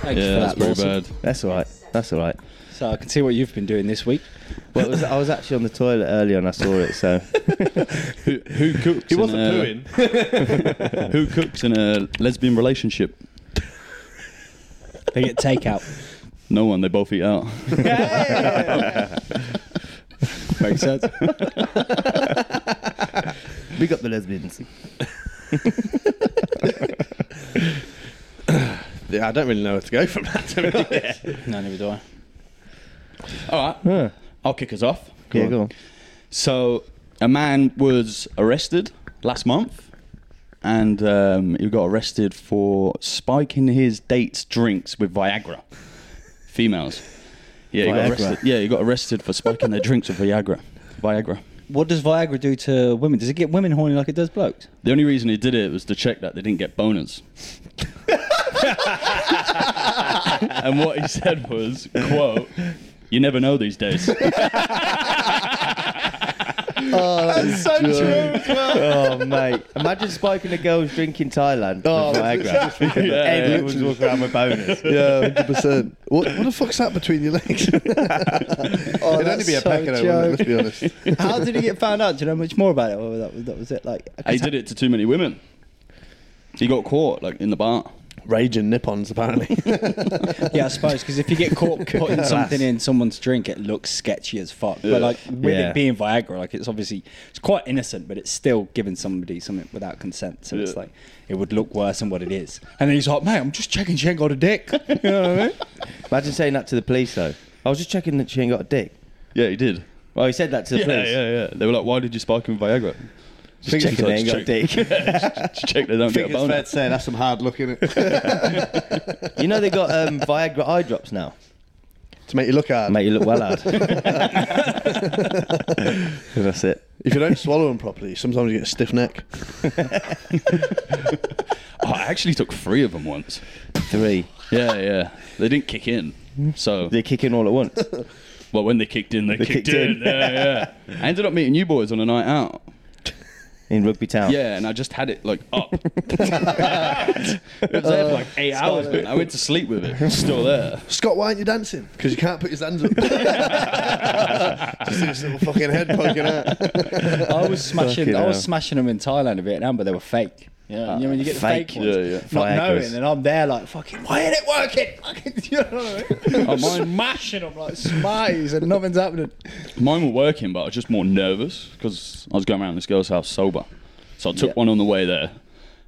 Thank you yeah, for that's that, very Lawson. bad. That's all right. That's all right. So I can see what you've been doing this week. Well, it was, I was actually on the toilet earlier and I saw it, so Who, who cooks? He in wasn't a- pooing. Who cooks in a lesbian relationship? They get takeout. No one. They both eat out. Makes sense. big up the lesbians. Yeah, I don't really know where to go from that. To be honest. No, neither do I. All right. Huh. I'll kick us off. Yeah, go on. So, a man was arrested last month, and um, he got arrested for spiking his date's drinks with Viagra. Females. Yeah, he got Viagra. arrested. Yeah, he got arrested for spiking their drinks with Viagra. Viagra. What does Viagra do to women? Does it get women horny like it does blokes? The only reason he did it was to check that they didn't get boners. and what he said was, quote, you never know these days. Oh, that's so true as well. Oh, mate. Imagine spiking a girl's drink in Thailand Oh, with that's- Viagra. yeah, Everyone's yeah. walking around with boners. Yeah, hundred percent. What, what the fuck's that between your legs? Oh, It'd only be a packet of them, let's be honest. How did he get found out? Do you know much more about it? Or that was, that was it? Like, he did it to too many women. He got caught, like, in the bar. Raging nippons, apparently. yeah, I suppose because if you get caught putting something in someone's drink, it looks sketchy as fuck. But like with Yeah. it being Viagra, like it's obviously it's quite innocent, but it's still giving somebody something without consent. So it's Yeah. like it would look worse than what it is. And then he's like, "Mate, I'm just checking she ain't got a dick." You know what I mean? Imagine saying that to the police, though. I was just checking that she ain't got a dick. Yeah, he did. Well, he said that to the yeah, police. yeah, yeah. They were like, why did you spike him with Viagra? Just checking so, they ain't got a just dick. Just check they don't I get a think it's fair boner. to say that's some hard look in it to you know they got um, Viagra eye drops now. make you look hard. Make you look well hard. that's it. If you don't swallow them properly, sometimes you get a stiff neck. Oh, I actually took three of them once. Three. Yeah, yeah. They didn't kick in. So, They kick in all at once. well, when they kicked in, they, kicked, kicked in. in. Yeah, yeah. I ended up meeting you boys on a night out. In rugby town. Yeah, and I just had it like up. it was there for like eight hours, but I went to sleep with it. It's Still there. Scott, why aren't you dancing? Because you can't put your hands up. Just his little fucking head poking out. I was smashing, Fucking I was hell. smashing them in Thailand and Vietnam, but they were fake. Yeah, you know when you get the fake, fake. ones, Yeah, yeah. not Viagras. knowing, and I'm there like fucking, why ain't it working? Fucking, you know what I mean? Oh, I'm mine- smashing them like smarties, and nothing's happening. Mine were working, but I was just more nervous because I was going around this girl's house sober. So I took Yeah. one on the way there,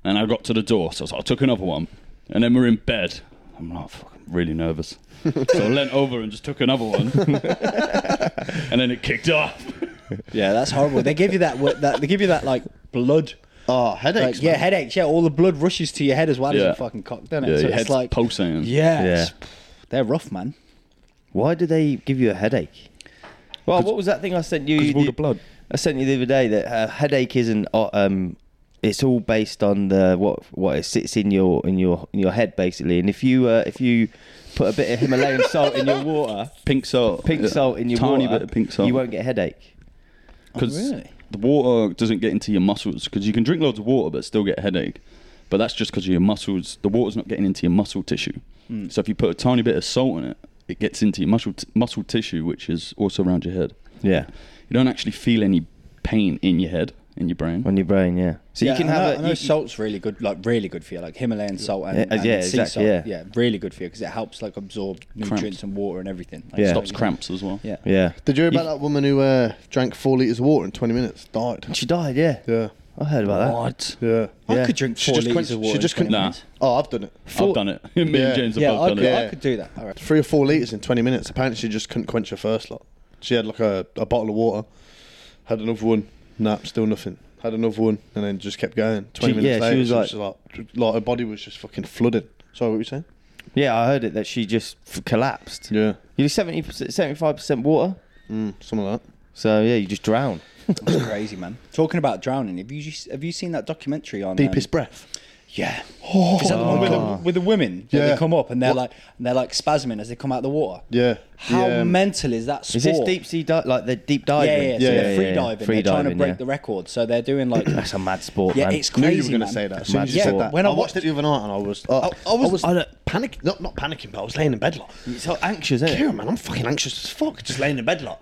and I got to the door. So I, was like, I took another one, and then we're in bed. I'm like, fuck, I'm really nervous. so I leant over and just took another one, and then it kicked off. Yeah, that's horrible. They give you that, wo- that they give you that like blood. Oh, headaches. Like, yeah, headaches. Yeah, all the blood rushes to your head as well as Yeah. your fucking cock, doesn't it? Yeah, so your it's head's like, pulsating. yeah, it's- Yeah. they're rough, man. Why do they give you a headache? Well, what was that thing I sent you? the- I sent you the other day that a headache isn't. uh, Um, it's all based on the what what it sits in your in your in your head basically. And if you uh, if you put a bit of Himalayan salt in your water, Pink salt. pink Yeah. salt in your Tiny water, bit of pink salt. you won't oh, get a headache. because really? the water doesn't get into your muscles because you can drink loads of water but still get a headache but that's just because your muscles the water's not getting into your muscle tissue Hmm. so if you put a tiny bit of salt in it it gets into your muscle t- muscle tissue which is also around your head Yeah, you don't actually feel any pain in your head in your brain on your brain. Yeah, so yeah, you can I know, have. I a, know you- salt's really good, like really good for you, like Himalayan salt and, Yeah, and yeah, sea exactly, salt. yeah. really good for you because it helps like absorb nutrients and water and everything. Like, Yeah. so stops you- cramps as well Yeah. yeah, Did you hear about that woman who uh, drank four litres of water in 20 minutes? Died. she died. Yeah, Yeah. I heard about that. what Yeah. I Yeah. could drink She four just liters couldn't- of water. she just in 20 couldn't- nah. minutes. Oh, I've done it. I've done it me Yeah. and James Yeah, have I both could, done it I Yeah. could do that. All right. Three or four litres in 20 minutes. Apparently, she just couldn't quench her first lot. She had like a, a bottle of water, had another one, nah, still nothing. Had another one, and then just kept going. 20 She- minutes yeah, later, she was she was just like, like, her body was just fucking flooded. Sorry, what were you saying? Yeah, I heard it that she just f- collapsed. Yeah. You're 70 75 percent water, Mm, some of that. so yeah, you just drown. That's crazy, man. Talking about drowning, have you have you seen that documentary on um, Deepest breath. Yeah. Oh, Is that the one with the, with the women? Yeah. They Yeah. come up and they're like What- and they're like spasming as they come out of the water. Yeah. How Yeah. mental is that sport? Is this deep sea dive? Like the deep Yeah, diving? yeah, yeah. So Yeah, they're yeah, free diving. Free they're trying diving, to break yeah. the record. So they're doing like That's a mad sport, Yeah, man. it's Knew crazy. you were going to man. say that. As Mad soon as you sport. said that, When I I watched it the other night and I was, I, I, I was- was, I panic, not not panicking, but I was laying in bed lot. It's so anxious, isn't Yeah, man, I'm fucking anxious as fuck, just laying in bed lot.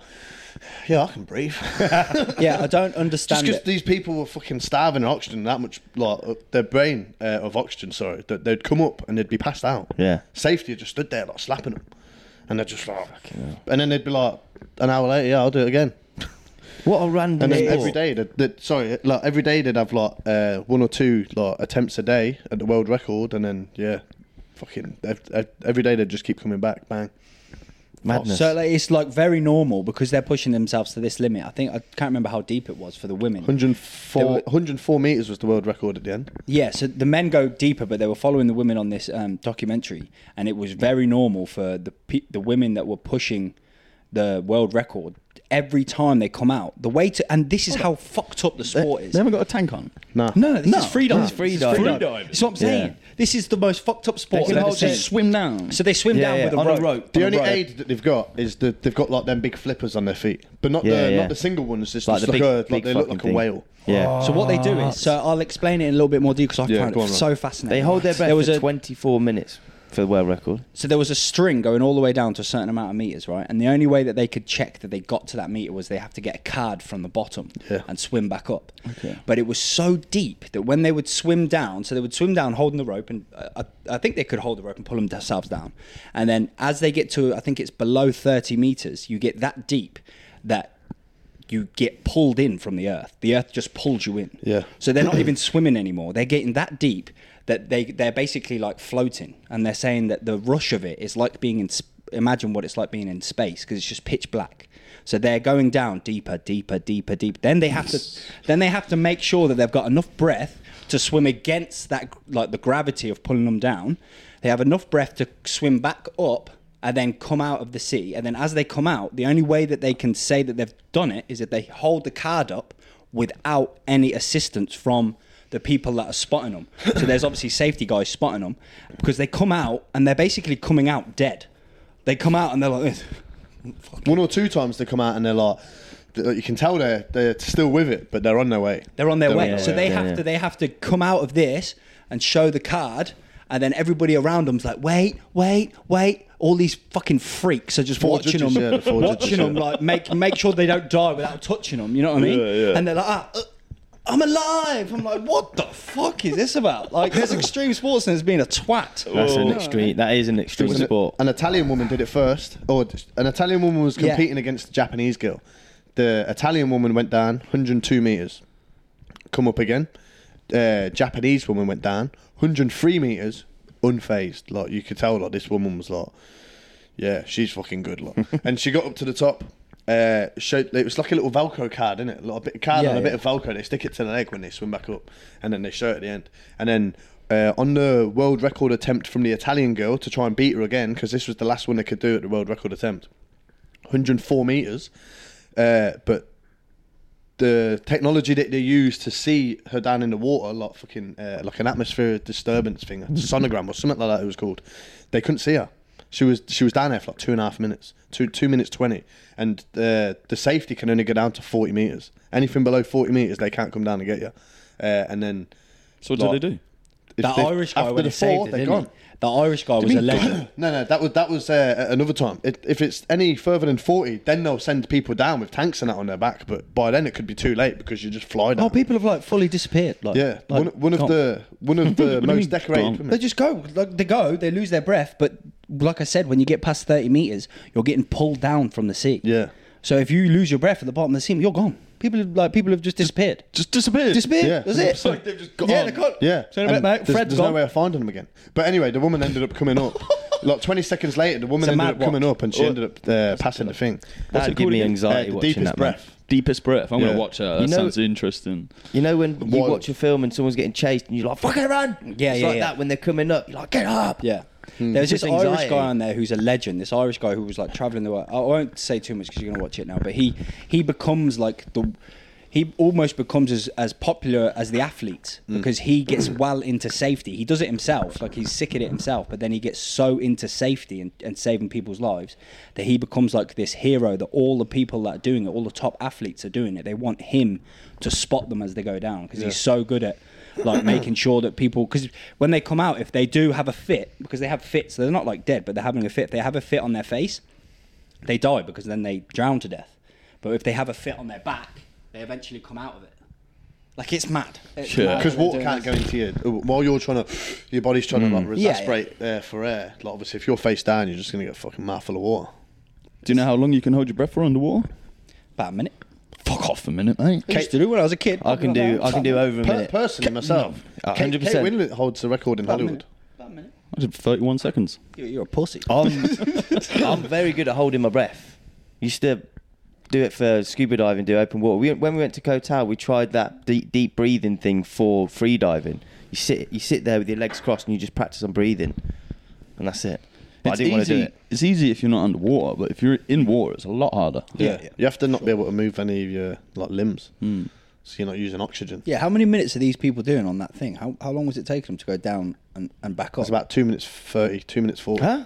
Yeah, I can breathe. Yeah, I don't Just understand because it. these people were fucking starving of oxygen, that much, like uh, their brain uh, of oxygen, sorry, that they'd come up and they'd be passed out. Yeah. Safety had just stood there, like slapping them, and they're just like, and then they'd be like, an hour later, yeah, I'll do it again. What a random And then sport. every day, they'd, they'd, sorry, like every day they'd have like uh, one or two like attempts a day at the world record, and then yeah, fucking ev- ev- every day they'd just keep coming back, bang. Madness. oh, So like, it's like very normal because they're pushing themselves to this limit. I think I can't remember how deep it was for the women. 104, They were- 104 meters was the world record at the end. Yeah, so the men go deeper, but they were following the women on this um, documentary, and it was very normal for the pe- the women that were pushing the world record. Every time they come out, the way to and this is how fucked up the sport is. They haven't got a tank on. Nah. No, no, this No, is free no, diving. it's free This is diving. Free diving. That's what I'm saying. This is the most fucked up sport. They I've can ever hold seen. just swim down. So they swim Yeah, down yeah, with a Oh, on a rope. rope. The On only rope. aid that they've got is the they've got like them big flippers on their feet, but not Yeah, the yeah. not the single ones. It's Like the just like, big- a, big like they look fucking like a thing. whale. yeah. So what they do is, so I'll explain it in a little bit more detail because I Yeah, found go it on, so fascinating. They hold their breath There was for a 24 minutes for the world record. So there was a string going all the way down to a certain amount of meters, right? And the only way that they could check that they got to that meter was they have to get a card from the bottom Yeah. and swim back up. Okay. But it was so deep that when they would swim down, so they would swim down holding the rope, and uh, I, I think they could hold the rope and pull themselves down. And then as they get to, I think it's below 30 meters, you get that deep that you get pulled in from the earth. The earth just pulls you in. Yeah. So they're not even swimming anymore. They're getting that deep that they they're basically like floating, and they're saying that the rush of it is like being in. Sp- imagine what it's like being in space because it's just pitch black. So they're going down deeper, deeper, deeper, deep. Then they have to, then they have to make sure that they've got enough breath to swim against that, gr- like the gravity of pulling them down. They have enough breath to swim back up and then come out of the sea. And then as they come out, the only way that they can say that they've done it is that they hold the card up without any assistance from the people that are spotting them. So there's obviously safety guys spotting them because they come out and they're basically coming out dead. They come out and they're like this. One or two times they come out and they're like, th- you can tell they're they're still with it, but they're on their way. They're on their way. on their so way, they yeah, have yeah. to they have to come out of this and show the card and then everybody around them's like, wait, wait, wait. All these fucking freaks are just Four watching judges, them, yeah, the four watching judges, them, yeah. like make make sure they don't die without touching them. You know what I mean? Yeah, yeah. And they're like, ah, uh, I'm alive. I'm like, what the fuck is this about? Like, there's extreme sports and there's being a twat. That's an extreme. That is an extreme An- sport. An, Italian woman did it first, or just- an Italian woman was Yeah. competing against a Japanese girl. The Italian woman went down 102 meters, come up again. Uh, Japanese woman went down 103 meters, unfazed. Like you could tell, like this woman was like, yeah, she's fucking good, like. and she got up to the top. Uh, showed, it was like a little Velcro card, innit? A little bit of card Yeah, and a yeah. bit of Velcro. They stick it to the leg when they swim back up, and then they show it at the end. And then uh, on the world record attempt from the Italian girl to try and beat her again, because this was the last one they could do at the world record attempt, 104 meters. Uh, but the technology that they use to see her down in the water, like fucking uh, like an atmosphere disturbance thing, Mm-hmm. a sonogram or something like that it was called. They couldn't see her. She was she was down there for like two and a half minutes, two two minutes twenty, and uh, the safety can only go down to forty meters. Anything below forty meters, they can't come down and get you. Uh, and then So what do Like- they do? if That they- Irish guy after when the he saved four, it, they're didn't gone. he? That Irish guy was a legend. No, no, that was that was uh, another time. It, if it's any further than forty, then they'll send people down with tanks and that on their back. But by then, it could be too late because you just fly down. Oh, people have like fully disappeared. Like, Yeah, like, one, one of gone. the one of the you most mean decorated gone? women. They just go. Like, they go. They lose their breath. But like I said, when you get past thirty meters, you're getting pulled down from the sea. Yeah. So if you lose your breath at the bottom of the sea, you're gone. People have, like people have just disappeared. Just disappeared. Disappeared. Yeah, That's it. 100%. They've just got yeah, on. they can't. Yeah, So about and that, there's, Fred's there's gone. no way of finding them again. But anyway, the woman ended up coming up. like twenty seconds later, the woman It's a ended mad up coming watch. up, and she ended up uh, passing the thing. What's it That'd give called me again? Uh, anxiety the watching deepest that. man. breath. Deepest breath. I'm Yeah. gonna watch that. That You know- sounds interesting. You know when you Wild. watch a film and someone's getting chased and you're like, "Fucking run!" Yeah, it's yeah, like yeah. that when they're coming up. You're like, "Get up!" Yeah. There was Just this anxiety. Irish guy on there who's a legend. This Irish guy who was like traveling the world. I won't say too much because you're gonna watch it now. But he he becomes like the he almost becomes as, as popular as the athlete Hmm. because he gets well into safety. He does it himself, like he's sick at it himself, but then he gets so into safety and, and saving people's lives that he becomes like this hero that all the people that are doing it, all the top athletes are doing it. They want him to spot them as they go down because he's so good at like making sure that people because when they come out if they do have a fit because they have fits they're not like dead but they're having a fit if they have a fit on their face they die because then they drown to death. But if they have a fit on their back, they eventually come out of it. Like it's mad. It's Yeah. mad Because what they're water doing. can't go into you while you're trying to, your body's trying to like Hmm. Yeah, yeah. exasperate air for air. Like obviously, if you're face down, you're just gonna get a fucking mouthful of water. Do you know how long you can hold your breath for underwater? About a minute. Fuck off a minute, mate. I used to do when I was a kid. I can do. I can do over a Per- minute. personally, myself, no. Kate, 100%. Kate Winslet holds the record in About a minute. Hollywood. About a minute. I did 31 seconds. You're, you're a pussy. I'm, I'm very good at holding my breath. Used to do it for scuba diving, do open water. We, when we went to Koh Tao, we tried that deep, deep breathing thing for free diving. You sit, you sit there with your legs crossed, and you just practice on breathing, and that's it. But I It's didn't want to easy- do it. It's easy if you're not underwater, but if you're in water, it's a lot harder. Yeah. you have to not be able to move any of your like limbs, Hmm. Mm. so you're not using oxygen. Yeah, how many minutes are these people doing on that thing? How, how long was it taking them to go down and, and back up? It's about two minutes thirty, two minutes forty, Huh?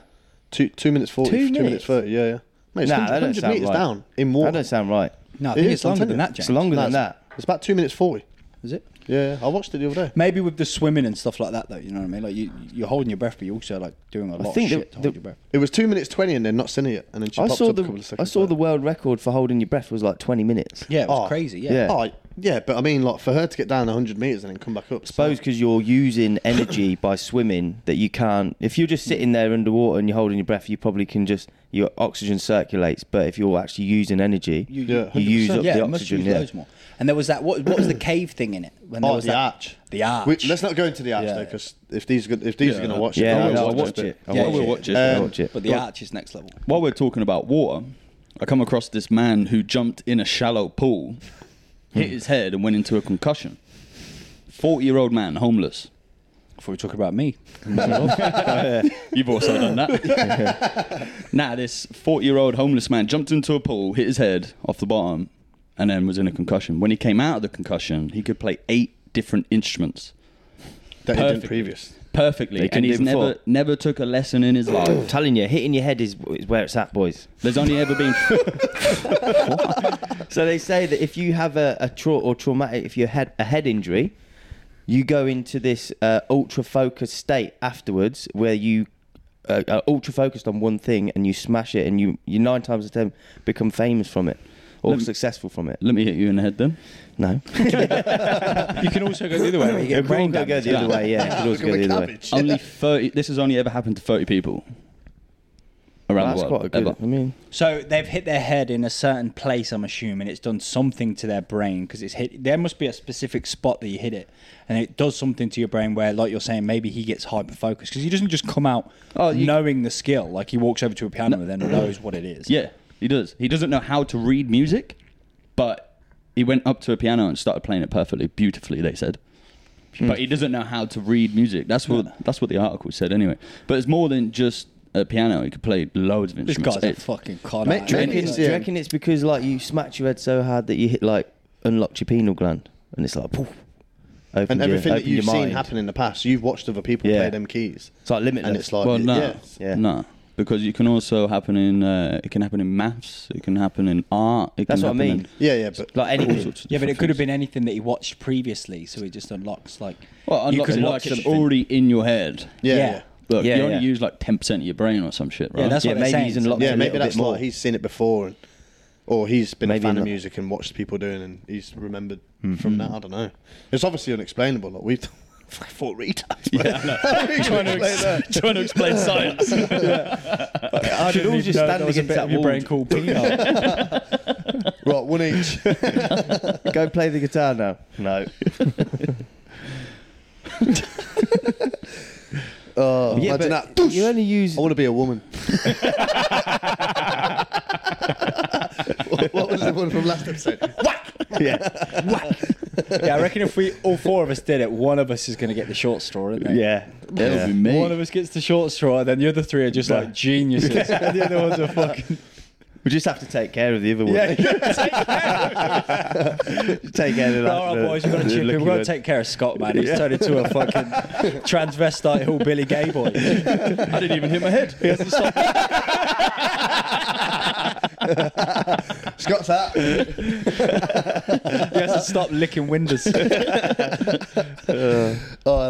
two two minutes forty, Two two minutes, minutes? thirty. Yeah, yeah. Mate, it's Nah, that don't 100, sound meters right. down in That water. don't sound right. no, I It think is, it's I'm longer telling than you. that, James. It's longer than That's- that. It's about two minutes forty. Is it? Yeah, yeah. I watched it the other day. Maybe with the swimming and stuff like that, though. You know what I mean? Like you, you're holding your breath, but you're also like doing a lot think the- of shit to hold the- your breath. It was two minutes twenty, and then not sending it, and then she I popped saw up a couple the of I seconds. saw later. the world record for holding your breath was like 20 minutes. Yeah, it was Oh, crazy. Ah, yeah. Oh, I- yeah, but I mean, like for her to get down 100 meters and then come back up. suppose because you're using energy by swimming that you can't. If you're just sitting there underwater and you're holding your breath, you probably can just your oxygen circulates. But if you're actually using energy, you, Yeah, use up the it must oxygen. use Yeah. loads more. And there was that. What, what was the cave thing in it? When there oh, was the that, arch. The arch. We, let's not go into the arch Yeah. though, because if these are gonna- if these are going to watch Yeah, it, I will know, I'll watch it. I'll Yeah, watch yeah, it. watch it. I'll Um, watch it. but the arch is next level. While we're talking about water, I come across this man who jumped in a shallow pool, hit his head, and went into a concussion. 40 year old man, homeless. Before we talk about me, You've also done that. nah, this 40 year old homeless man jumped into a pool, hit his head off the bottom, and then was in a concussion. When he came out of the concussion, he could play eight different instruments that he did Perfect. previous. perfectly. They and couldn't he's do before. Oh. never, never took a lesson in his I'm life. telling you, hitting your head is, is where it's at, boys. There's only ever been. So they say that if you have a, a tra- or traumatic, if you had a head injury, you go into this uh, ultra focused state afterwards, where you uh, are ultra focused on one thing and you smash it, and you you nine times out of ten become famous from it or Lem- successful from it. Let me hit you in the head then. No, you can also go the other way. where You get brain go damage. the other way. Yeah, it could also go the other way. Cabbage. only 30 this has only ever happened to 30 people Well, around that's the quite a world good. ever. I mean, So they've hit their head in a certain place, I'm assuming. It's done something to their brain because it's hit. There must be a specific spot that you hit it, and it does something to your brain where, like you're saying, maybe he gets hyper focused because he doesn't just come out Oh, you- knowing the skill. Like he walks over to a piano and then knows what it is. yeah he does he doesn't know how to read music but he went up to a piano and started playing it perfectly beautifully they said Hmm. but he doesn't know how to read music that's what that's what the article said anyway but it's more than just a piano he could play loads of This instruments guy's a It's- fucking con. do you, artist. maybe reckon, it's- do uh, you yeah. reckon it's because like you smacked your head so hard that you hit like unlocked your penal gland, and it's like poof, opened And your- everything that opened your you've seen mind. happen in the past, you've watched other people Yeah. play them keys, It's like limitless. and it's like, well no yeah. Yeah. no because you can also happen in uh, it can happen in maths it can happen in art it That's can what I happen mean. in yeah, yeah, but like all anything. sorts of Yeah, but it different could have things. been anything that he watched previously, so it just unlocks like. well you unlocks could and watch locks them something. already in your head yeah, Yeah. yeah. Look, Yeah, you only yeah. use like ten percent of your brain or some shit, right? Yeah, that's Yeah, what they're maybe saying. he's unlocked Yeah, a maybe little that's bit more. like he's seen it before, and, or he's been Maybe Hmm. a fan not. of music and watched people doing, and he's remembered from that. I don't know. It's obviously unexplainable. Like we've four retards. Yeah, trying to explain that. trying to explain science. I should all Oh, just stand against that wall. called Peanut. Right, one each. Go play the guitar now. No. Oh, Yeah, imagine but that. you only use. I want to be a woman. what, what was the one from last episode? Yeah. yeah, I reckon if we all four of us did it, one of us is going to get the short straw, isn't it? yeah. That would be me. One of us gets the short straw, then the other three are just like geniuses. the other ones are fucking. We just have to take care of the other one. take care of that. All right, boys, we've got to the chip in. lucky We've got to one. take care of Scott, man. He's turned into a fucking transvestite hillbilly gay boy. I didn't even hit my head. He hasn't stopped. Scott's that. He has to stop licking windows. Oh,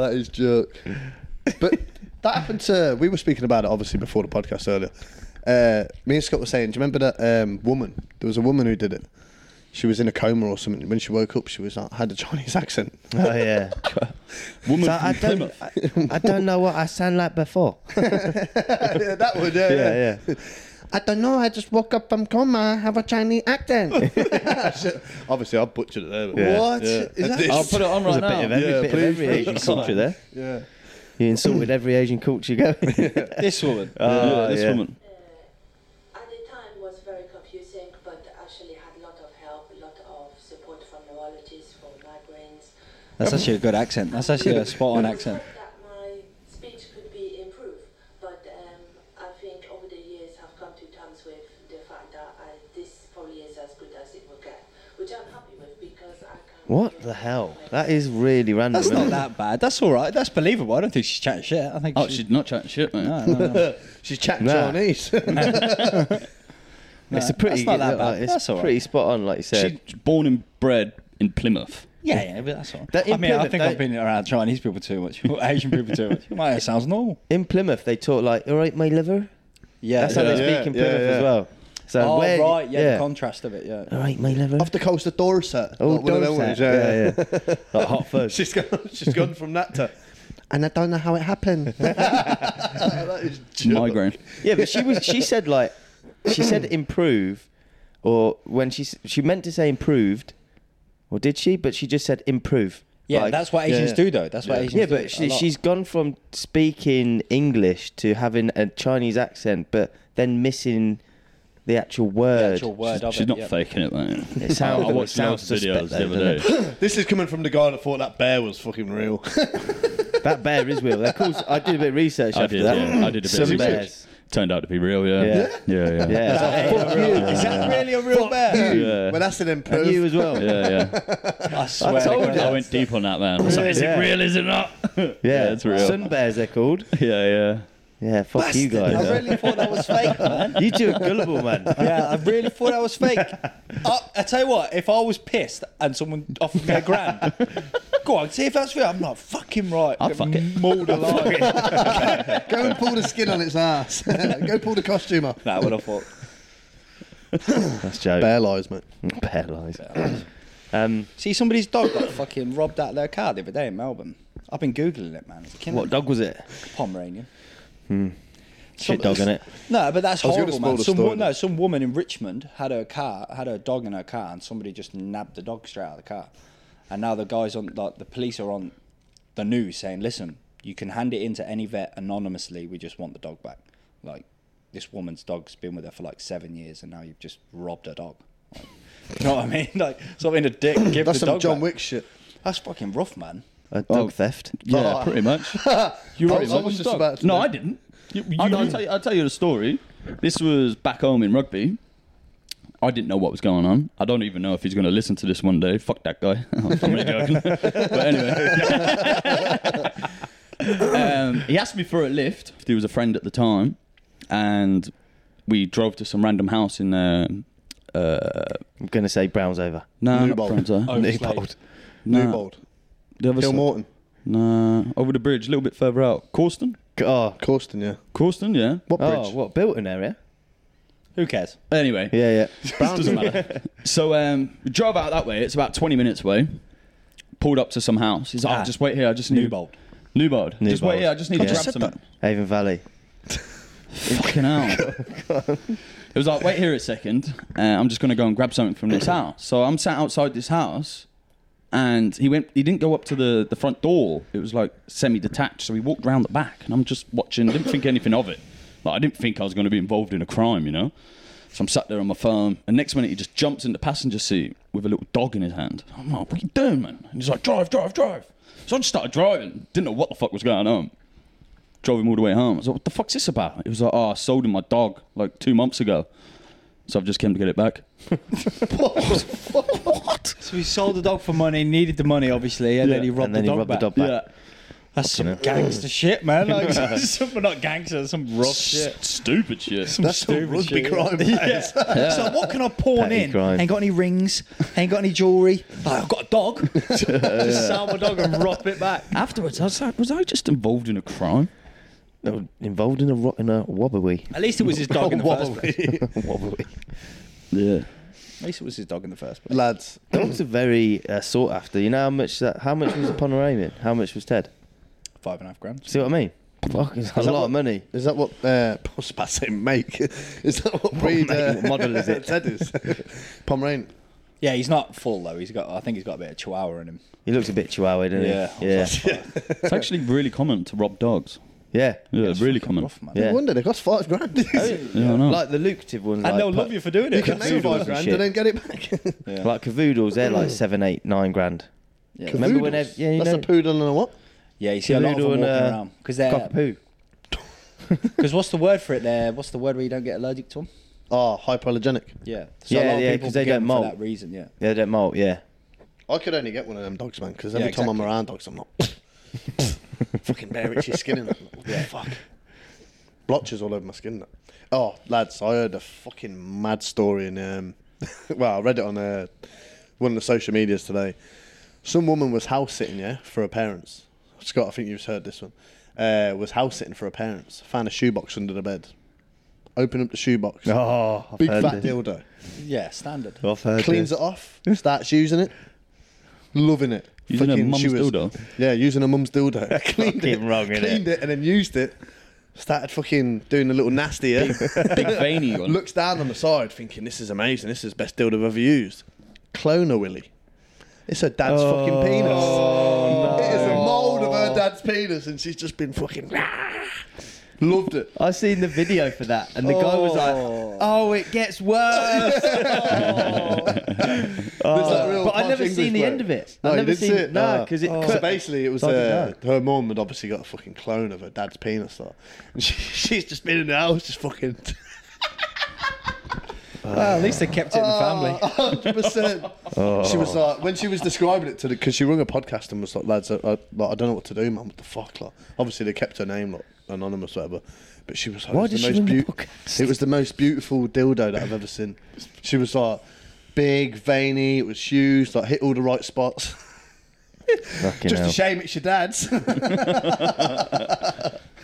that is joke. But that happened to. We were speaking about it obviously before the podcast earlier. Uh, me and Scott were saying, do you remember that um, woman? There was a woman who did it. She was in a coma or something. When she woke up, she was like, had a Chinese accent. Oh yeah. Woman So from I don't. Plymouth. I, I don't know what I sound like before. yeah, that would. Yeah, Yeah, yeah. I don't know. I just woke up from coma. I have a Chinese accent. obviously, I butchered it there. But Yeah. What Yeah. is that? I'll put it on There's right now. a bit of every, yeah, bit of please, every please. Asian That's culture fine. there. yeah. You insulted every Asian culture you go. this woman. Yeah, Oh, this yeah. woman. at the time was very confusing, but actually had a lot of help, a lot of support from neurologists for migraines. That's actually a good accent. That's actually a spot on accent. Thought That my speech could be improved, but um, I think over the years I've come to terms with the fact that I, this probably is as good as it will get, which I'm happy with because I can. What the hell? That is really random. That's isn't not it? that bad. That's all right. That's believable. I don't think she's chatting shit. I think Oh, she- she's not chatting shit, man. No, no, no. She's chatting Nah. Chinese. No, It's a pretty. that's not that like, bad. It's That's all right. pretty spot on, like you said. She's born and bred in Plymouth. Yeah, yeah, but that's all right. That I mean, I implement- think I've been around Chinese people too much, or Asian people too much. My hair sounds normal. in Plymouth, they talk like, "All right, my liver." Yeah, That's how they yeah, speak in yeah, Plymouth yeah. as well. So Oh, where, right, yeah, the contrast of it, yeah. All right, my liver. Off the coast of Dorset. Oh, Like one of them Dorset. ones, Yeah, yeah. like hot fuzz. She's gone. She's gone from that to. And I don't know how it happened. that is joke. Migraine. yeah, but she was. She said like, she said improve, or when she s- she meant to say improved, or did she? But she just said improve. Yeah, Like- that's what Asians yeah. do, though. That's what Yeah. Asians Yeah, do. but a she, lot. she's gone from speaking English to having a Chinese accent, but then missing the actual the word. actual word of She's it, not yeah. faking it, man. It sounds- I it watched sounds loads of videos suspect the though, other doesn't day. This is coming from the guy that thought that bear was fucking real. That bear is real. Of course, I did a bit of research I after did, that. yeah. I did a bit of Some research. bears. Turned out to be real, yeah. Yeah. Yeah, yeah. Yeah. Is that really a real bear? Yeah. Well, that's an improve. And you as well. Yeah. Yeah, yeah. I swear. to told God. you. I went deep on that, man. I was like, is Yeah. it real? Is it not? yeah, it's real. Sun bears, they're called. yeah, yeah. Yeah, fuck you guys. I really thought that was fake, man. You two are gullible, man. Yeah, I really thought that was fake. I, I tell you what, if I was pissed and someone offered me a grand, go on, see if that's real. I'm like, fucking right. I'd fuck it. Mauled alive. Go and pull the skin on its ass. Go pull the costume off. that would have thought. That's joke. Bear lies, mate. Bear lies. um, See, somebody's dog got fucking robbed out of their car the other day in Melbourne. I've been Googling it, man. It's killing what me. dog was it? Pomeranian. Shit dog, innit? No, but that's I was gonna horrible, spoil man. the Some, wo- story no, then. some woman in Richmond had her car, had her dog in her car, and somebody just nabbed the dog straight out of the car. And now the guys on, like, the police are on the news saying, "Listen, you can hand it in to any vet anonymously. We just want the dog back." Like, this woman's dog's been with her for like seven years, and now you've just robbed her dog. Like, you know what I mean? Like, something to dick. Give That's the some dog John back. Wick shit. That's fucking rough, man. A dog Oh. theft. Yeah, pretty much. you I right. was- I was just about to- No, I didn't. I, will tell you, I'll tell you the story. This was back home in rugby. I didn't know what was going on. I don't even know if he's going to listen to this one day. Fuck that guy. I'm only joking. but anyway, um, he asked me for a lift. He was a friend at the time, and we drove to some random house in. Um, uh, I'm going to say Brown's over. no, not Newbold. Oh, Bronzo. Newbold. No, Newbold. the other Bill side. Morton. No, over the bridge, a little bit further out. Corston? Oh, Causton, yeah. Corston, yeah. What bridge? oh what, built in area? Who cares? Anyway, Yeah, yeah. this doesn't matter. so um, we drove out that way. It's about 20 minutes away. Pulled up to some house. He's like, Ah. oh, just wait here. I just need Newbold. Newbold. Just Newbold. wait here. I just need I to just grab said something. Avon Valley. Fucking hell. it was like, wait here a second. Uh, I'm just going to go and grab something from this house. So I'm sat outside this house. And he went. He didn't go up to the, the front door. It was like semi-detached. So he walked round the back, and I'm just watching. Didn't think anything of it. Like I didn't think I was going to be involved in a crime, you know. So I'm sat there on my phone, and next minute he just jumps into passenger seat with a little dog in his hand. I'm like, what are you doing, man? And he's like, drive, drive, drive. So I just started driving. Didn't know what the fuck was going on drove him all the way home. I was like, what the fuck's this about? He was like, oh, I sold him my dog like two months ago. So I've just came to get it back. So he sold the dog for money, needed the money, obviously, and Yeah. then he robbed, and then the, he dog rubbed back. the dog back. That's some gangster shit, man. Like, some, not gangster, some rough shit. S- Stupid shit. Some That's some stupid rugby shit, crime. Yeah. Yeah. So what can I pawn Petty in? crime. Ain't got any rings. Ain't got any jewelry. Like, I've got a dog. Just sell my dog and rob it back. Afterwards, I was like, was I just involved in a crime? No, involved in a ro- in a wobbly. At least it was his dog Oh, in the first place. wobbly. Yeah. At least it was his dog in the first place. Lads, Dogs are very uh, sought after. You know how much that? How much was the Panoramian? How much was Ted? Five and a half grand. See what I mean? Fuck, it's a lot what- of money. is that what? Uh, I was about to say make. Is that what breed? make? uh, What model is it? Ted is. Pomeranian. Yeah, he's not full though. He's got. I think he's got a bit of chihuahua in him. He looks a bit chihuahua, doesn't Yeah. Oh, he? Yeah, It's actually really common to rob dogs. yeah, Yeah, It's really fucking common. rough, man. Yeah. Oh, No wonder they cost five grand. you Yeah, I know. Like the lucrative ones. And like they'll pu- love you for doing it. can make Poodles five and grand shit. and then get it back. Yeah. Like cavoodles, they're like seven, eight, nine grand. Yeah. Remember when? Poodles? ev- Yeah, you That's know, a poodle and a what? Yeah, you see a lot of them Cavoodle walking and, uh, around because they're cockapoo. because what's the word for it? There, what's the word where you don't get allergic to them? Oh, hypoallergenic. Yeah, a Yeah, lot of yeah, people 'cause they get 'em don't for molt. that reason. Yeah, Yeah, they don't molt. Yeah, I could only get one of them dogs, man, because every Yeah, time I'm around dogs, I'm like, fucking bare itchy skin in them. Yeah, fuck. Blotches all over my skin. that. Oh, lads, I heard a fucking mad story in. Um, well, I read it on uh, one of the social medias today. Some woman was house sitting, yeah, for her parents. Scott, I think you've heard this one. Uh, was house sitting for her parents. Found a shoebox under the bed. Open up the shoebox. Oh, I've big heard fat this. dildo. yeah, standard. I've Uh, heard Cleans it off. Starts using it. Loving it. Using her Fucking mum's she was- dildo? Yeah, using her mum's dildo. cleaned it. Fucking wrong, innit? cleaned it and then used it. Started fucking doing a little nasty. Yeah? Big veiny one. Looks down on the side, thinking this is amazing. This is best dildo I've ever used. Cloner Willy. It's her dad's Oh, fucking penis. It is a mold of her dad's penis, and she's just been fucking. Loved it. I seen the video for that, and the guy was like, "Oh, it gets worse." There's Oh. that real but I posh never seen the bloke. end of it. No, I you never didn't seen see it. Oh. uh, No, because it. So cut- basically, it was Bloody uh, hell. her mum had obviously got a fucking clone of her dad's penis, though. And she, she's just been in the house, just fucking well, at least they kept it in the family. hundred percent. She was Oh. like, when she was describing it to the, because she rung a podcast and was like, lads, I, I, like, I don't know what to do, man. What the fuck, like? Obviously, they kept her name like anonymous, whatever. But she was like, Why it was did the she most ring the beaut- podcast? It was the most beautiful dildo that I've ever seen. She was like, big, veiny. It was huge. Like hit all the right spots. Fucking Just hell. a shame it's your dad's.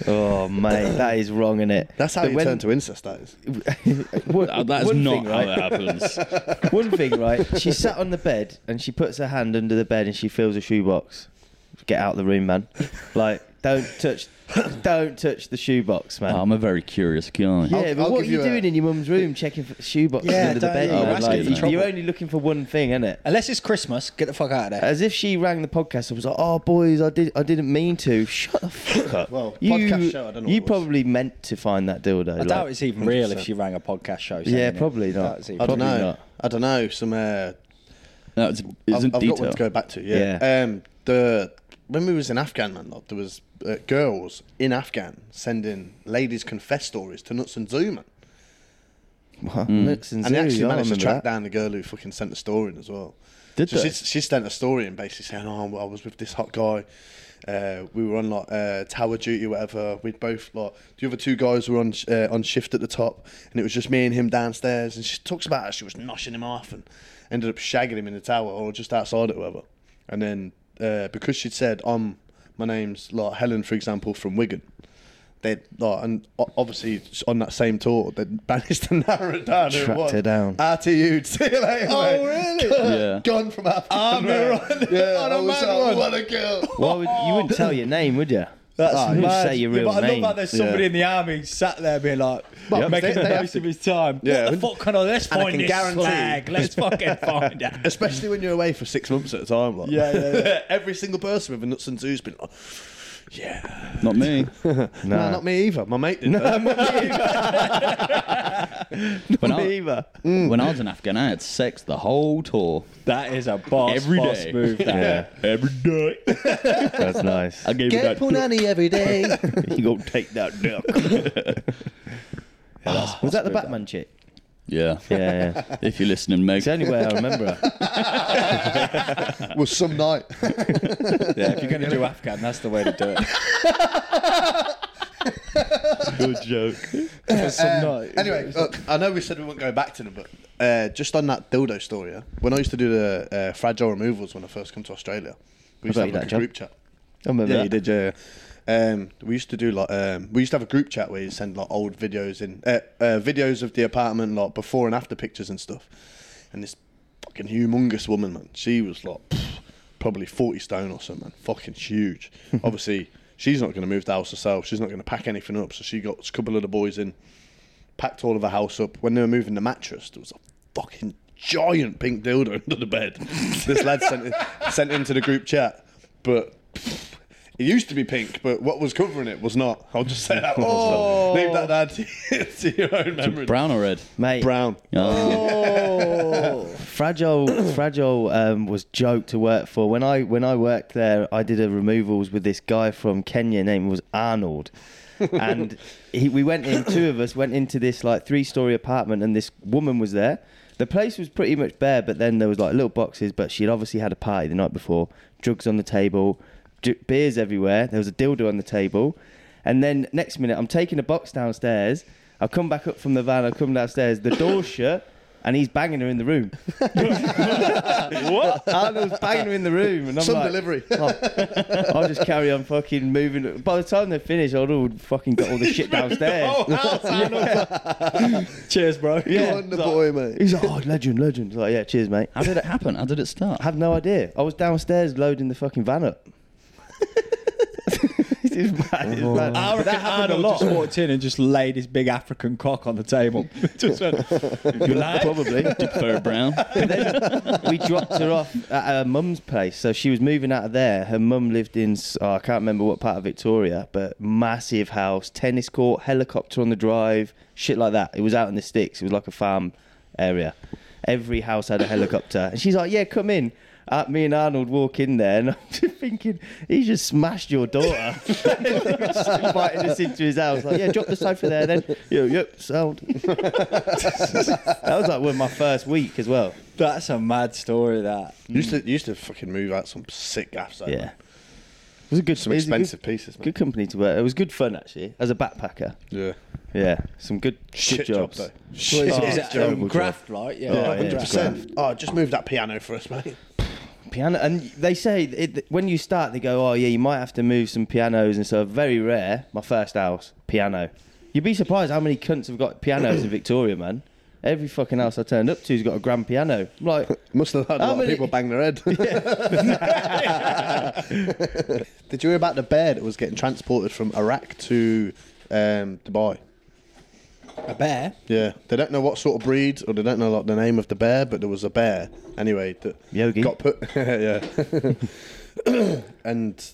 Oh mate, that is wrong, is it? That's how you turn to incest. That is. one, Uh, that is one not thing, right? how that happens. One thing, right? She sat on the bed and she puts her hand under the bed and she feels a shoebox. Get out of the room, man. Like, don't touch, don't touch the shoebox, man. I'm a very curious guy. yeah, I'll- but I'll what are give you you a- doing in your mum's room checking for shoeboxes Yeah, under the don't- bed? yeah, you're man? asking Like, for trouble. you're only looking for one thing, isn't it? Unless it's Christmas, get the fuck out of there. As if she rang the podcast and was like, "Oh, boys, I did, I didn't mean to." Shut the fuck up. Well, you, podcast show, I don't know you what it was. probably meant to find that dildo. I doubt it's even real if she rang a podcast show. saying Yeah, it. probably not. Doubt it's even I don't real. know. not. I don't know. Some. Uh, That's I've, isn't I've detail. got one to go back to. Yeah. Um. The when we was in Afghan, man, like, there was uh, girls in Afghan sending ladies confess stories to Nuts and Zoo, man. What? Nooks and, And they Zoo, actually I managed to remember track that. down the girl who fucking sent the story in as well. Did so they? she, she sent a story in basically saying, "Oh, I was with this hot guy. Uh, we were on like uh, tower duty, or whatever. We'd both like the other two guys were on sh- uh, on shift at the top, and it was just me and him downstairs. And she talks about how she was noshing him off and ended up shagging him in the tower or just outside it, or whatever. And then uh, because she'd said, "Um, my name's like Helen, for example, from Wigan." They like, and o- obviously on that same tour, they managed to narrow it down. who it Tracked was. her down. RTU, see you later. Oh, really? Yeah. Gone from Africa. Army run. Yeah, I was like, what a girl. Why would, you wouldn't tell your name, would you? That's Oh, you mad. say your yeah, real but I name. love how there's somebody in the army sat there being like, making they- the they have most to- of his time. Yeah. What the fuck can I? Let's And I find can this guarantee- flag. Let's fucking find it. Especially when you're away for six months at a time. Like. Yeah, yeah, Every single person with a Nuts and Zoo's been like, yeah. Not me. No, not me either. My mate did. When Me I, either. when I was in Afghan, I had sex the whole tour. That is a boss Every boss day. move. That. Yeah, Every day. that's nice. I gave you that. every day. you go take that duck. was that the Batman chick? Yeah. Yeah, yeah. if you're listening, Meg. It's the only way I remember her. was some night. Yeah, if you're going to do Afghan, that's the way to do it. Good joke. Um, anyway, look, I know we said we wouldn't go back to them, but uh, just on that dildo story, yeah, when I used to do the uh, fragile removals when I first come to Australia, we used to I have bet like a you group chat. I remember Yeah, that. you did, yeah. yeah. Um, we used to do like um, we used to have a group chat where you send like old videos in uh, uh, videos of the apartment, like before and after pictures and stuff. And this fucking humongous woman, man, she was like pff, probably forty stone or something, man, fucking huge. Obviously, she's not going to move the house herself. She's not going to pack anything up, so she got a couple of the boys in, packed all of her house up. When they were moving the mattress, there was a fucking giant pink dildo under the bed. this lad sent it, sent it into the group chat, but. pff, it used to be pink, but what was covering it was not. I'll just say that. Oh. Leave that down to, to your own memory. Brown or red? Mate. Brown. Oh, fragile, fragile um, was joke to work for. When I when I worked there, I did a removals with this guy from Kenya. Name was Arnold, and he, we went in. Two of us went into this like three story apartment, and this woman was there. The place was pretty much bare, but then there was like little boxes. But she'd obviously had a party the night before. Drugs on the table, d- beers everywhere. There was a dildo on the table, and then next minute, I'm taking a box downstairs. I come back up from the van. I come downstairs. The door's shut, and he's banging her in the room. what? Arnold's banging her in the room, and I'm Some like, delivery. "Oh, I'll just carry on fucking moving. By the time they finish, I'd all fucking got all the shit downstairs. Oh, Cheers, bro. yeah. On the boy, mate. He's like, oh, legend, legend. It's Like, yeah, cheers, mate. How did it happen? How did it start? I have no idea. I was downstairs loading the fucking van up. it is mad. It is mad. I reckon Arnold just walked in and just laid his big African cock on the table. just went, you like? Probably. Prefer brown. we dropped her off at her mum's place. So she was moving out of there. Her mum lived in, s- oh, I can't remember what part of Victoria, but massive house, tennis court, helicopter on the drive, shit like that. It was out in the sticks. It was like a farm area. Every house had a helicopter. And she's like, yeah, come in. Uh, me and Arnold walk in there, and I'm just thinking, he just smashed your daughter. he was just inviting us into his house. Like, yeah, drop the sofa there then. Yeah, yep, sound. that was like one of my first week as well. That's a mad story, that. Used to used to fucking move out some sick gaffs. Like, Yeah. It was a good, some it was a good- expensive pieces. Good Mate. company to work. It was good fun actually. As a backpacker, Yeah, yeah, some good, good shit jobs. job though. Well, Shit it's- Oh, it's it's a, um, terrible graft, right? Yeah. Oh, Proper yeah. graft. percent. Oh, just move that piano for us, mate. Piano, and they say it, when you start, they go, "Oh yeah, you might have to move some pianos and stuff." Very rare. My first house, piano. You'd be surprised how many cunts have got pianos in Victoria, man. Every fucking house I turned up to's got a grand piano. I'm like, Must have had a How lot of many- people bang their head. Did you hear about the bear that was getting transported from Iraq to um, Dubai? A bear? Yeah, they don't know what sort of breed or they don't know like the name of the bear, but there was a bear anyway that Yogi. got put. yeah, and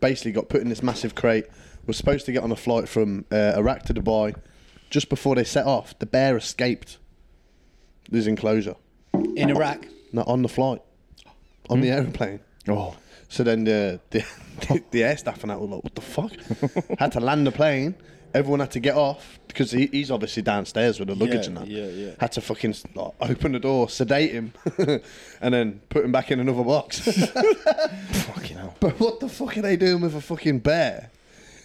basically got put in this massive crate. Was supposed to get on a flight from uh, Iraq to Dubai. Just before they set off, the bear escaped this enclosure. In Iraq? Not on the flight, on Hmm. the aeroplane. oh, So then the the, the, the air staff and that were like, what the fuck? had to land the plane. Everyone had to get off because he, he's obviously downstairs with the luggage Yeah, and that. yeah, yeah. Had to fucking like, open the door, sedate him, and then put him back in another box. fucking hell. but what the fuck are they doing with a fucking bear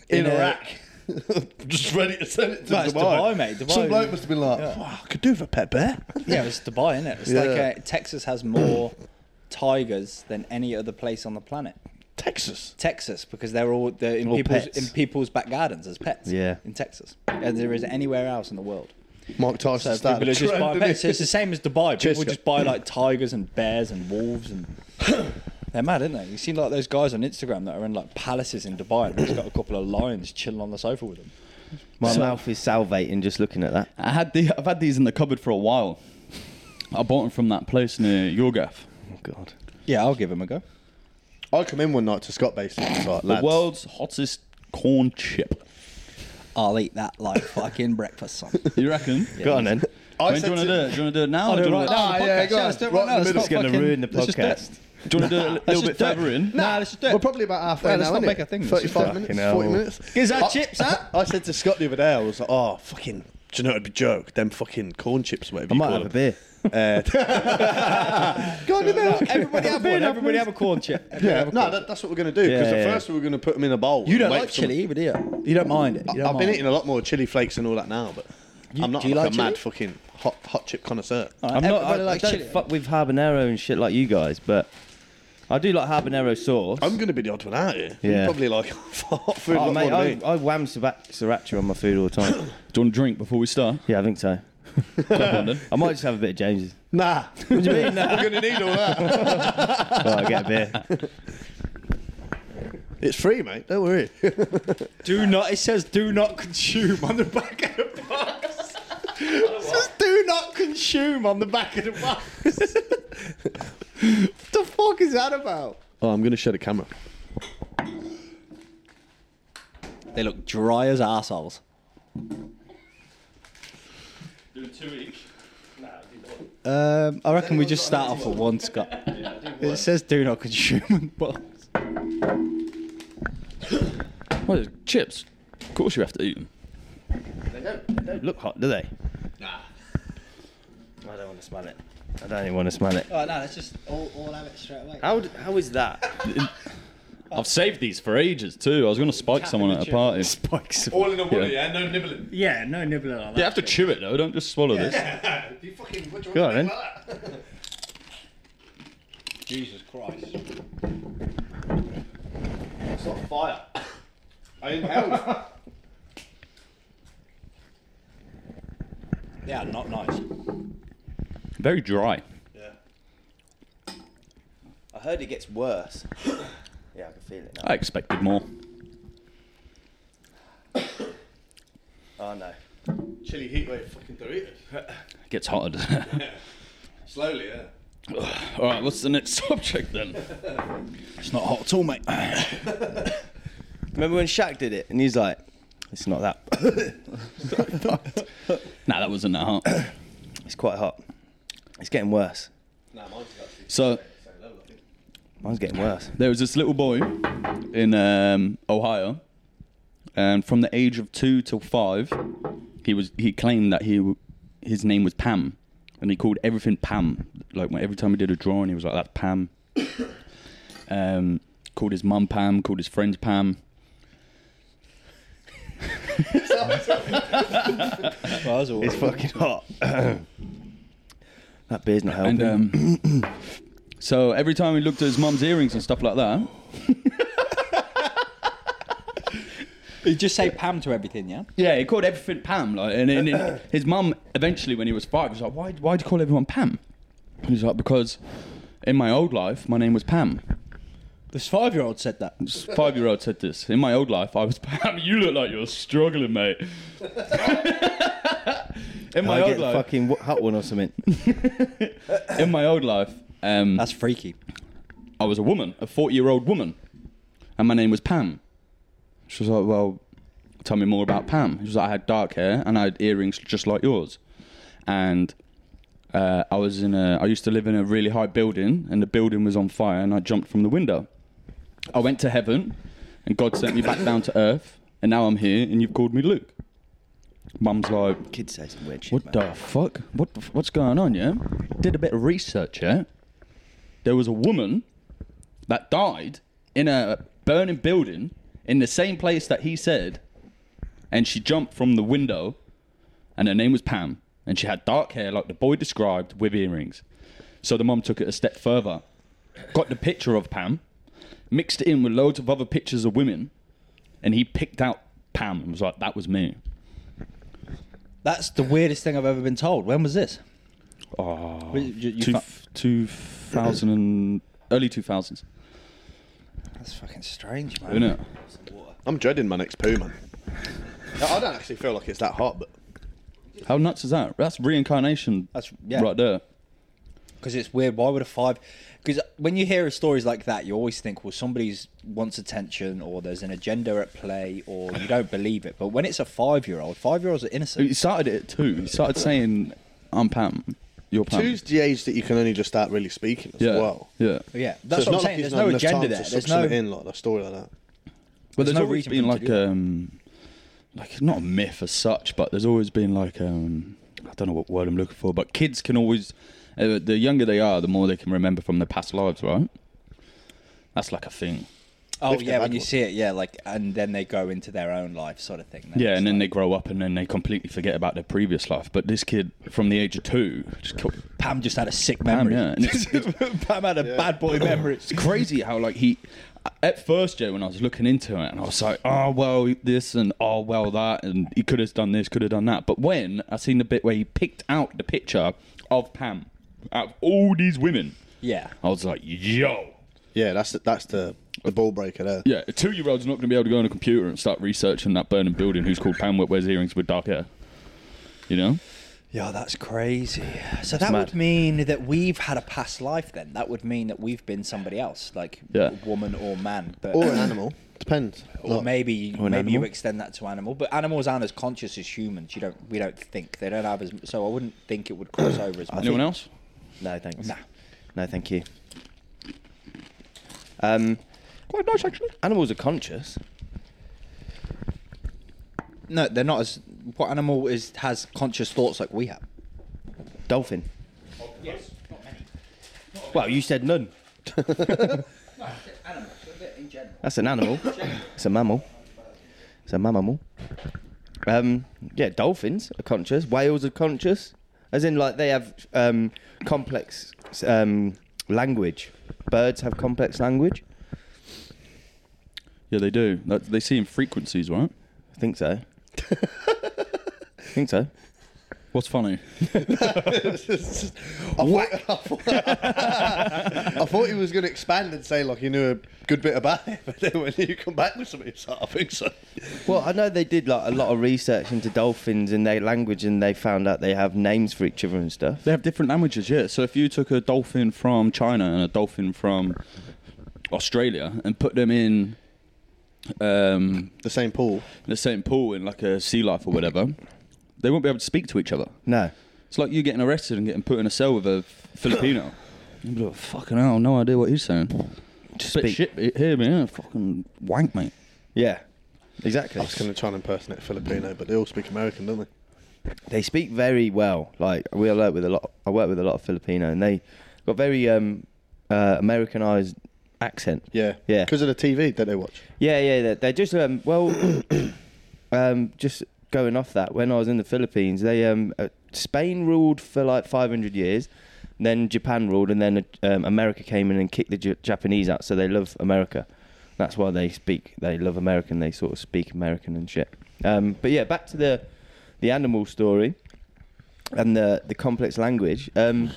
in, In a- Iraq? Just ready to send it to No, it's Dubai. Dubai, mate, Dubai. Some bloke must have been like, wow, I could do with a pet bear. Yeah, it's Dubai, isn't it? It's Yeah. like uh, Texas has more tigers than any other place on the planet. Texas. Texas, because they're all they're in All people's pets. in people's back gardens as pets. Yeah. in Texas, as there is anywhere else in the world. Mike So Tyson started people are a just trend, buying didn't he? pets. So it's the same as Dubai. Cheers, People just buy like tigers and bears and wolves and they're mad, aren't they? You see like those guys on Instagram that are in like palaces in Dubai and they've got a couple of lions chilling on the sofa with them. My mouth is salivating just looking at that. I had the, I've had these in the cupboard for a while. I bought them from that place near your gaff. Oh god. Yeah, I'll give them a go. I come in one night to Scott Basin and was like, The lads, world's hottest corn chip. I'll eat that like fucking breakfast. Son. You reckon? Go on then. I When do said you want to to- do it? Do you want to do it I'll now? or do it you right now. wanna- Ah, on the yeah, podcast. go on. Let's do it Right right now. in the Let's middle. not It's gonna fucking- ruin the let's just do it. podcast. Do you want to do it a little bit further in? Nah, let's just do it. We're probably about halfway Yeah, now. let's not innit? make a thing. Let's just Thirty-five fucking minutes, hell. forty minutes. Gives our I- chips, huh? I said to Scott the other day, I was like, "Oh, fucking do you know it'd be joke? Them fucking corn chips, I whatever you might call have a them. beer. Uh, Everybody have one. Everybody have a corn chip. Everybody Yeah, have a no, corn that, that's what we're going to do. Because Yeah, at yeah, first we were going to put them in a bowl. chip. you and don't wait like for them- chili either, do you? You don't mind it. You don't I've mind been it. eating a lot more chili flakes and all that now, but I'm not do you like, like a chili? mad fucking hot hot chip connoisseur. Alright, I'm not. I, everybody I likes don't chili. fuck with habanero and shit like you guys, but I do like habanero sauce. I'm going to be the odd one out here. Yeah. You're probably like hot food. oh, lot mate, more I, than me. I wham saba- sriracha on my food all the time. Do you want a drink before we start? yeah, I think so. I might just have a bit of James's. Nah, we're What do you mean? going to need all that. I get a beer. It's free, mate. Don't worry. Do not. It says do not consume on the back of the box. it says do not consume on the back of the box. what the fuck is that about? Oh, I'm going to shut the camera. They look dry as assholes. Do two each. Um, I reckon we just start off with one, Scott. It says do not consume on the box. Well, it's chips. Of course you have to eat them. They don't look hot, do they? Nah. I don't want to smell it. I don't even want to smell it. Oh no, let's just all, all have it straight away. How, d- how is that? I've saved these for ages too. I was going to spike someone at a party. Spikes. All in a Yeah. one, yeah, no nibbling. Yeah, no nibbling on that. You have to chew it though. Don't just swallow this. You fucking, what do you Go on then. Jesus Christ. I inhaled. Yeah, not nice. Very dry. I heard it gets worse. yeah, I can feel it now. I expected more. Oh no. Chili heatwave fucking Doritos. It gets hotter. doesn't it? Slowly, yeah. All right, what's the next subject then? It's not hot at all, mate. Remember when Shaq did it and he's like, it's not that. nah, that wasn't that hot. it's quite hot. It's getting worse. Nah, mine's actually So the same level, I think. Mine's getting worse. there was this little boy in um, Ohio, and from the age of two till five, he was he claimed that he w- his name was Pam, and he called everything Pam. Like when, every time he did a drawing, he was like, "That's Pam." um, called his mum Pam, called his friends Pam. It's fucking hot. that beer's not helping. And um, so every time he looked at his mum's earrings and stuff like that, You just say Pam to everything, yeah? yeah, he called everything Pam. Like, and, and, and his mum eventually, when he was five, was like, "Why, why do you call everyone Pam?" And he's like, "Because in my old life, my name was Pam." This five year old said that. This five-year-old said this. In my old life, I was Pam. You look like you're struggling, mate. in my I old get life, fucking wh- hot one or something. in my old life, um, That's freaky. I was a woman, a 40 year old woman, and my name was Pam. She was like, Well, tell me more about Pam. She was like, I had dark hair and I had earrings just like yours. And uh, I was in a, I used to live in a really high building and the building was on fire and I jumped from the window. I went to heaven and God sent me back down to earth and now I'm here and you've called me Luke. Mum's like, Kids say some weird shit. what man. the fuck? What the f- what's going on? Yeah, did a bit of research. Yeah, there was a woman that died in a burning building in the same place that he said, and she jumped from the window, and her name was Pam, and she had dark hair like the boy described with earrings. So the mom took it a step further, got the picture of Pam, mixed it in with loads of other pictures of women, and he picked out Pam and was like, "That was me." That's the weirdest thing I've ever been told. When was this? Oh, Wait, you- you two, fa- f- 2000 and early 2000s, That's fucking strange, man. isn't it? I'm dreading my next poo, man. I I don't actually feel like it's that hot, but How nuts is that? That's reincarnation That's- yeah. right there. Because it's weird. Why would a five? Because when you hear stories like that, you always think, well, somebody's wants attention, or there's an agenda at play, or you don't believe it. But when it's a five-year-old, five-year-olds are He innocent. started it too. He started saying, I'm Pam, you're Pam. two's the age that you can only just start really speaking as yeah. well. Yeah. Yeah, So that's it's what I'm not like saying. he's There's not no enough time agenda to there. suck There's no. something in like a story like that. But There's there's, no always reason for been him to like do that. um, like it's not a myth as such, but there's always been like um, I don't know what word I'm looking for, but kids can always uh, the younger they are, the more they can remember from their past lives, right? That's like a thing. Oh Lifted yeah, when you backwards. see it, yeah, like, and then they go into their own life, sort of thing. Yeah, and it's then they like, grow up and then they completely forget about their previous life. But this kid from the age of two just kept Pam just had a sick Pam, memory. yeah, and it's- Pam had a bad boy memory. It's crazy how like he at first Jay when I was looking into it and I was like, oh well this and oh well that and he could have done this, could have done that. But when I seen the bit where he picked out the picture of Pam out of all these women, Yeah. I was like, yo. Yeah, that's the, that's the the ball breaker there. Yeah, a two year old's not gonna be able to go on a computer and start researching that burning building who's called Pam that wears earrings with dark hair. You know? Yeah, that's crazy. So that mad. would mean that we've had a past life. Then that would mean that we've been somebody else, like Yeah. woman or man, but Or an animal depends. Or Like, maybe an maybe you animal. extend that to animal, but animals aren't as conscious as humans. You don't we don't think they don't have as so I wouldn't think it would cross over as much. Anyone else? No, thanks. Nah. No, thank you. Um, Quite nice actually. animals are conscious. No, they're not as what animal is has conscious thoughts like we have. Dolphin. Well, you said none. That's an animal. It's a mammal. It's a mammal. Um, yeah, dolphins are conscious. Whales are conscious, as in like they have um, complex um, language. Birds have complex language. Yeah, they do. That, they see in frequencies, right? I think so. I think so. What's funny? I, Thought, I thought he was going to expand and say like he knew a good bit about it, but then when you come back with something, it's like, I think so. Well, I know they did like a lot of research into dolphins and their language, and they found out they have names for each other and stuff. They have different languages, yeah. So if you took a dolphin from China and a dolphin from Australia and put them in um, The same pool. the same pool in like a sea life or whatever, they won't be able to speak to each other. No, It's like you getting arrested and getting put in a cell with a Filipino. You'd be like, fucking hell, no idea what he's saying. Just speak. shit, mate. hear me, yeah, fucking wank, mate. yeah, exactly. I was going to try and impersonate a Filipino, but they all speak American, don't they? They speak very well. Like we work with a lot. I work with a lot of Filipino, and they got very um, uh, Americanized accent. Yeah. Yeah. Because of the TV that they watch. Yeah, yeah, they're, they're just um, well, um, just going off that. When I was in the Philippines, they um, uh, Spain ruled for like 500 years, then Japan ruled, and then um, America came in and kicked the J- Japanese out. So they love America. That's why they speak. They love American. They sort of speak American and shit. Um, but yeah, back to the the animal story and the the complex language. Um,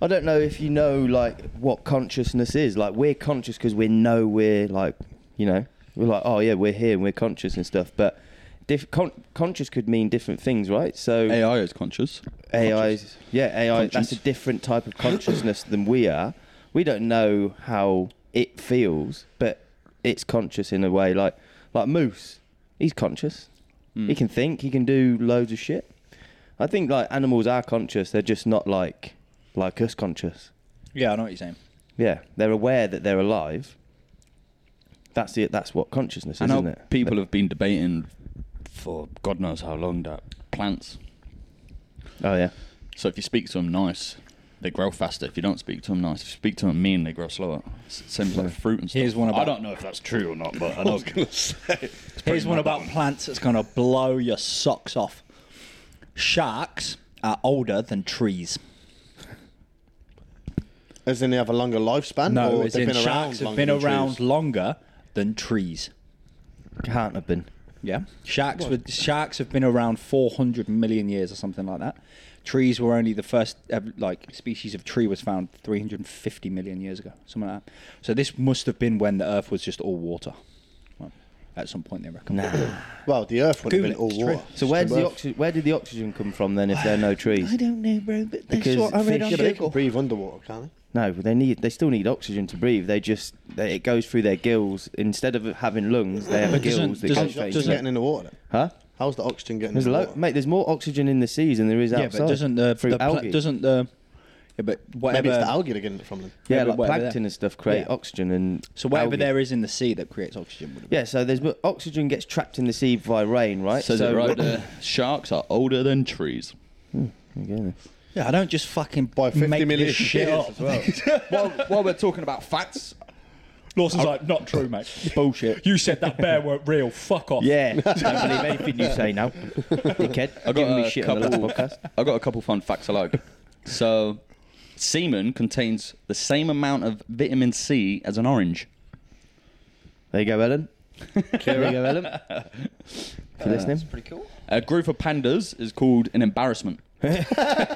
I don't know if you know like what consciousness is. Like we're conscious because we know we're like you know we're like oh yeah we're here and we're conscious and stuff. But diff- con- conscious could mean different things, right? So AI is conscious. AI, Conscious. yeah, AI. Conscious. That's a different type of consciousness than we are. We don't know how it feels, but it's conscious in a way. Like like Moose, he's conscious. Hmm. He Mm. can think. He can do loads of shit. I think like animals are conscious. They're just not like like us conscious. Yeah, I know what you're saying. Yeah, they're aware that they're alive. That's it. That's what consciousness is, I know isn't it? people have been debating for God knows how long that plants Oh yeah. So if you speak to them nice, they grow faster. If you don't speak to them nice, if you speak to them mean, they grow slower. S- Same as like fruit and stuff. Here's one I about- don't know if that's true or not, but I know. Here's one about plants that's going to blow your socks off. Sharks are older than trees. As in they have a longer lifespan? No, or as they've in been around sharks have longer been than trees? around longer than trees. Can't have been. Yeah, sharks with sharks have been around 400 million years or something like that. Trees were only the first uh, like species of tree was found 350 million years ago, something like that. So this must have been when the Earth was just all water. Well, at some point, they reckon. Nah. Well, the earth would Google have been it, all it's true. water. So where does the Earth. oxygen? Where did the oxygen come from then? If there are no trees? don't know, bro, but Because fish- Yeah, but they can breathe underwater, can't No, they need. They still need oxygen to breathe. They just they, it goes through their gills. Instead of having lungs, they have But doesn't- gills that doesn't- go they? How's the straight oxygen doesn't- through. getting in the water? then? Huh? How's the oxygen getting There's a in the lo- water? mate. There's more oxygen in the seas than there is Yeah, outside. but doesn't the, through the pla- algae. doesn't the Yeah, but Maybe whatever. it's the algae they're getting it from them. Yeah, Yeah, but like whatever plankton that- and stuff create yeah. oxygen and so whatever algae. there is in the sea that creates oxygen. Would have Yeah, so there's but oxygen gets trapped in the sea by rain, right? Says so it right there. Sharks are older than trees. Again. yeah. I don't just fucking By 50 make million this shit years up. as well. while, while we're talking about facts, Lawson's like, not true, mate. Bullshit. You said that bear weren't real. Fuck off. Yeah, don't believe anything you say now, dickhead. I got Giving me a shit on the last couple- podcast. I've got a couple fun facts I like. so, semen contains the same amount of vitamin C as an orange. There you go, Ellen. there you go, Ellen. For listening. Pretty cool. A group of pandas is called an embarrassment.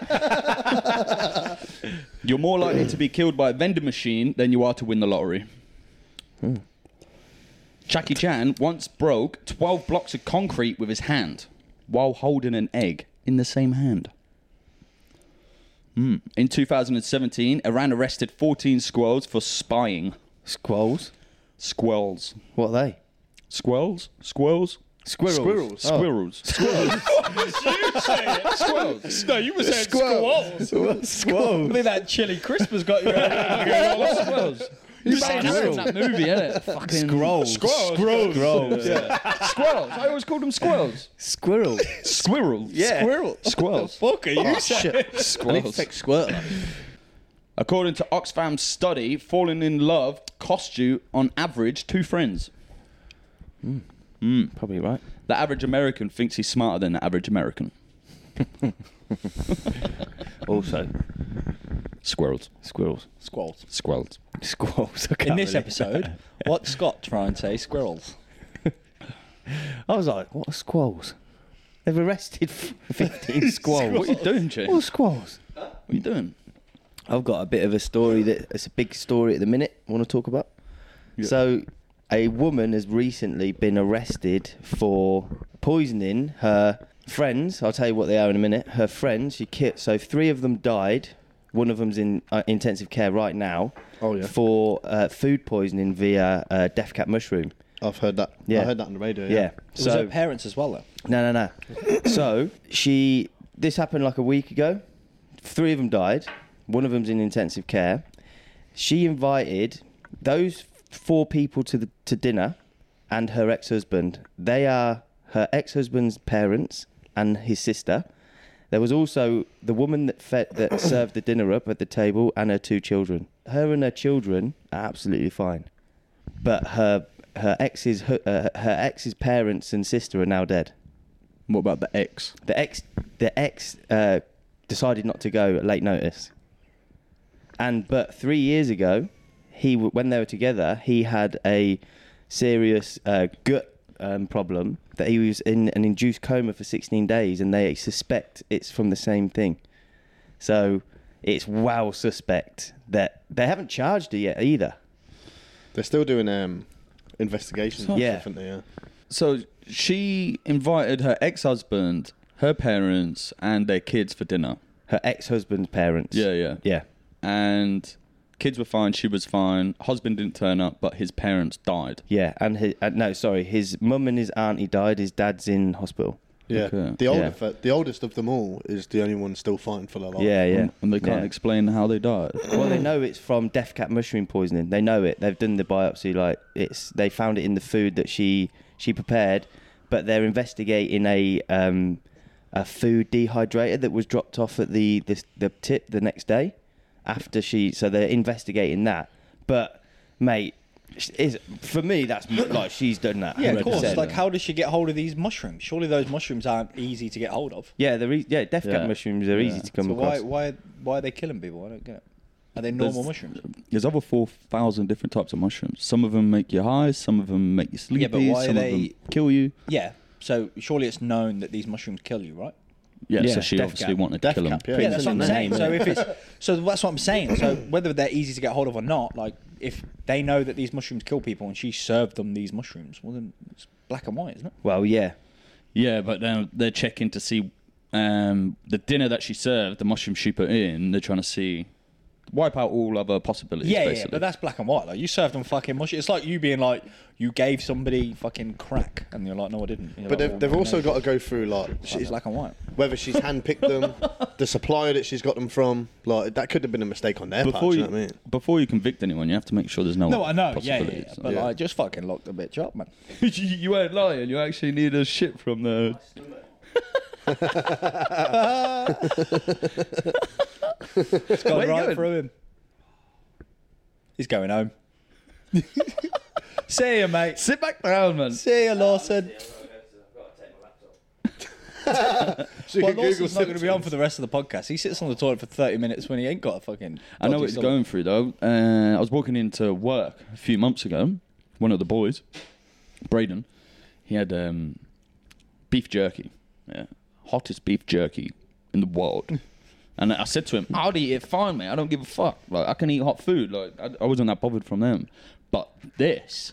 You're more likely to be killed by a vending machine than you are to win the lottery. Jackie Chan once broke 12 blocks of concrete with his hand while holding an egg in the same hand. Hmm. In 2017, Iran arrested 14 squirrels for spying. Squirrels. Squirrels. What are they? Squirrels? Squirrels? Squirrels. Squirrels. Oh. Squirrels. Squirrels. No, you were saying squirrels. I Squirrels. think that chili crisp has got you. squirrels. You Squirrels. saying that in that movie, innit? Fucking Squirrels. Squirrels. Squirrels. Squirrels. I always called them squirrels. Squirrels. Squirrels. Yeah. Squirrels. Squirrels. Fuck are Oh, you saying? Squirrels. Squirrel. According to Oxfam's study, falling in love costs you, on average, two friends. Probably right. The average American thinks he's smarter than the average American. Also, Squirrels. squirrels. Squirrels. Squirrels. Squirrels. I In can't this really- episode, what Scott try and say? Squirrels. I was like, what are squirrels? They've arrested f- 15 squirrels. What are you doing, Jay? What are What squirrels? are you doing? I've got a bit of a story that it's a big story at the minute. I want to talk about. So, a woman has recently been arrested for poisoning her friends. I'll tell you what they are in a minute. Her friends, she killed. So three of them died. One of them's in uh, intensive care right now. Oh, yeah. For uh, food poisoning via uh, death cap mushroom. I've heard that. Yeah. I heard that on the radio. Yeah. Yeah. So was her parents as well though. No, no, no. so she, this happened like a week ago. Three of them died. One of them's in intensive care. She invited those four people to the, to dinner, and her ex-husband. They are her ex-husband's parents and his sister. There was also the woman that fed that served the dinner up at the table and her two children. Her and her children are absolutely fine, but her her ex's hu- uh, her ex's parents and sister are now dead What about the ex? the ex the ex uh, decided not to go at late notice and but three years ago he w- when they were together he had a serious uh, gut um, problem that he was in an induced coma for 16 days and they suspect it's from the same thing so it's wow suspect that they haven't charged her yet either They're still doing um, investigations. and Yeah. stuff, aren't they? Yeah. So she invited her ex husband, her parents, and their kids for dinner. her ex-husband's parents Yeah, yeah. yeah And kids were fine, she was fine. Husband didn't turn up, but his parents died. yeah and his, uh, no sorry his mum and his auntie died his dad's in hospital Yeah. Okay. The older, Yeah. fe- the oldest of them all is the only one still fighting for their life. yeah yeah And- And they can't Yeah. explain how they died. Well, they know it's from death cap mushroom poisoning. They know it. They've done the biopsy. Like it's they found it in the food that she she prepared, but they're investigating a um, a food dehydrator that was dropped off at the the, the tip the next day after she. So they're investigating that. But mate, is for me that's m- like she's done that. Yeah, of course. 100%. Like, how does she get hold of these mushrooms? Surely those mushrooms aren't easy to get hold of. yeah, they're e- yeah death cap Yeah. mushrooms are Yeah. easy to come so why across. why why are they killing people? I don't get it. Are they normal There's- mushrooms? There's over four thousand different types of mushrooms. Some of them make you high. Some of them make you sleepy. Yeah, but why are some of they- them kill you. Yeah. So surely it's known that these mushrooms kill you, right? Yeah, Yeah, so she death obviously cap. wanted to Death kill him. cap, yeah. Yeah, that's what I'm Killing saying. them. So if it's so that's what I'm saying. So whether they're easy to get hold of or not, like if they know that these mushrooms kill people and she served them these mushrooms, well then it's black and white, isn't it? Well, yeah, Yeah, but then they're checking to see um, the dinner that she served, the mushroom she put in. They're trying to see wipe out all other possibilities. Yeah, yeah, basically. but that's black and white. Like you served them fucking mush. It's like you being like you gave somebody fucking crack, and you're like, no, I didn't. You're But like, "Oh, they've, well, they've no, also it's got to go through like she's black and white. whether she's handpicked them, the supplier that she's got them from. Like that could have been a mistake on their part. before do you You know what I mean? before you convict anyone, you have to make sure there's no No, I know. Yeah, yeah, yeah. possibilities. But Yeah. like, just fucking lock the bitch up, man. you, you ain't lying. You actually need a shit from the. It's gone you right going? through him. He's going home. See you, mate. Sit back down, man. See you, Lawson. So you Well, can Lawson's not going to be on symptoms. for the rest of the podcast. He sits on the toilet for 30 minutes when he ain't got a fucking. I know dodgy what he's stomach. going through though. Uh, I was walking into work a few months ago. One of the boys, Braden, he had um, beef jerky, yeah. hottest beef jerky in the world. and I said to him, "I'd eat it fine, mate. I don't give a fuck. Like I can eat hot food. Like I, I wasn't that bothered from them. But this,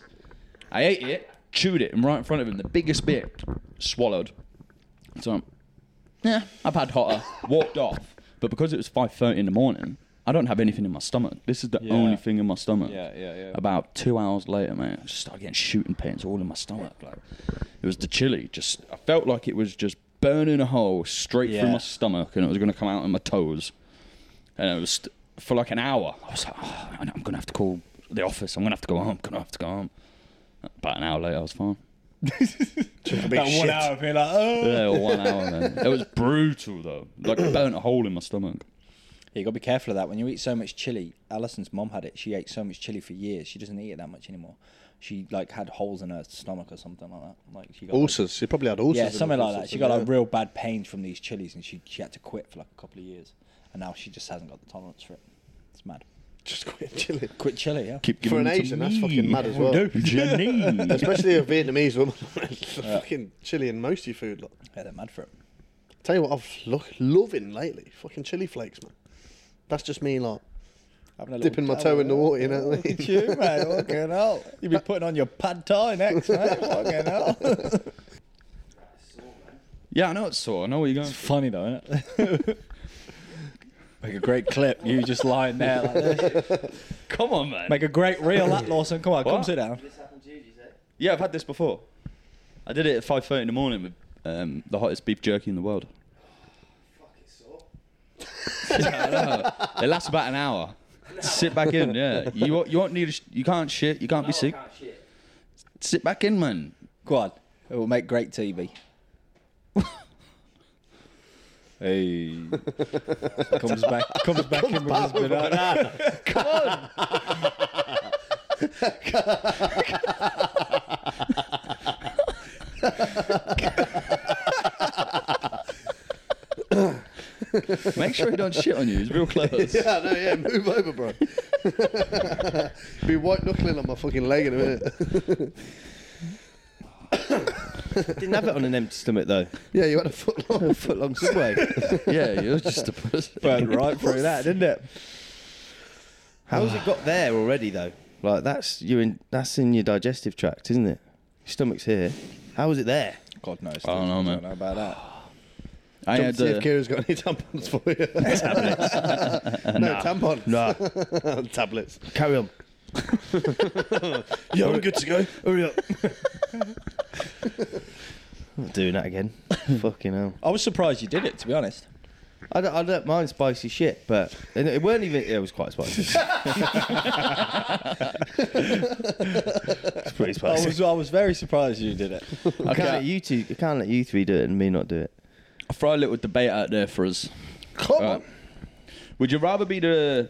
I ate it, chewed it, and right in front of him, the biggest bit, swallowed. So I'm, yeah, I've had hotter. Walked off, but because it was five thirty in the morning, I don't have anything in my stomach. This is the Yeah. only thing in my stomach. Yeah, yeah, yeah. About two hours later, man, I just started getting shooting pains all in my stomach. Like it was the chili. Just I felt like it was just burning a hole straight through Yeah. my stomach, and it was going to come out in my toes. And it was st- for like an hour. I was like, oh, man, I'm going to have to call the office. I'm going to have to go home. Going to have to go home. About an hour later, I was fine. Took a big That one shit. hour of being like, oh. Yeah, one hour, man. It was brutal though. Like burnt a hole in my stomach. Yeah, you gotta be careful of that. When you eat so much chili, Alison's mum had it. She ate so much chili for years. She doesn't eat it that much anymore. She like had holes in her stomach or something like that. Like she got like- Ulcers. She probably had ulcers. yeah, in her something like that. ulcers, She got yeah. like real bad pains from these chilies, and she she had to quit for like a couple of years. And now she just hasn't got the tolerance for it. It's mad. just quit chilling. Quit chili, yeah. Keep For giving an them to Asian, that's me. fucking mad as well. Janine. Especially a Vietnamese woman. It's Fucking chili and most of your food. Like. Yeah, they're mad for it. Tell you what, I've look, loving lately. Fucking chili flakes, man. That's just me, like Having a little dipping my dabble, toe in the yeah. water. You know what I Look at mean? you, mate. Fucking hell. You'll be putting on your pad thai next, mate. Fucking hell. Yeah, I know it's sore. I know where you're going. It's funny though, isn't it? Make a great clip. You just lying there like this. Come on, man. Make a great reel, that Lawson. Come on, come What? sit down. This happened to you, did you say? yeah, I've had this before. I did it at five thirty in the morning with um, the hottest beef jerky in the world. Fuck, it's sore. It lasts about an hour. Sit back in, yeah. You won't- you won't need a sh- you can't shit. You can't be sick. Can't shit. Sit back in, man. Go on. It will make great TV. hey. comes back comes back in with his banana. Make sure he don't shit on you. He's real close. yeah, no, yeah. Move over, bro. Be white knuckling on my fucking leg in a minute. Didn't have it on an empty stomach though. yeah, you had a foot long. A foot long subway. yeah, you're just a pussy. Burned right through that, didn't it? How's it got there already though? Like that's you in that's in your digestive tract, isn't it? Your stomach's here. How is it there? God knows. I don't know, man. about that. I Jump had to see uh, if Kira's got any tampons for you. no tampons. Nah. Tablets. Carry on. Yeah, I'm good to go. Hurry up. I'm not doing that again. Fucking hell. I was surprised you did it, to be honest. I don't, I don't mind spicy shit, but and it weren't even. It was quite spicy. it's pretty I spicy. was I was very surprised you did it. I can't let you two. I can't let you three do it and me not do it. I'll throw a little debate out there for us. Come All on. right. Would you rather be the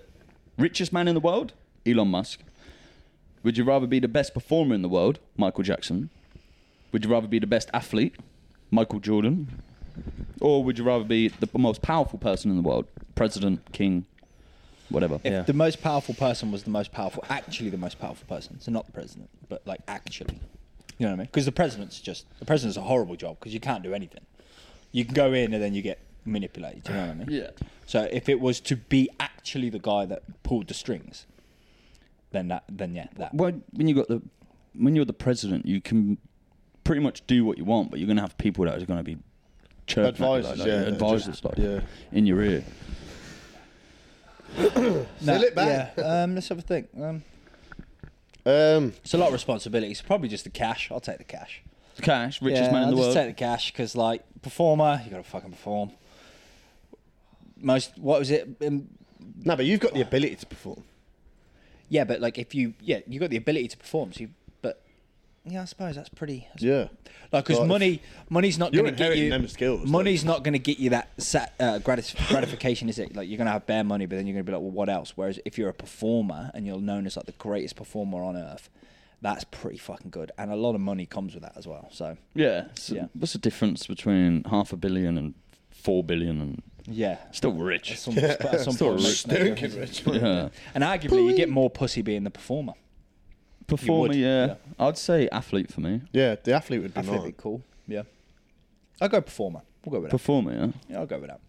richest man in the world, Elon Musk? Would you rather be the best performer in the world, Michael Jackson? Would you rather be the best athlete, Michael Jordan? Or would you rather be the most powerful person in the world, president, king, whatever? If Yeah. the most powerful person was the most powerful, actually the most powerful person, so not the president, but like actually, you know what I mean? Because the president's just the president's a horrible job because you can't do anything. You can go in and then you get manipulated. You know what I mean? Yeah. So if it was to be actually the guy that pulled the strings, then that, then yeah, that. Well, when you got the when you're the president, you can pretty much do what you want, but you're gonna have people that are gonna be chirping at you, Advisors, like, yeah, advisors, like yeah. in your ear. Nah, it back. Yeah. Um, let's have a think. Um, Um, it's a lot of responsibility. It's probably just the cash. I'll take the cash. Cash, richest yeah, man in I'll the just world. take the cash because, like, performer, you got to fucking perform. Most, what was it? Um, no, but you've got the ability to perform. yeah, but like, if you, yeah, you got the ability to perform. So, you, but yeah, I suppose that's pretty. That's Yeah. Like, because Well, if- money, money's not You're going to get inheriting you. them skills, money's not going to get you that sat, uh, gratis, gratification, is it? Like, you're going to have bare money, but then you're going to be like, well, what else? Whereas if you're a performer and you're known as like the greatest performer on earth, that's pretty fucking good, and a lot of money comes with that as well. So, Yeah. So Yeah. What's the difference between half a billion and four billion and yeah, still rich? At some, at some point, it makes no Stinking difference. rich. yeah. And arguably, you get more pussy being the performer. Performer, would, yeah. yeah. I'd say athlete for me. Yeah, the athlete would I be think mine. it'd be cool. Yeah. I'll go performer. We'll go with that. Performer, yeah. yeah, I'll go with that.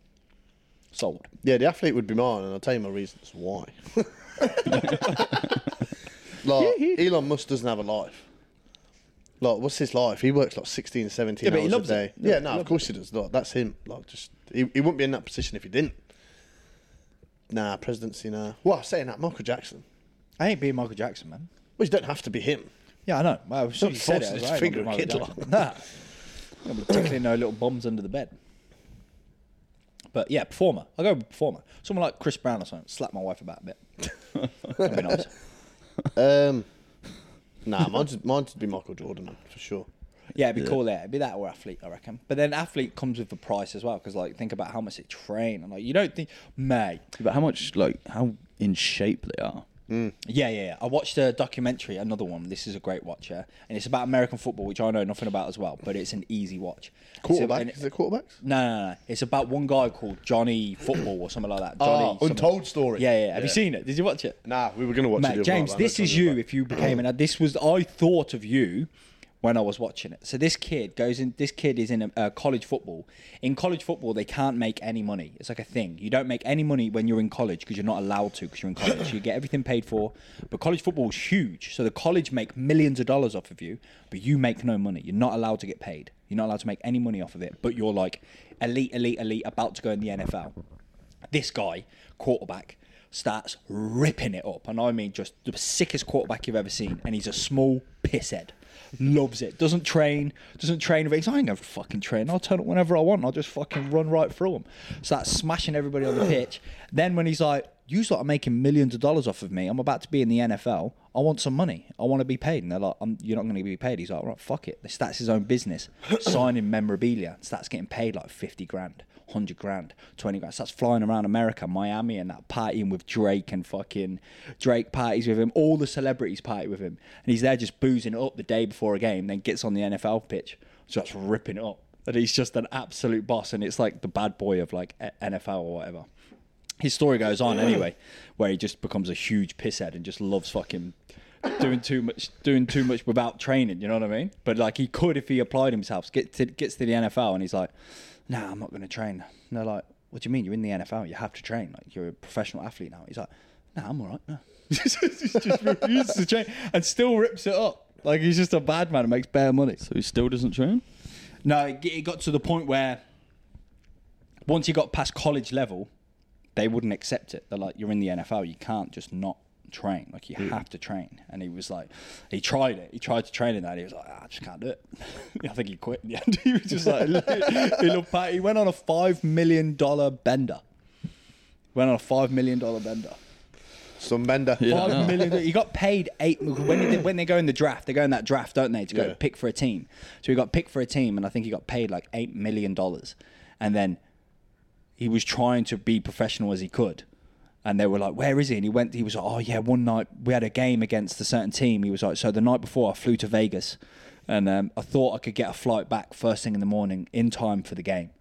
Sold. Yeah, the athlete would be mine, and I'll tell you my reasons why. like, Elon Musk doesn't have a life. Like, what's his life? He works like 16, 17 Yeah, but he hours loves a day. it. Yeah, no, of course he does. Like, that's him. Like, just he, he wouldn't be in that position if he didn't. Nah, presidency, nah. Well, I'm saying that, Michael Jackson. I ain't being Michael Jackson, man. Well, you don't have to be him. Yeah, I know. Well, as soon as you said it, I forcing was like, his I ain't finger gonna be at Michael Jackson. kid Nah. I'm gonna be tickling no little bombs under the bed. But yeah, performer. I'll go with performer. Someone like Chris Brown or something. Slap my wife about a bit. That'd be nice. Um, nah, mine'd, mine'd be Michael Jordan, man, for sure. Yeah, it'd be cool there. It'd be that or athlete, I reckon. But then athlete comes with the price as well, because like think about how much they train and like you don't think, mate. But how much, like, how in shape they are. Yeah, yeah, yeah. I watched a documentary, another one. This is a great watch, yeah. And it's about American football, which I know nothing about as well, but it's an easy watch. It's a- Quarterback? and- Is it quarterbacks? No, no, no. It's about one guy called Johnny Football or something like that. Johnny Ah, something. Untold Story. Yeah, yeah. Have you seen it? Did you watch it? Nah, we were going to watch it. the Mate, other night, James, but I know this Johnny is you Depp. if you became an this was I thought of you when I was watching it. So this kid goes in this kid is in a, uh, college football. In college football they can't make any money. It's like a thing. You don't make any money when you're in college because you're not allowed to because you're in college. you get everything paid for. But college football is huge. So the college make millions of dollars off of you, but you make no money. You're not allowed to get paid. You're not allowed to make any money off of it, but you're like elite elite elite about to go in the NFL this guy, quarterback, starts ripping it up. And I mean just the sickest quarterback you've ever seen. And he's a small pisshead. Loves it. Doesn't train. Doesn't train. He's like, I ain't going to fucking train. I'll turn up whenever I want. I'll just fucking run right through him. Starts smashing everybody on the pitch. Then when he's like, you lot are making millions of dollars off of me. I'm about to be in the NFL. I want some money. I want to be paid. And they're like, I'm, you're not going to be paid. He's like, right, fuck it. That's his own business. Signing memorabilia. Starts getting paid like 50 grand, 100 grand, 20 grand. Starts flying around America, Miami, and that partying with Drake and fucking Drake parties with him. All the celebrities party with him. And he's there just boozing it up the day before a game, then gets on the NFL pitch, starts ripping it up. And he's just an absolute boss. And it's like the bad boy of like a- NFL or whatever his story goes on anyway, where he just becomes a huge pisshead and just loves fucking doing too much, doing too much without training. You know what I mean? But like he could if he applied himself. Get to, gets to the NFL and he's like, "Nah, I'm not going to train." And they're like, "What do you mean? You're in the NFL. You have to train. Like you're a professional athlete now." He's like, "Nah, I'm all right." Nah. he just refuses to train and still rips it up. Like he's just a bad man and makes bare money. So he still doesn't train? No, it, it got to the point where once you got past college level, they wouldn't accept it. They're like, you're in the NFL, you can't just not train. Like, you have to train. And he was like, he tried it. He tried to train in that. He was like, "Ah, I just can't do it. I think he quit in the end. he was just like, he, loved Pat. he went on a $5 million bender. Went on a $5 million bender. Some bender. Yeah. Five million. You got paid eight when you, when they go in the draft. They go in that draft, don't they, to go Yeah. pick for a team? So he got picked for a team, and I think he got paid like eight million dollars. And then he was trying to be professional as he could. And they were like, "Where is he?" And he went. He was like, "Oh yeah, one night we had a game against a certain team." He was like, "So the night before, I flew to Vegas, and um, I thought I could get a flight back first thing in the morning in time for the game."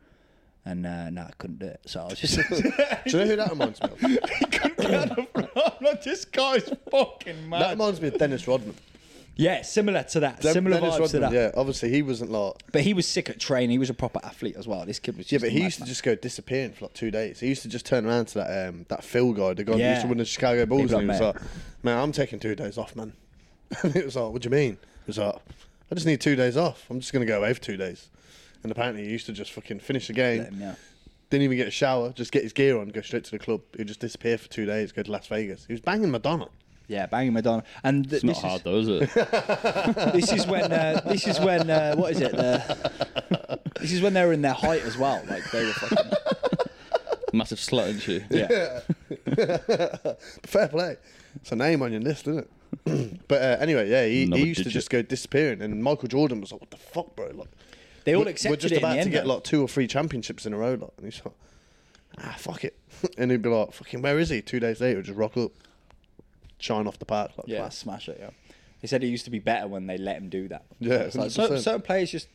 And uh, no, I couldn't do it. So I was just Do you know who that reminds me of? this guy's fucking mad. That reminds me of Dennis Rodman. Yeah, similar to that. similar Dennis vibes to that. Rodman, Yeah, obviously he wasn't like. But he was sick at training. He was a proper athlete as well. This kid was. Yeah, Just but a he mad used to man. just go disappearing for like two days. He used to just turn around to that um, that Phil guy, the guy who Yeah. used to win the Chicago Bulls, Big and he was black like, "Man, I'm taking two days off, man." And it was like, "What do you mean?" He was like, "I just need two days off. I'm just gonna go away for two days." And apparently, he used to just fucking finish the game, Let him know. Didn't even get a shower. Just get his gear on, go straight to the club. He'd just disappear for two days, go to Las Vegas. He was banging Madonna. Yeah, banging Madonna. And th- It's not this hard is, though, is it? this is when uh, this is when uh, what is it? The, this is when they were in their height as well. Like they were fucking Massive slut and shit. yeah. Fair play. It's a name on your list, isn't it? but uh, anyway, yeah, he, Another he used to digit. just go disappearing, and Michael Jordan was like, "What the fuck, bro? Like, They all we're- accepted We're just it in about the to end, get though. like two or three championships in a row, like, and he's like, "Ah, fuck it," and he'd be like, "Fucking, where is he?" Two days later, just rock up, shine off the park, like, Yeah, class. smash it. Yeah, he said it used to be better when they let him do that. Yeah, It's like, so, 100%. certain players just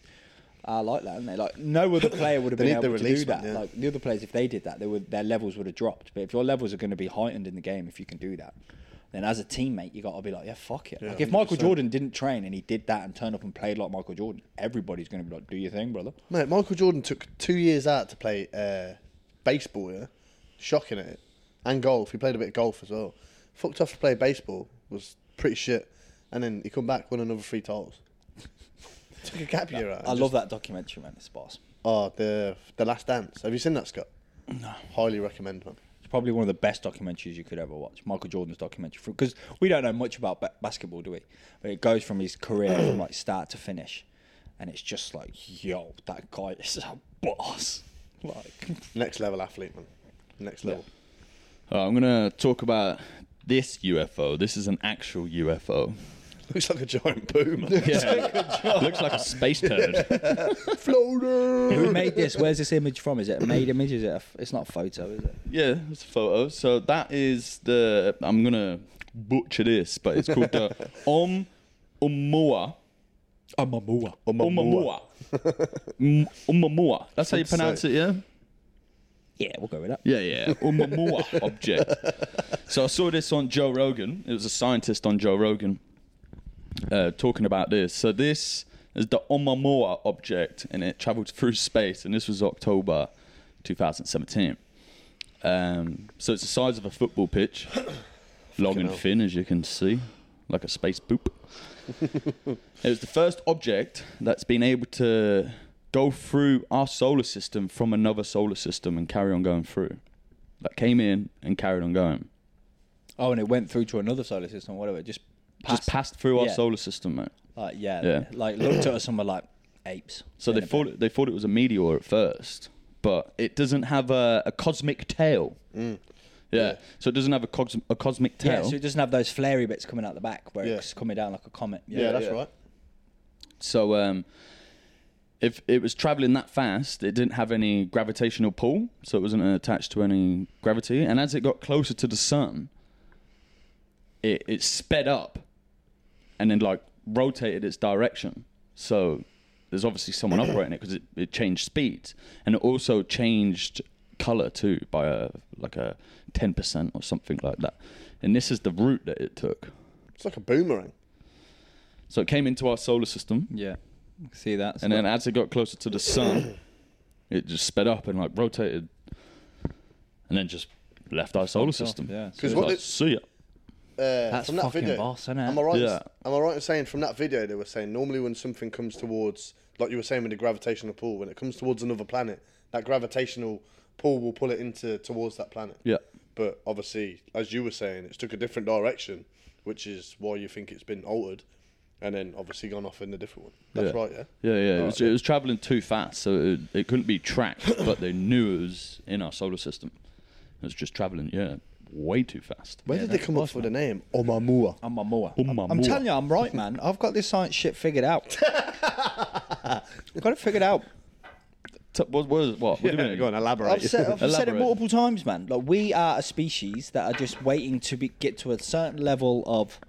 are like that, and they like no other player would have They been need the able to do release, that. man, yeah. Like the other players, if they did that, they would their levels would have dropped. But if your levels are going to be heightened in the game, if you can do that, then as a teammate, you got to be like, yeah, fuck it. like if Michael 100%. Jordan didn't train and he did that and turned up and played like Michael Jordan, everybody's going to be like, do your thing, brother. Mate, Michael Jordan took two years out to play uh, baseball, yeah? Shocking at it. And golf. He played a bit of golf as well. Fucked off to play baseball. Was pretty shit. And then he come back, won another three titles. took a gap year out. I love that documentary, man. It's boss. Oh, the, the Last Dance. Have you seen that, Scott? No. Highly recommend, man. It's probably one of the best documentaries you could ever watch. Michael Jordan's documentary, because we don't know much about ba- basketball, do we? But it goes from his career from like start to finish, and it's just like, yo, that guy is a boss. Like, Next level athlete, man. Next level. Uh, I'm gonna talk about this UFO. This is an actual UFO. Looks like a giant boom. Yeah, looks like a space turd. who Floater! made this? Where's this image from? Is it a made image? Is it? A, f- it's not a photo, is it? Yeah, it's a photo. So that is the I'm gonna butcher this, but it's called the Om Umua. Amamua. Umamua. Mm, Umamua. That's how you pronounce it, yeah? Yeah, we'll go with that. Yeah, yeah. Umamua object. So I saw this on Joe Rogan. It was a scientist on Joe Rogan uh, talking about this. So this is the Oumuamua object, and it traveled through space, and this was October 2017. Um, so it's the size of a football pitch, long and thin, as you can see, like a space boop. it was the first object that's been able to go through our solar system from another solar system and carry on going through. That came in and carried on going. Oh, and it went through to another solar system, whatever. it Just passed. Just passed through our yeah. solar system, mate. Like, yeah, Yeah. like looked at us and were like, apes. So they Then a bit- thought they thought it was a meteor at first, but it doesn't have a, a cosmic tail. Yeah. Yeah. so it doesn't have a, cos- a Mm. cosmic Yeah, tail. so it so, doesn't have those flary bits coming out the back where Yeah. it's coming down like a comet. yeah, that's right. um, if it was traveling that fast, it didn't have any gravitational pull, so it wasn't attached to any gravity. And as it got closer to the sun, it it sped up, and then like rotated its direction. So there's obviously someone operating it because it, it changed speed and it also changed color too by a like a 10% or something like that and this is the route that it took It's like a boomerang. so it came into our solar system Yeah. See that? and then as it got closer to the sun it just sped up and like rotated and then just left our solar system Yeah. It was what like, they- see ya Uh, That's from that fucking video, boss, innit? Am I right? Yeah. Am I right in saying from that video they were saying normally when something comes towards, like you were saying with the gravitational pull, when it comes towards another planet, that gravitational pull will pull it into towards that planet. yeah But obviously, as you were saying, it's took a different direction, which is why you think it's been altered, and then obviously gone off in a different one. That's Yeah. right, yeah. Yeah, yeah. It was, it was traveling too fast, so it, it couldn't be tracked, but they knew it was in our solar system. It was just traveling, yeah, way too fast. Where did they come up with the name Oh Omamua? I'm a mower. Umamua. I'm telling you, I'm right, man. I've got this science shit figured out. I've got it figured out. T- what was what? What do you mean? Go on, elaborate. I've said, I've said it Elaborate. multiple times, man. Like we are a species that are just waiting to be, get to a certain level of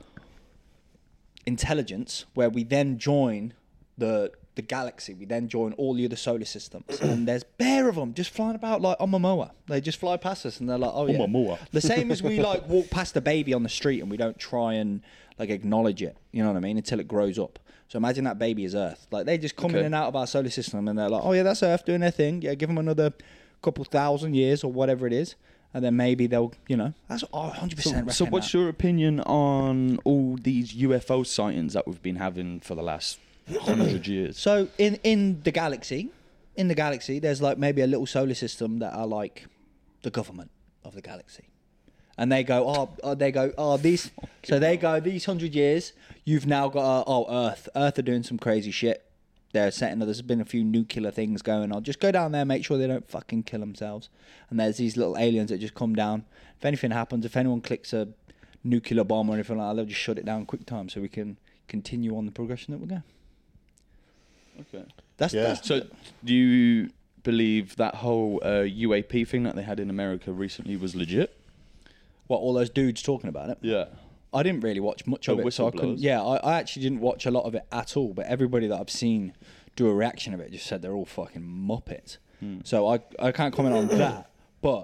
intelligence where we then join the the galaxy. We then join all the other solar systems, and there's bare of them just flying about like on Momoa. They just fly past us, and they're like, "Oh yeah." Oumuamua. The same as we like walk past a baby on the street, and we don't try and like acknowledge it. You know what I mean? Until it grows up. So imagine that baby is Earth. Like they just come in Okay. and out of our solar system, and they're like, "Oh yeah, that's Earth doing their thing. Yeah, give them another couple thousand years or whatever it is." And then maybe they'll, you know, that's oh, 100% So, so reckon what's that. your opinion on all these UFO sightings that we've been having for the last hundred years? So in in the galaxy, in the galaxy, there's like maybe a little solar system that are like the government of the galaxy. And they go, oh, oh they go, oh, these. So they go, these hundred years, you've now got, uh, oh, Earth. Earth are doing some crazy shit. They're setting, there's been a few nuclear things going on. Just go down there, make sure they don't fucking kill themselves. And there's these little aliens that just come down. If anything happens, if anyone clicks a nuclear bomb or anything like that, they'll just shut it down quick time so we can continue on the progression that we're going. Okay. That's, Yeah. that's So, do you believe that whole uh, UAP thing that they had in America recently was legit? what all those dudes talking about it. Yeah. I didn't really watch much The of it, so I couldn't. whistleblowers. Yeah, I, I actually didn't watch a lot of it at all. But everybody that I've seen do a reaction of it just said they're all fucking muppets. So I I can't comment on that. But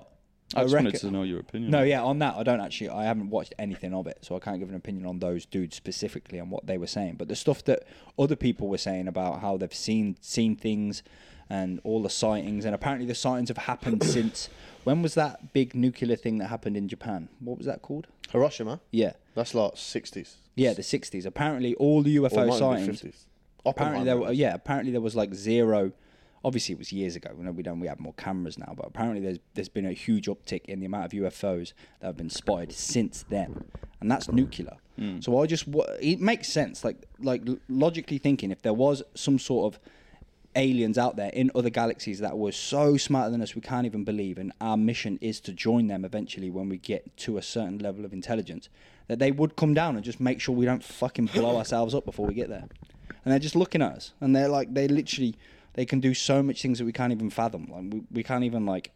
Hmm. I, I, just reckon. wanted to know your opinion. No, yeah, on that I don't actually. I haven't watched anything of it, so I can't give an opinion on those dudes specifically and what they were saying. But the stuff that other people were saying about how they've seen seen things and all the sightings, and apparently the sightings have happened since when was that big nuclear thing that happened in Japan? What was that called? Hiroshima. Yeah, That's like 60s. yeah, the sixties. Apparently, all the Or UFO might have been sightings. 50s. Apparently, Oppenheimer there was. were, yeah. Apparently, there was like zero. Obviously, it was years ago. We know we don't. We have more cameras now, but apparently, there's there's been a huge uptick in the amount of UFOs that have been spotted since then, and that's nuclear. Hmm. So I just wa- it makes sense. Like like l- logically thinking, if there was some sort of aliens out there in other galaxies that were so smarter than us we can't even believe and our mission is to join them eventually when we get to a certain level of intelligence that they would come down and just make sure we don't fucking blow ourselves up before we get there and they're just looking at us and they're like they literally they can do so much things that we can't even fathom like we, we can't even like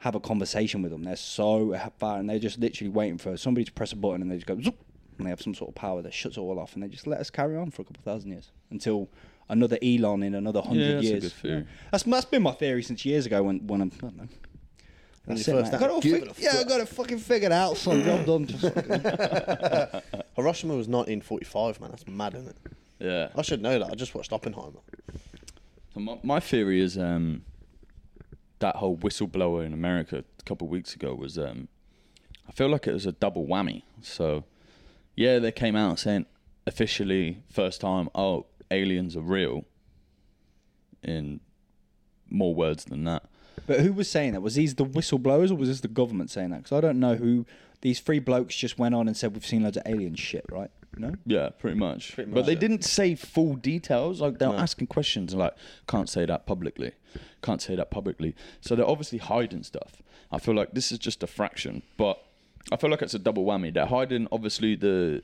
have a conversation with them they're so far and they're just literally waiting for somebody to press a button and they just go zoop, and they have some sort of power that shuts it all off and they just let us carry on for a couple thousand years until another elon in another hundred Yeah, that's a years good theory. that's, that's been my theory since years ago when when I'm, I don't know. When you it, first mate. had Gotta to give fi- it a yeah, I fuck. got to fucking figure it out. Son, job done. Just fucking- Hiroshima was 1945, man. That's mad, isn't it? Yeah. I should know that. I just watched Oppenheimer. So my, my theory is um, that whole whistleblower in America a couple of weeks ago was. Um, I feel like it was a double whammy. So, yeah, they came out saying officially first time, oh, aliens are real. In more words than that, but who was saying that? Was these the whistleblowers or was this the government saying that? Because I don't know who these three blokes just went on and said we've seen loads of alien shit, right? No. yeah, pretty much. Pretty but much, they yeah. didn't say full details. Like they were asking questions like, "Can't say that publicly, can't say that publicly." So they're obviously hiding stuff. I feel like this is just a fraction, but I feel like it's a double whammy. They're hiding obviously the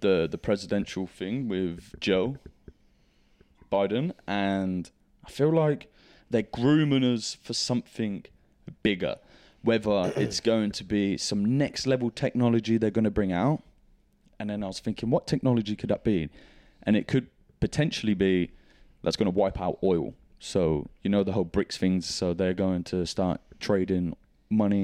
the the presidential thing with Joe Biden, and I feel like they're grooming us for something bigger. Whether it's going to be some next level technology they're going to bring out, and then I was thinking, what technology could that be? And it could potentially be that's going to wipe out oil. So you know the whole BRICS things. So they're going to start trading money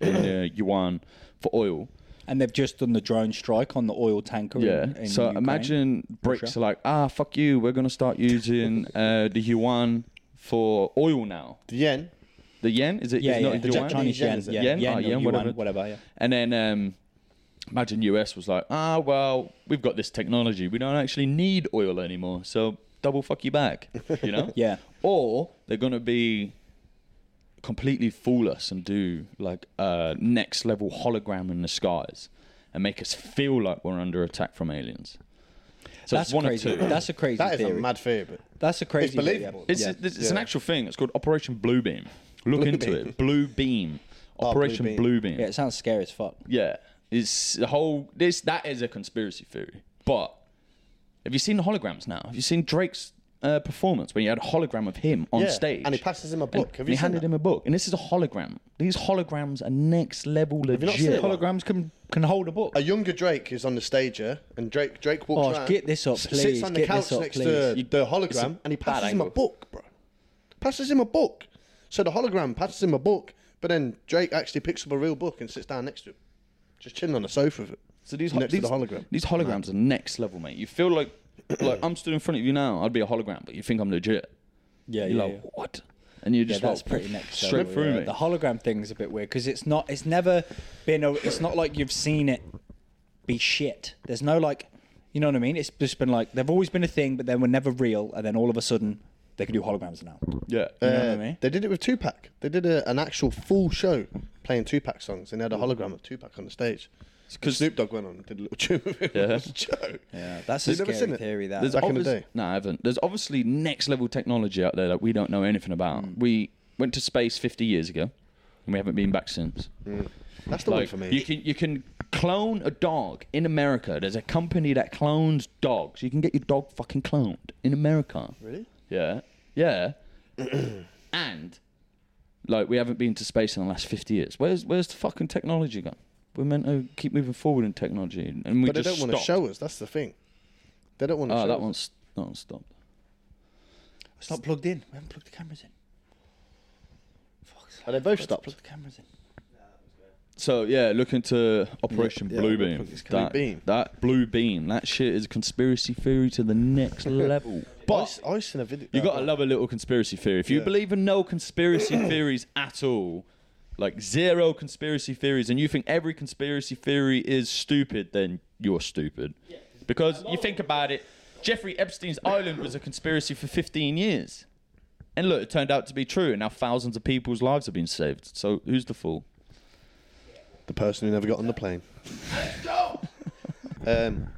in uh, yuan for oil. And they've just done the drone strike on the oil tanker. in- Yeah. In, so Ukraine. imagine BRICS Russia. are like, ah, fuck you. We're going to start using uh, the yuan for oil now. The yen. The yen is it? Yeah, it's yeah. not The yuan. Chinese Yen, yen, is it? yeah, Yen? yen, Ah, or yen, yuan, whatever. whatever. yeah. And then um, imagine US was like, ah, well, we've got this technology. We don't actually need oil anymore. So double fuck you back, you know? Yeah. Or they're going to be completely fool us and do like a next level hologram in the skies and make us feel like we're under attack from aliens. So That's it's one crazy. or two. That's a crazy That is theory. a mad theory, but That's a crazy. theory, yeah. believable. It's, Yeah. it's, it's an Yeah. actual thing. It's called Operation Bluebeam. Look Blue into Beam. it. Blue Beam. Oh, Blue Operation Beam. Blue Beam. yeah, it sounds scary as fuck. Yeah, it's the whole this that is a conspiracy theory. But have you seen the holograms now? Have you seen Drake's uh, performance when he had a hologram of him on Yeah, stage? and he passes him a book. Have and you he seen handed that? him a book, and this is a hologram. These holograms are next level legit. you not seen it? Holograms can can hold a book. a younger Drake is on the stage here, and Drake Drake walks Oh, around. get this up, s- please, Sits on the get couch this up, next please. to You- the it's a hologram, and he bad passes him a angle. book, bro. Passes him a book. So the hologram passes him a book, but then Drake actually picks up a real book and sits down next to him, just chilling on the sofa with it. So these, ho- next these to the hologram. These holograms are next level, mate. You feel like like I'm stood in front of you now. I'd be a hologram, but you think I'm legit. Yeah, You're yeah, like yeah. what? And you Yeah, just that's like, pretty next straight level, through yeah. me. The hologram thing's a bit weird because it's not. It's never been. A, it's not like you've seen it be shit. There's no like, you know what I mean. It's just been like they've always been a thing, but they were never real, and then all of a sudden They can do holograms now. Yeah. Uh, know what I mean? They did it with Tupac. They did a, an actual full show playing Tupac songs, and they had a hologram of Tupac on the stage. Because Snoop Dogg went on and did a little tune with him. Yeah. It was a joke. Yeah, that's You've a never scary seen it? theory. That There's- back in the obvious- day. No, I haven't. There's obviously next level technology out there that we don't know anything about. Hmm. We went to space 50 years ago, and we haven't been back since. That's the one Like, for me. you can you can clone a dog in America. There's a company that clones dogs. You can get your dog fucking cloned in America. really? Yeah, yeah. and like we haven't been to space in the last 50 years. Where's where's the fucking technology gone? We're meant to keep moving forward in technology, and we but they just don't want to stopped. show us. That's the thing. They don't want to Oh, show that us. one's that one's stopped. It's not plugged in. We haven't plugged the cameras in. Are they both stopped? Plug the cameras in. So yeah, looking to Operation Yeah, Blue yeah, Beam. Operation Blue That, Beam. that Blue Beam, that shit is a conspiracy theory to the next level. I s- But I seen a video. Oh, you gotta love a little conspiracy theory. If you Yeah. believe in no conspiracy theories at all, like zero conspiracy theories, and you think every conspiracy theory is stupid, then you're stupid. Because you think about it, Jeffrey Epstein's island was a conspiracy for 15 years. And look, it turned out to be true, and now thousands of people's lives have been saved. So who's the fool? The person who never got on the plane. um,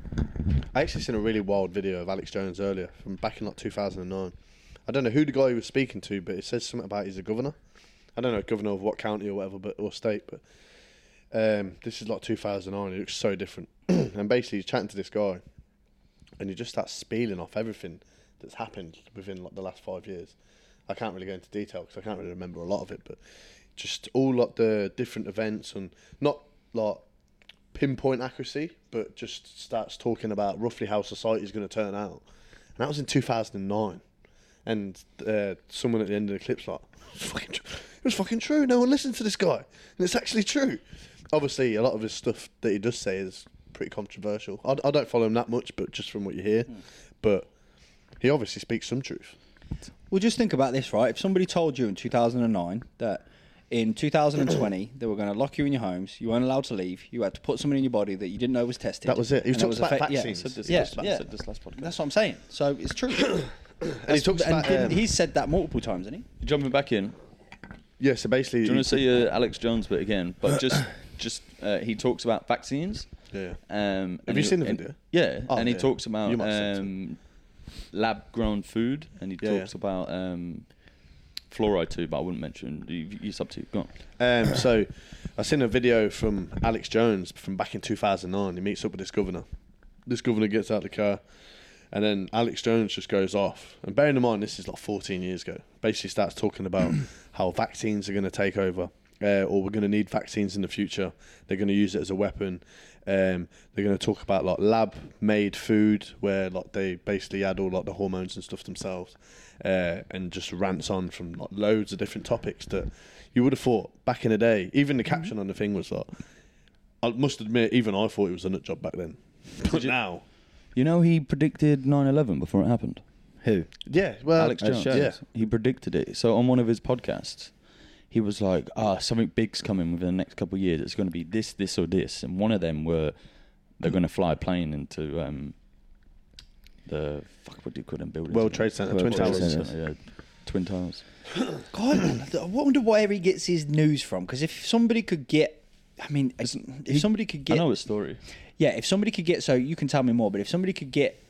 I actually seen a really wild video of Alex Jones earlier from back in like 2009. I don't know who the guy he was speaking to, but it says something about he's a governor. I don't know governor of what county or whatever, but or state. But um, this is like 2009. He looks so different, and basically he's chatting to this guy, and he just starts spieling off everything that's happened within like the last five years. I can't really go into detail because I can't really remember a lot of it, but just all like the different events and not like pinpoint accuracy, but just starts talking about roughly how society is going to turn out. And that was in 2009. And uh, someone at the end of the clip's like, fucking tr- it was fucking true. No one listened to this guy. And it's actually true. Obviously, a lot of his stuff that he does say is pretty controversial. I, I don't follow him that much, but just from what you hear. But he obviously speaks some truth. Well, just think about this, right? If somebody told you in 2009 that in 2020 they were going to lock you in your homes, you weren't allowed to leave, you had to put something in your body that you didn't know was tested. That was it. He and was talking affe- about yeah, vaccines. so- Said this yeah, last- yeah. said this That's what I'm saying. So it's true. and he talks about, um, he's said that multiple times, hasn't he? Jumping back in, Yeah, so basically. Do you want to see uh, Alex Jones bit again? But just, just uh, he talks about vaccines. Yeah. Um, and you he- seen the and- video? Yeah, Oh, and he yeah. talks about You might have um, lab-grown food, and he Yeah, yeah. talks about um, fluoride too. But I wouldn't mention. You, you sub two. Go on. Um, so I seen a video from Alex Jones from back in 2009. He meets up with this governor. This governor gets out of the car, and then Alex Jones just goes off. And bearing in mind, this is like 14 years ago. Basically, starts talking about how vaccines are going to take over, uh, or we're going to need vaccines in the future. They're going to use it as a weapon. Um, they're going to talk about like lab-made food, where like they basically add all like the hormones and stuff themselves, uh, and just rants on from like loads of different topics that you would have thought back in the day. Even the caption on the thing was like, I must admit, even I thought it was a nut job back then. But now, You know he predicted 9/11 before it happened. Who? yeah, Uh, well, Alex Jones. yeah, He predicted it. So on one of his podcasts, he was like, "Ah, something big's coming within the next couple of years. It's going to be this, this, or this." And one of them were they're going to fly a plane into um, the fuck what do you call them buildings? World again? Trade Center, World Twin Trade Towers. Center, yeah. Twin Towers. God, I wonder where he gets his news from. Because if somebody could get, I mean, if somebody could get I know his story. Yeah, if somebody could get so you can tell me more, but if somebody could get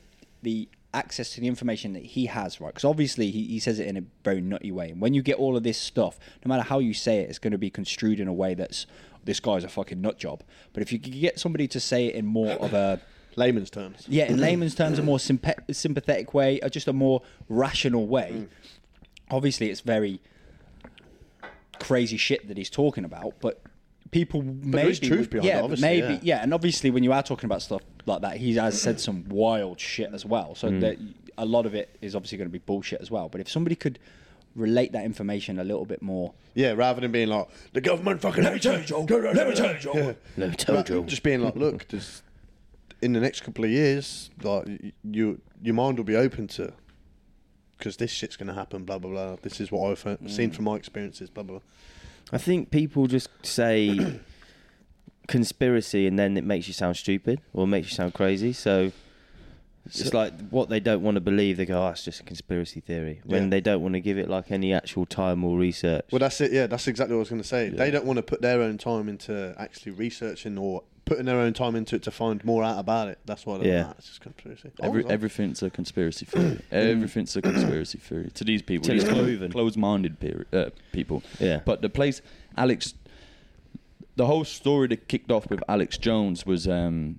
the access to the information that he has, right? Because obviously he, he says it in a very nutty way. And when you get all of this stuff, no matter how you say it, it's going to be construed in a way that's this guy's a fucking nut job. But if you could get somebody to say it in more of a layman's terms. yeah, in layman's terms, a more Mm. sympa- sympathetic way, or just a more rational way. Mm. Obviously, it's very crazy shit that he's talking about, but people maybe there is truth would- behind it, yeah, but obviously, maybe yeah. yeah, and obviously when you are talking about stuff like that, he has said some wild shit as well. So that a lot of it is obviously going to be bullshit as well. But if somebody could relate that information a little bit more, Yeah, rather than being like the government fucking. Let me tell you, Joe. Let me tell you, Joe. No, told you. Just being like, look, there's, in the next couple of years, like y- you, your mind will be open to, because this shit's gonna happen. Blah blah blah. This is what I've heard, Mm. seen from my experiences. Blah blah. blah. I think people just say conspiracy and then it makes you sound stupid or makes you sound crazy. So It's like what they don't want to believe. They go, "Oh, it's just a conspiracy theory." When Yeah. they don't want to give it like any actual time or research. Well, that's it. Yeah, that's exactly what I was going to say. Yeah. They don't want to put their own time into actually researching or putting their own time into it to find more out about it. That's why they're Yeah. yeah. it's just conspiracy. Every, Oh, it's everything's a conspiracy theory. everything's a conspirary theory to these people. Till These it's clo- proven. closed-minded peri- uh, people. Yeah. But the place, Alex, the whole story that kicked off with Alex Jones was um,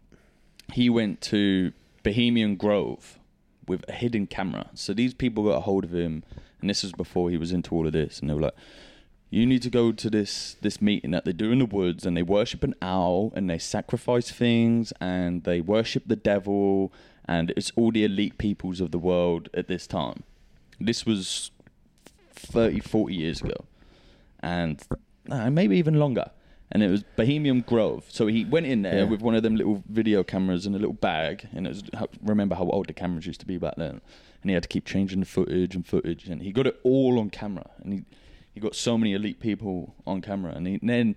he went to Bohemian Grove with a hidden camera. So these people got a hold of him, and this was before he was into all of this, and they were like, "You need to go to this this meeting that they do in the woods, and they worship an owl, and they sacrifice things, and they worship the devil, and it's all the elite peoples of the world at this time." This was 30, 40 years ago, and uh, maybe even longer. And it was Bohemian Grove. So he went in there Yeah. with one of them little video cameras and a little bag. And it was how- remember how old the cameras used to be back then. And he had to keep changing the footage and footage. And he got it all on camera. And he, he got so many elite people on camera. And, he, and then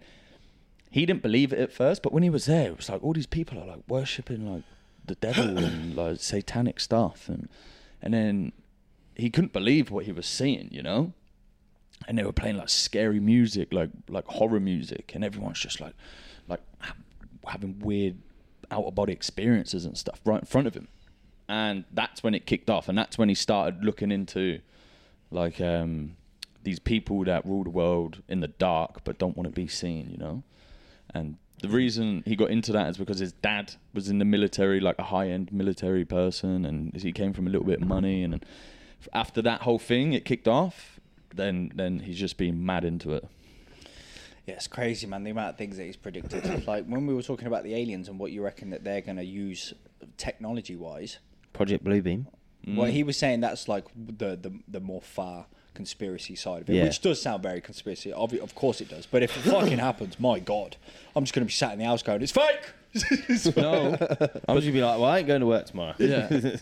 he didn't believe it at first, but when he was there, it was like all these people are like worshipping like the devil and like satanic stuff, and and then he couldn't believe what he was seeing, you know. And they were playing like scary music, like like horror music, and everyone's just like like ha- having weird out of body experiences and stuff right in front of him. And that's when it kicked off, and that's when he started looking into like um, these people that rule the world in the dark but don't want to be seen, you know. And the reason he got into that is because his dad was in the military, like a high-end military person, and he came from a little bit of money. And after that whole thing, it kicked off. Then, then he's just been mad into it. Yeah, it's crazy, man. The amount of things that he's predicted. like when we were talking about the aliens and what you reckon that they're going to use technology-wise. Project Bluebeam. Well, he was saying that's like the the, the more far conspiracy side of it, Yeah. which does sound very conspiracy. Of, of course it does. But if it fucking happens, my god, I'm just going to be sat in the house going, "It's fake." No, Uh, I'm just gonna be like, "Well, I ain't going to work tomorrow." yeah.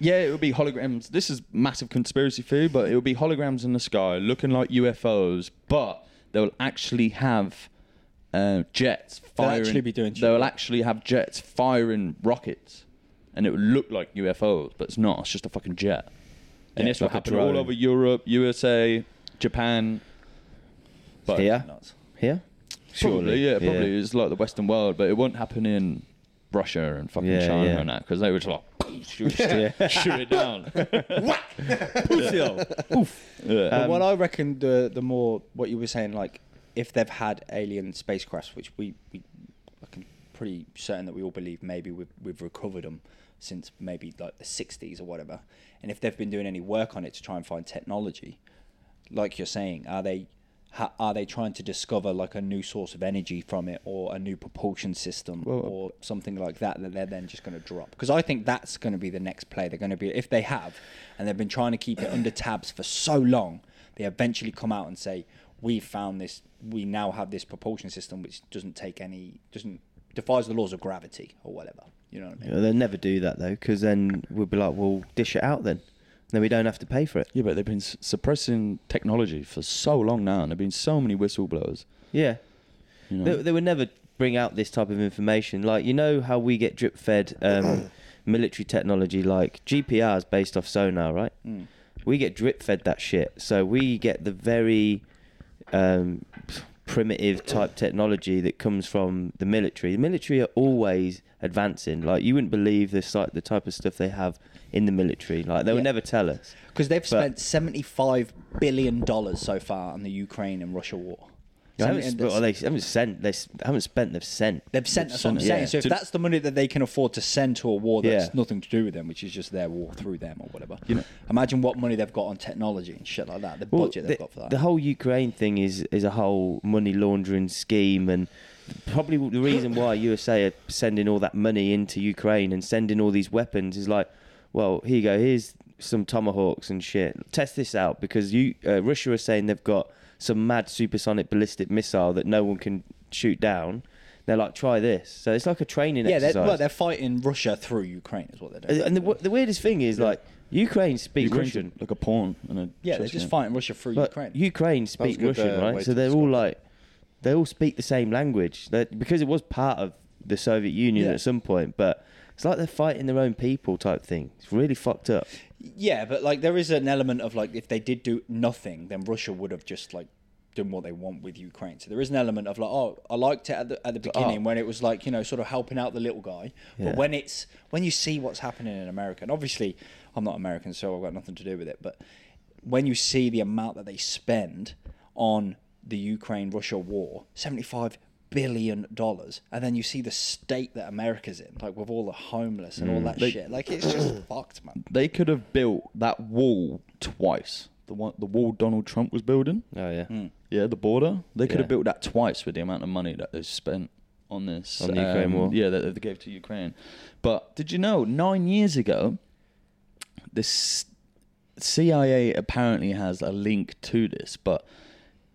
Yeah, it would be holograms. This is massive conspiracy theory, but it would be holograms in the sky looking like UFOs, but they'll actually have uh, jets firing. actually be doing shit They'll like- actually have jets firing rockets, and it would look like UFOs, but it's not. It's just a fucking jet. And Yeah, this will like a happen all drone. over Europe, USA, Japan. But Here, Nuts. here. Probably, yeah, probably. Yeah. It's like the Western world, but it won't happen in Russia and fucking Yeah, China yeah. and that because they were just like shoot, shoot it down. But what I reckon the the more what you were saying, like if they've had alien spacecrafts, which we we fucking pretty certain that we all believe maybe we've we've recovered them since maybe like the sixties or whatever, and if they've been doing any work on it to try and find technology, like you're saying, are they? ha- Are they trying to discover like a new source of energy from it, or a new propulsion system, uh, or something like that that they're then just going to drop? Because I think that's going to be the next play. They're going to be if they have, and they've been trying to keep it under tabs for so long, they eventually come out and say, "We found this. We now have this propulsion system which doesn't take any, doesn't defies the laws of gravity or whatever." You know what I mean? Yeah, they'll never do that though, because then we'll be like, "Well, dish it out then." Then we don't have to pay for it. yeah, but they've been s- suppressing technology for so long now, and there've been so many whistleblowers. Yeah. You know, They, they would never bring out this type of information. Like, you know how we get drip fed um, military technology, like GPR is based off sonar, right? Mm. We get drip fed that shit. So we get the very um, primitive type technology that comes from the military. The military are always advancing. Like, you wouldn't believe this, like, the type of stuff they have in the military. Like, they would Yeah. never tell us. Because they've But- spent seventy-five billion dollars so far on the Ukraine and Russia war. They haven't, Seventy- well, they haven't sent. They s- haven't spent. They've sent. They've sent us. what I'm sent it. saying. Yeah. So if To- that's the money that they can afford to send to a war that's Yeah. nothing to do with them, which is just their war through them or whatever, imagine what money they've got on technology and shit like that. The Well, budget the, they've got for that. the whole Ukraine thing is is a whole money laundering scheme, and probably the reason why USA are sending all that money into Ukraine and sending all these weapons is like, well, here you go, here's some tomahawks and shit. Test this out because you uh, Russia are saying they've got some mad supersonic ballistic missile that no one can shoot down. They're like, try this. So it's like a training yeah, they're, exercise. well, they're fighting Russia through Ukraine, is what they're doing. and the, the weirdest thing is like Ukraine speaks Ukraine's Russian. like a pawn. And a yeah, they're chess just game. fighting Russia through But Ukraine. Ukraine speak good, Russian, uh, right? way So to they're all describe like, they all speak the same language. That because it was part of the Soviet Union Yeah. at some point, but It's like they're fighting their own people type thing. It's really fucked up. Yeah, but like there is an element of like if they did do nothing, then Russia would have just like done what they want with Ukraine. So there is an element of like, oh, I liked it at the at the beginning when it was like you know sort of helping out the little guy, Yeah. but when it's when you see what's happening in America, and obviously I'm not American, so I've got nothing to do with it, but when you see the amount that they spend on the Ukraine Russia war, seventy five billion dollars and then you see the state that america's in like with all the homeless and all that They- shit like it's just fucked man They could have built that wall twice. The one, the wall Donald Trump was building. Oh yeah. Hmm. Mm. Yeah, the border. They could Yeah. have built that twice with the amount of money that they spent on this. um, On the Ukraine war. Yeah, that they gave to Ukraine. But did you know, nine years ago, this CIA apparently has a link to this, but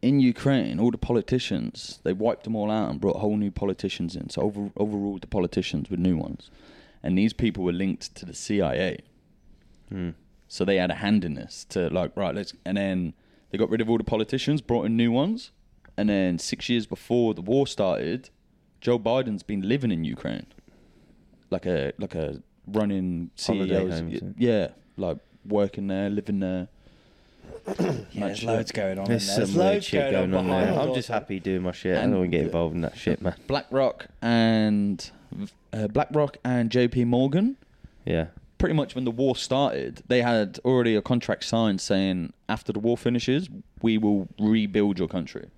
in Ukraine, all the politicians, they wiped them all out and brought whole new politicians in. So over, overruled the politicians with new ones. And these people were linked to the CIA. Hmm. So they had a hand in this to like, right, let's. And then they got rid of all the politicians, brought in new ones. And then six years before the war started, Joe Biden's been living in Ukraine, like a like a running Holiday CEO, home, is it? yeah, like working there, living there. Yeah, there's Much loads going on. There's in there. some weird shit going, on behind there. the I'm door, just so- happy doing my shit. I And- don't want to get involved in that shit, man. BlackRock and uh, BlackRock and J.P. Morgan. Yeah. Pretty much when the war started, they had already a contract signed saying after the war finishes, we will rebuild your country.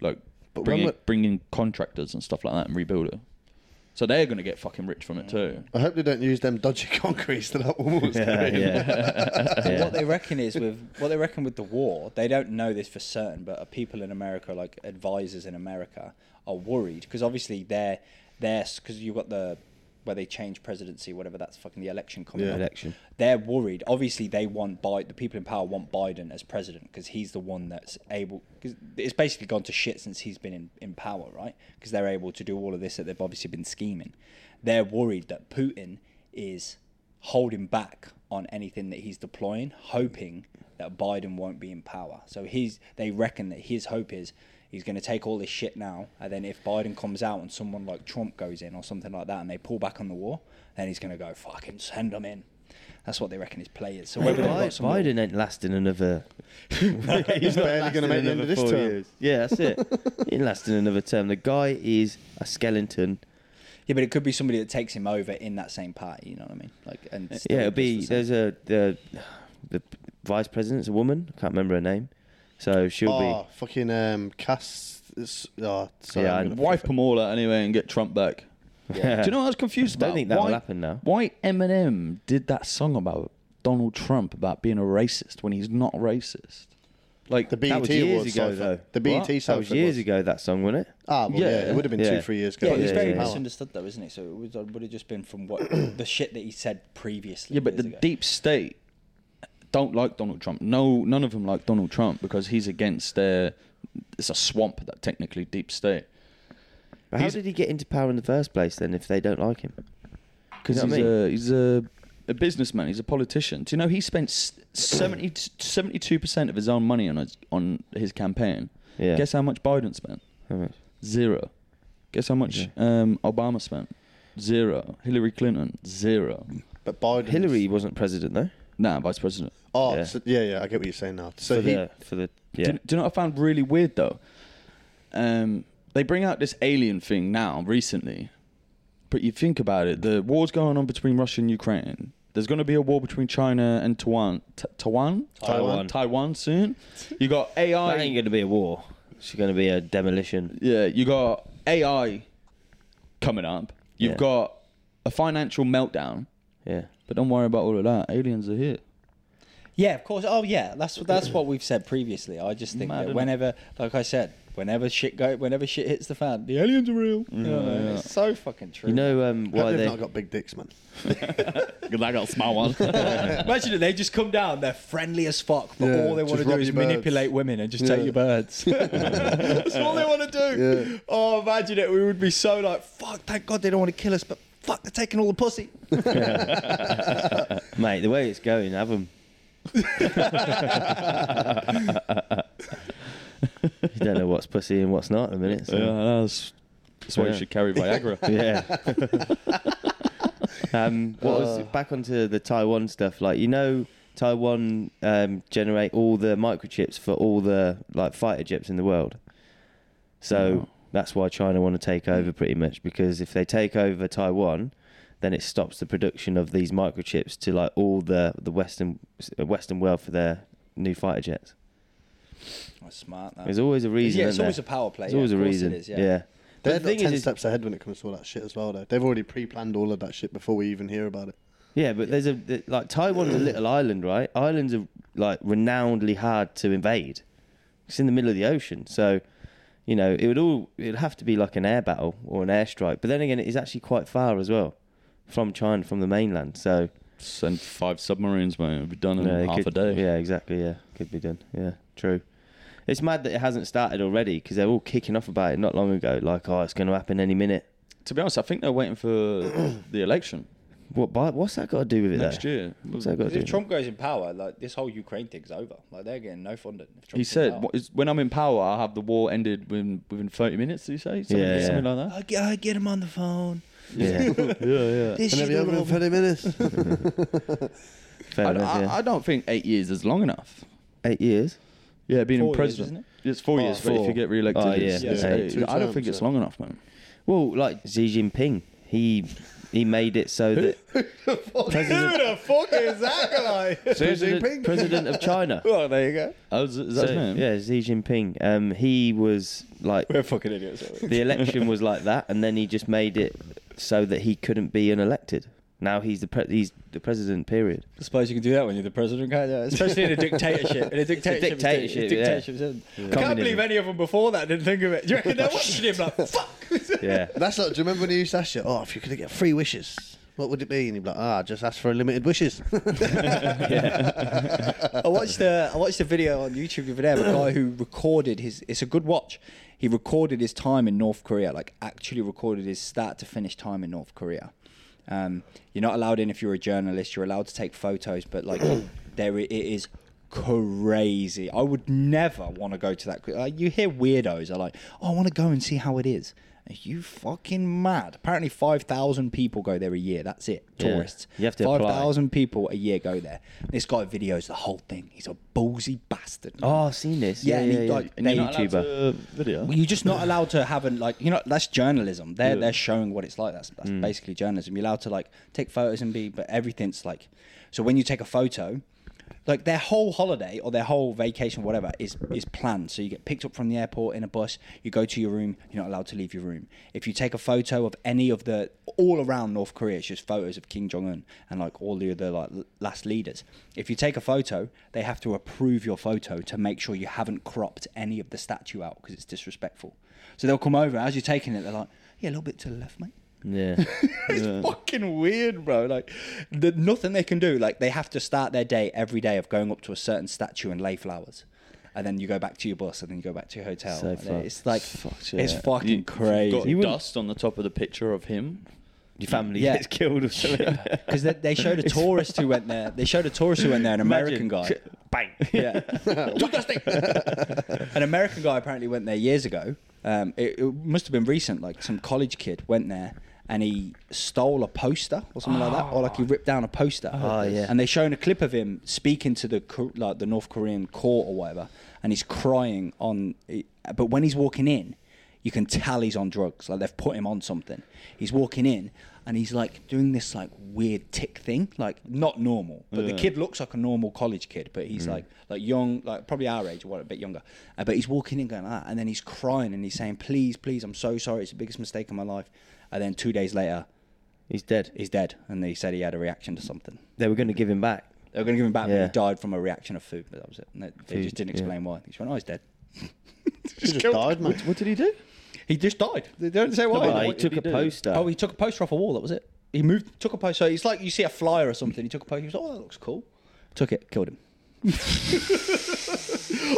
Like But bring, when it, we- bring in contractors and stuff like that and rebuild it. So they're going to get fucking rich from it too. I hope they don't use them dodgy concretes that that wall was Yeah, carrying. yeah. But Yeah. What they reckon is with what they reckon with the war, they don't know this for certain, but are people in America, like advisors in America, are worried because obviously they're they're because you've got the where they change presidency, whatever that's fucking the election coming Yeah. up. Election. They're worried. Obviously, they want Biden. The people in power want Biden as president because he's the one that's able. Because it's basically gone to shit since he's been in, in power, right? Because they're able to do all of this that they've obviously been scheming. They're worried that Putin is holding back on anything that he's deploying, hoping that Biden won't be in power. So he's they reckon that his hope is he's going to take all this shit now, and then if Biden comes out and someone like Trump goes in or something like that, and they pull back on the war, then he's going to go fucking send them in. That's what they reckon his play is. So whether they've got Biden, some Biden ain't lasting another. He's barely going to make the end of this term. Yeah, that's it. he ain't lasting another term. The guy is a skeleton. yeah, but it could be somebody that takes him over in that same party. You know what I mean? Like, and still yeah, it'll does be the same. there's eh? a the the vice president's a woman. I can't remember her name, so she'll Oh, fucking um, cast. it's- Oh, sorry, Yeah, I'm I- gonna- Wipe them all out anyway and get Trump back. Do be. you know what I was confused about? Don't think that why, will happen now. Why Eminem did that song about Donald Trump about being a racist when he's not racist? Like The That was BET years Awards ago, cipher. though. The What? BET That That cipher was years was- ago. That song, wasn't it? Ah, well, yeah, Yeah. it would have been Yeah. two, three years ago. Yeah, Yeah, he's yeah, very yeah. misunderstood though, isn't he? So it would, would have just been from what the shit that he said previously. Yeah, but years the ago. deep state don't like Donald Trump. No, none of them like Donald Trump because he's against their. It's a swamp that technically deep state But how He's- did he get into power in the first place then? If they don't like him, because You know what I he's, mean? a, he's a a businessman. He's a politician. Do you know he spent s- 72 percent of his own money on his on his campaign? Yeah. Guess how much Biden spent? How much? Zero. Guess how much um, Obama spent? Zero. Hillary Clinton zero. But Biden. Hillary wasn't president though. Nah, vice president. Oh, Yeah. yeah. So, yeah, yeah, I get what you're saying now. So for he. the for the yeah. Do, you- do you know what I found really weird though? Um, they bring out this alien thing now recently, but you think about it, the war's going on between Russia and Ukraine. There's going to be a war between China and Taiwan. T- Taiwan? Taiwan. Taiwan soon. You got AI. that ain't going to be a war. It's going to be a demolition. Yeah, you got AI coming up. You've Yeah. got a financial meltdown. Yeah. But don't worry about all of that. Aliens are here. Yeah, of course. Oh, yeah. That's what that's what we've said previously. I just think Mad, that innit? whenever, like I said, whenever shit go, whenever shit hits the fan, the aliens are real. You know what I mean? yeah. It's so fucking true. You know um, Why why they've they? not got big dicks, man. Good luck, I'll smile one. Imagine it. They just come down. They're friendly as fuck, but Yeah, all they want to just do rob is your birds. manipulate women and just Yeah. take your birds. That's all they want to do. Yeah. Oh, imagine it. We would be so like, fuck. Thank God they don't want to kill us, but fuck, they're taking all the pussy. Mate, the way it's going, have them. you don't know what's pussy and what's not at the minute. So. that's, that's why you Yeah. should carry Viagra. Yeah. Um, what was Oh. back onto the Taiwan stuff? Like you know, Taiwan um, generate all the microchips for all the like fighter jets in the world. So Oh. that's why China want to take over pretty much because if they take over Taiwan, then it stops the production of these microchips to like all the the Western Western world for their new fighter jets. Oh, That's smart. That. There's always a reason. Yeah, it's isn't there? always a power play. There's yeah, always of a course reason. It is, yeah. yeah. But They're the thing ten is, is- steps ahead when it comes to all that shit as well. Though they've already pre-planned all of that shit before we even hear about it. Yeah, but there's a th- like Taiwan's a little island, right? Islands are like renownedly hard to invade. It's in the middle of the ocean, so you know it would all it'd have to be like an air battle or an airstrike. But then again, it is actually quite far as well from China, from the mainland. So Send five submarines, mate. It'll be done in yeah, it half could- a day. Yeah, exactly. Yeah, could be done. Yeah, true. It's mad that it hasn't started already because they're all kicking off about it not long ago. Like, oh, it's going to happen any minute. To be honest, I think they're waiting for the election What? But what's that got to do with it? next though? year. What's that got to do? If with it? Trump goes in power, like this whole Ukraine thing's over. Like they're getting no funding. If Trump's He in said, power. what is, "When I'm in power, I'll have the war ended within within 30 minutes." Did he say something, Yeah, yeah. something like that? I get, I get him on the phone. Yeah, Yeah, This Can shit they be over all in over. thirty minutes? fair I, enough. I- yeah. I don't think eight years is long enough. Eight years. Yeah, being Four years, president, isn't it's four years. But if Oh, four. you get re-elected, Oh, it's, yeah. it's Yeah. eight. Two I don't terms, think it's yeah. long enough, man. Well, like Xi Jinping, he he made it so that president, the fuck is that guy? president, president of China. well, there you go. Oh, is, is that his So, name? yeah, Xi Jinping. Um, he was like We're fucking idiots. aren't we? the election was like that, and then he just made it so that he couldn't be unelected. Now he's the pre- he's the president. Period. I suppose you can do that when you're the president, can't you? Especially in a dictatorship. In a dictatorship. it's di- dictatorship, it's yeah. dictatorship, isn't it? I can't Communism. believe any of them before that didn't think of it. Do you reckon they're watching him like, fuck? Yeah. That's like, do you remember when you used to ask you, oh, if you could get three wishes, what would it be? And you'd be like, ah, just ask for unlimited wishes. I watched a, I watched a video on YouTube the other day of a guy who recorded his. It's a good watch. He recorded his time in North Korea, like actually recorded his start to finish time in North Korea. Um, you're not allowed in if you're a journalist. You're allowed to take photos, but like there it is crazy. I would never want to go to that. Like, you hear weirdos are like, oh, I want to go and see how it is. Are you fucking mad? Apparently, five thousand people go there a year. That's it. Yeah. Tourists. You have to apply. 5,000 people a year go there. This guy videos the whole thing. He's a ballsy bastard. man. Oh, I've seen this. Yeah, Yeah, and yeah, he, yeah. like, And you're not allowed YouTuber. to video. Well, you're just not allowed to have an like you know that's journalism. They're Yeah. they're showing what it's like. That's, that's basically journalism. You're allowed to like take photos and be, but everything's like. So when you take a photo, like their whole holiday or their whole vacation, whatever, is is planned. So you get picked up from the airport in a bus. You go to your room. You're not allowed to leave your room. If you take a photo of any of the all around North Korea, it's just photos of Kim Jong Un and like all the other like l- last leaders. If you take a photo, they have to approve your photo to make sure you haven't cropped any of the statue out because it's disrespectful. So they'll come over as you're taking it. They're like, "Yeah, a little bit to the left, mate." Yeah. it's fucking weird, bro. Like, the, nothing they can do. Like, they have to start their day every day of going up to a certain statue and lay flowers, and then you go back to your bus, and then you go back to your hotel. So And fucked. it's like, Fucked, it's yeah. fucking You- you've Got crazy. dust on the top of the picture of him. Your family Yeah. gets killed or something. Because they, they showed a tourist who went there. They showed a tourist who went there, an American guy. Bang. Yeah. Too dusty. An American guy apparently went there years ago. Um, it, it must have been recent. Like some college kid went there and he stole a poster or something like that, or like he ripped down a poster. Oh, yeah. And they shown a clip of him speaking to the Ko- like the North Korean court or whatever, and he's crying on. But when he's walking in, you can tell he's on drugs. Like they've put him on something. He's walking in and he's like doing this like weird tick thing, like not normal. But the kid looks like a normal college kid, but he's like like young, like probably our age or what, a bit younger. Uh, but he's walking in going like that, and then he's crying and he's saying, "Please, please, I'm so sorry. It's the biggest mistake of my life." And then two days later, He's dead. he's dead, and they said he had a reaction to something. They were going to give him back. They were going to give him back, but Yeah. he died from a reaction of food. But that was it. And they, they Food, just didn't yeah. explain why. He just went, "Oh, he's dead." She just died, mate. What did he do? He just died. They don't say why. Oh, They- he what did took he a do? poster. Oh, he took a poster off a wall. That was it. He moved, took a poster. It's like you see a flyer or something. He took a poster. He was like, "Oh, that looks cool." Took it, killed him.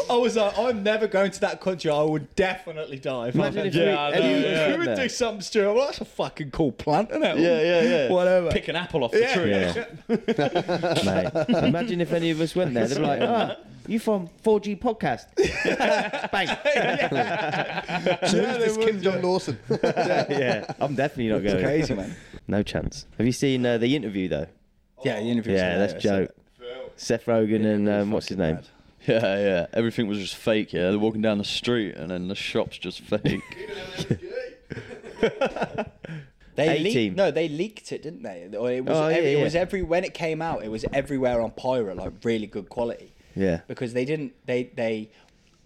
I was like, "I'm never going to that country. I would definitely die." If I Imagine went if there." we- Yeah, I anyone know, was yeah. You would there. do something stupid. Well, that's a fucking cool plant, isn't it? Yeah, yeah, yeah. Whatever. Pick an apple off the Yeah. tree. Yeah. Mate, imagine if any of us went there. They'd be like, oh, you from 4G podcast? Bang. So who's this Kim Jong Lawson? yeah, I'm definitely not going. Crazy man. No chance. Have you seen uh, the interview though? Yeah, the interview. yeah, that's joke. Seth Rogen and um, what's his name? Yeah, yeah. Everything was just fake. Yeah, they're walking down the street and then the shop's just fake. They A team. leaked, no, they leaked it, didn't they? Or it was Oh, every, yeah, it was yeah. every when it came out, it was everywhere on Pyro, like really good quality. Yeah. Because they didn't they they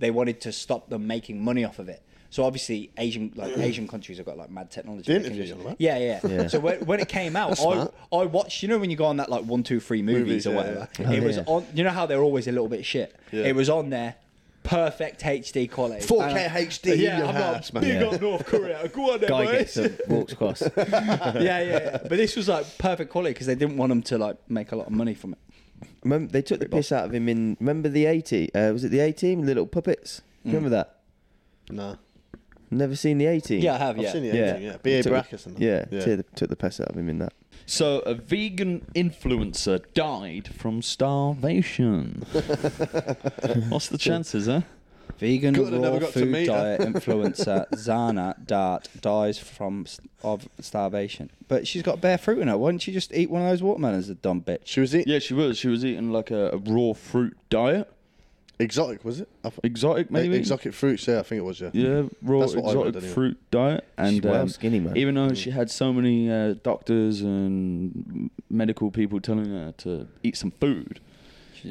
they wanted to stop them making money off of it. So obviously Asian like Asian countries have got like mad technology. The They can interviews just- and all that. yeah, yeah, Yeah. So when, when it came out, I, smart. I watched you know when you go on that like one, two, three movies, Movies, or yeah, whatever. yeah. it Oh, was yeah. on you know how they're always a little bit shit. Yeah. It was on there. Perfect HD quality. 4K And I- HD in Yeah, your I'm house, like, man. big Yeah. up North Korea. Go on there, Guy boys gets them, walks across. yeah, yeah, yeah. But this was like perfect quality because they didn't want him to like make a lot of money from it. Remember, they took the piss out of him in. Remember the A team? Uh, was it the A team? The little puppets. Remember that? Nah. Never seen the A team. Yeah, I have. I've yeah, seen the Yeah. editing, yeah. B.A. Took- Brackus and that. Yeah, Took, the, took the piss out of him in that. so a vegan influencer died from starvation. What's the chances, huh? vegan Good, I raw never got to food meet her. diet influencer Zana Dart dies from s- of starvation. But she's got bare fruit in her. Why don't you just eat one of those watermelons, the dumb bitch? She was eating Yeah, she was. She was eating like a, a raw fruit diet. exotic, was it? I thought- E, Exotic, maybe. Exotic fruits, yeah, I think it was, yeah. Yeah, raw That's what I read exotic anyway. fruit diet, and well um, skinny, man. Even though she had so many uh, doctors and medical people telling her to eat some food,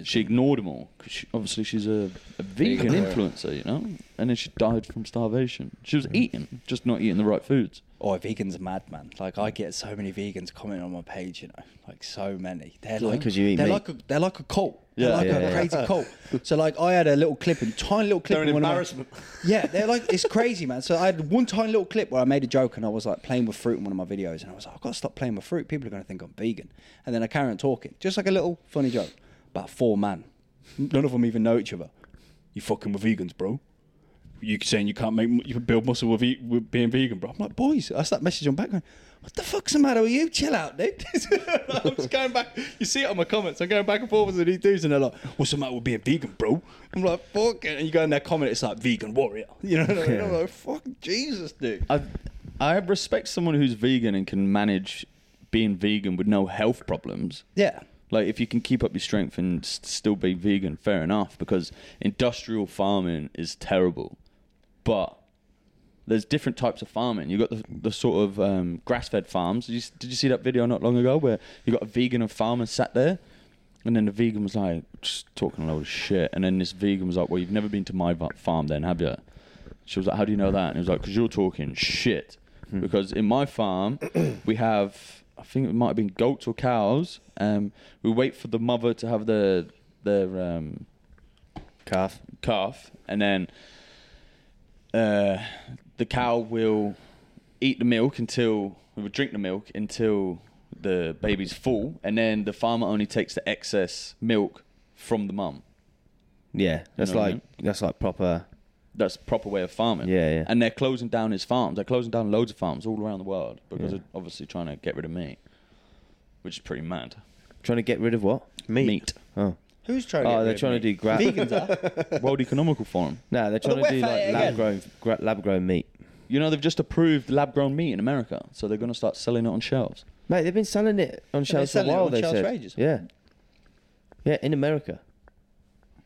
she ignored them all 'cause she, obviously she's a, a vegan Vegan. influencer, you know. And then she died from starvation. She was eating, just not eating the right foods. Oh, vegans are mad, man. Like I get so many vegans commenting on my page, you know, like so many. They're like, 'cause you eat they're meat. like, a, they're like a cult. Yeah, they're like yeah, a yeah. crazy cult. So like, I had a little clip, and tiny little clip. They're an in one of my- embarrassment. yeah, they're like it's crazy, man. So I had one tiny little clip where I made a joke and I was like playing with fruit in one of my videos, and I was like, I've got to stop playing with fruit. People are going to think I'm vegan. And then I carry on talking, just like a little funny joke. About four man, none of them even know each other. You fucking with vegans, bro. You saying you can't make you build muscle with, eat, with being vegan, bro? I'm like, boys, I start message on back going, What the fuck's the matter with you? Chill out, dude. I'm just going back. You see it on my comments. I'm going back and forth with these dudes, and they're like, What's the matter with being vegan, bro? I'm like, Fuck it. And you go in their comment, it's like vegan warrior. You know what I mean? I'm like, Fuck Jesus, dude. I I respect someone who's vegan and can manage being vegan with no health problems. Yeah. Like if you can keep up your strength and s- still be vegan, fair enough. Because industrial farming is terrible, but there's different types of farming. You got the, the sort of um, grass-fed farms. Did you, s- did you see that video not long ago where you got a vegan and farmer sat there, and then the vegan was like just talking a load of shit, and then this vegan was like, "Well, you've never been to my va- farm, then have you?" She was like, "How do you know that?" And he was like, "Cause you're talking shit." Because in my farm, we have, I think it might have been goats or cows. Um, we wait for the mother to have their their um, Calf. calf, and then uh, the cow will eat the milk until we would drink the milk until the baby's full, and then the farmer only takes the excess milk from the mum. Yeah, that's know what I like that's like proper. That's the proper way of farming. Yeah, yeah. And they're closing down his farms. They're closing down loads of farms all around the world because they're obviously trying to get rid of meat, which is pretty mad. Trying to get rid of what? Meat. Oh, Who's trying oh, they're trying to do gra- Vegans are. World Economical Forum. No, they're trying wet to do fat like again. lab grown gra- lab grown meat. You know they've just approved lab-grown meat in America, so they're going to start selling it on shelves. Mate, they've been selling it on shelves for a selling it while. on They shelves said, for ages. yeah, yeah, in America.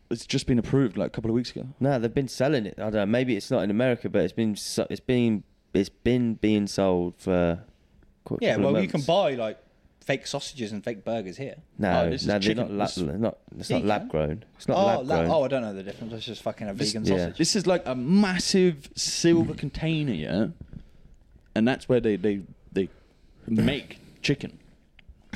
It's just been approved like a couple of weeks ago. No, they've been selling it. I don't know. Maybe it's not in America, but it's been so- it's been it's been being sold for. qu- Yeah, couple of well, you can months. buy like fake sausages and fake burgers here. Oh, No, this is no, they're chicken. not lab. This- they're Not it's Yeah, not you lab can. grown. It's not oh, lab la- grown. oh, I don't know the difference. That's just fucking a vegan yeah. sausage. This is like a massive silver container, yeah, and that's where they they they make chicken.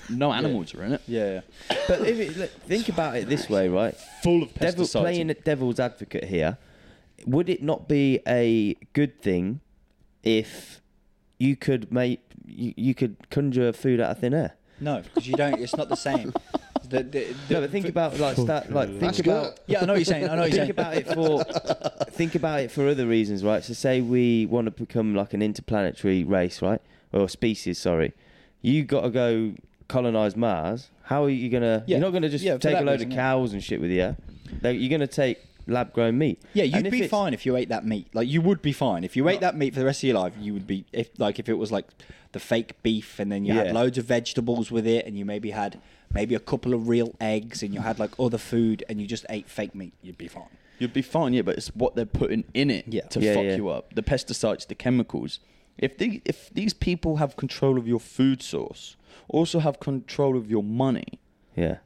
No animals are in it. Yeah, yeah. But oh, if it, look, think about it this way, right? Full of Devil, pesticides. playing at devil's advocate here, would it not be a good thing if you could make you, you could conjure food out of thin air? No, because you don't. It's not the same. The- the- the- No, but think about like start like think That's about Yeah, I know what you're saying. I know what you're think saying. about it for think about it for other reasons, right? So say we want to become like an interplanetary race, right, or species. Sorry, you got to go colonize Mars. How are you gonna? Yeah. You're not gonna just Yeah, for take a that load reason, of yeah. cows and shit with you. Like, You're gonna take lab grown meat. Yeah, you'd And if be it's- fine if you ate that meat. Like you would be fine if you ate that meat for the rest of your life. You would be if like if it was like the fake beef, and then you Yeah. had loads of vegetables with it, and you maybe had maybe a couple of real eggs, and you had like other food, and you just ate fake meat. You'd be fine. You'd be fine, yeah, but it's what they're putting in it Yeah. to Yeah, fuck yeah. you up. The pesticides, the chemicals. If the if these people have control of your food source, also have control of your money, Yeah.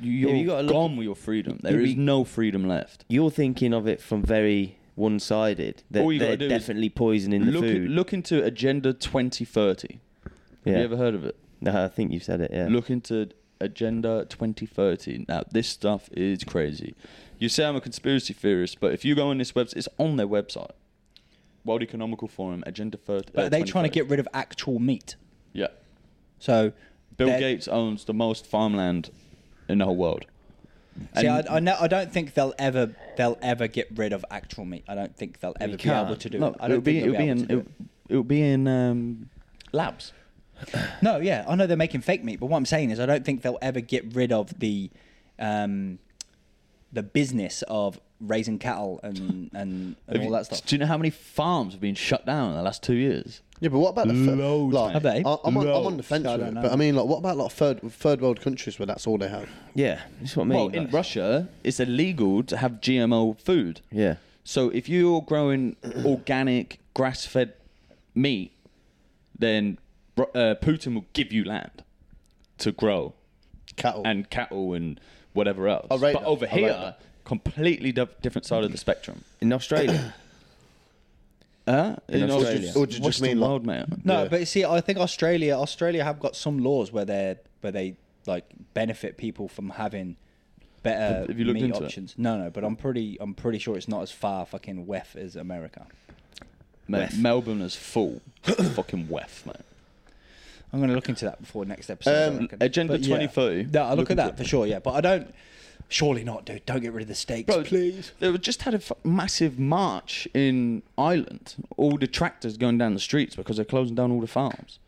you- you're you gotta look- gone with your freedom. There You'd is be- no freedom left. You're thinking of it from very one sided. They're, All you gotta they're do is definitely poisoning the look, food. look into Agenda 2030. yeah. Have you ever heard of it? No, I think you've said it, yeah. Look into Agenda 2030. Now, this stuff is crazy. You say I'm a conspiracy theorist, but if you go on this website, it's on their website. World Economical Forum, Agenda 30. But uh, are they trying to 2030. get rid of actual meat? Yeah. So Bill they're- Gates owns the most farmland in the whole world. See, I, And- I, know, I don't think they'll ever they'll ever get rid of actual meat. I don't think they'll ever be can't. able to do no, it. I don't it'll be, think it'll they'll be able in, to do it'll, it'll be in um, labs. No, yeah, I know they're making fake meat, but what I'm saying is, I don't think they'll ever get rid of the, um, the business of raising cattle and and, and Have all you- that stuff. Do you know how many farms have been shut down in the last two years? Yeah, but what about the third? Loads, Like, mate. Have they? I, am on, I'm on the Loads. fence I with don't it, know. but I mean, like, what about like third third world countries where that's all they have? yeah, that's what I mean. well, in like- Russia, it's illegal to have GMO food. Yeah. So if you're growing organic, grass-fed meat, then Ru- uh, Putin will give you land to grow Cattle. and cattle and whatever else. I rate but that. over I rate here, that. completely dif- different side of the spectrum. In Australia. Uh, In you know, Australia. just Or do you just Western mean like- world, mate. No, Yeah. but you see, I think Australia Australia have got some laws where they where they like benefit people from having better Have you looked meat into it? options. No, no, but I'm pretty I'm pretty sure it's not as far fucking wef as America. Mate, Melbourne is full. fucking wef, mate. I'm gonna look into that before next episode. I Um, reckon. Agenda But yeah. 2030. No, I look, Look at into that it. for sure. Yeah, but I don't. Surely not, dude. Don't get rid of the steaks, please. They were just had a f- massive march in Ireland. All the tractors going down the streets because they're closing down all the farms.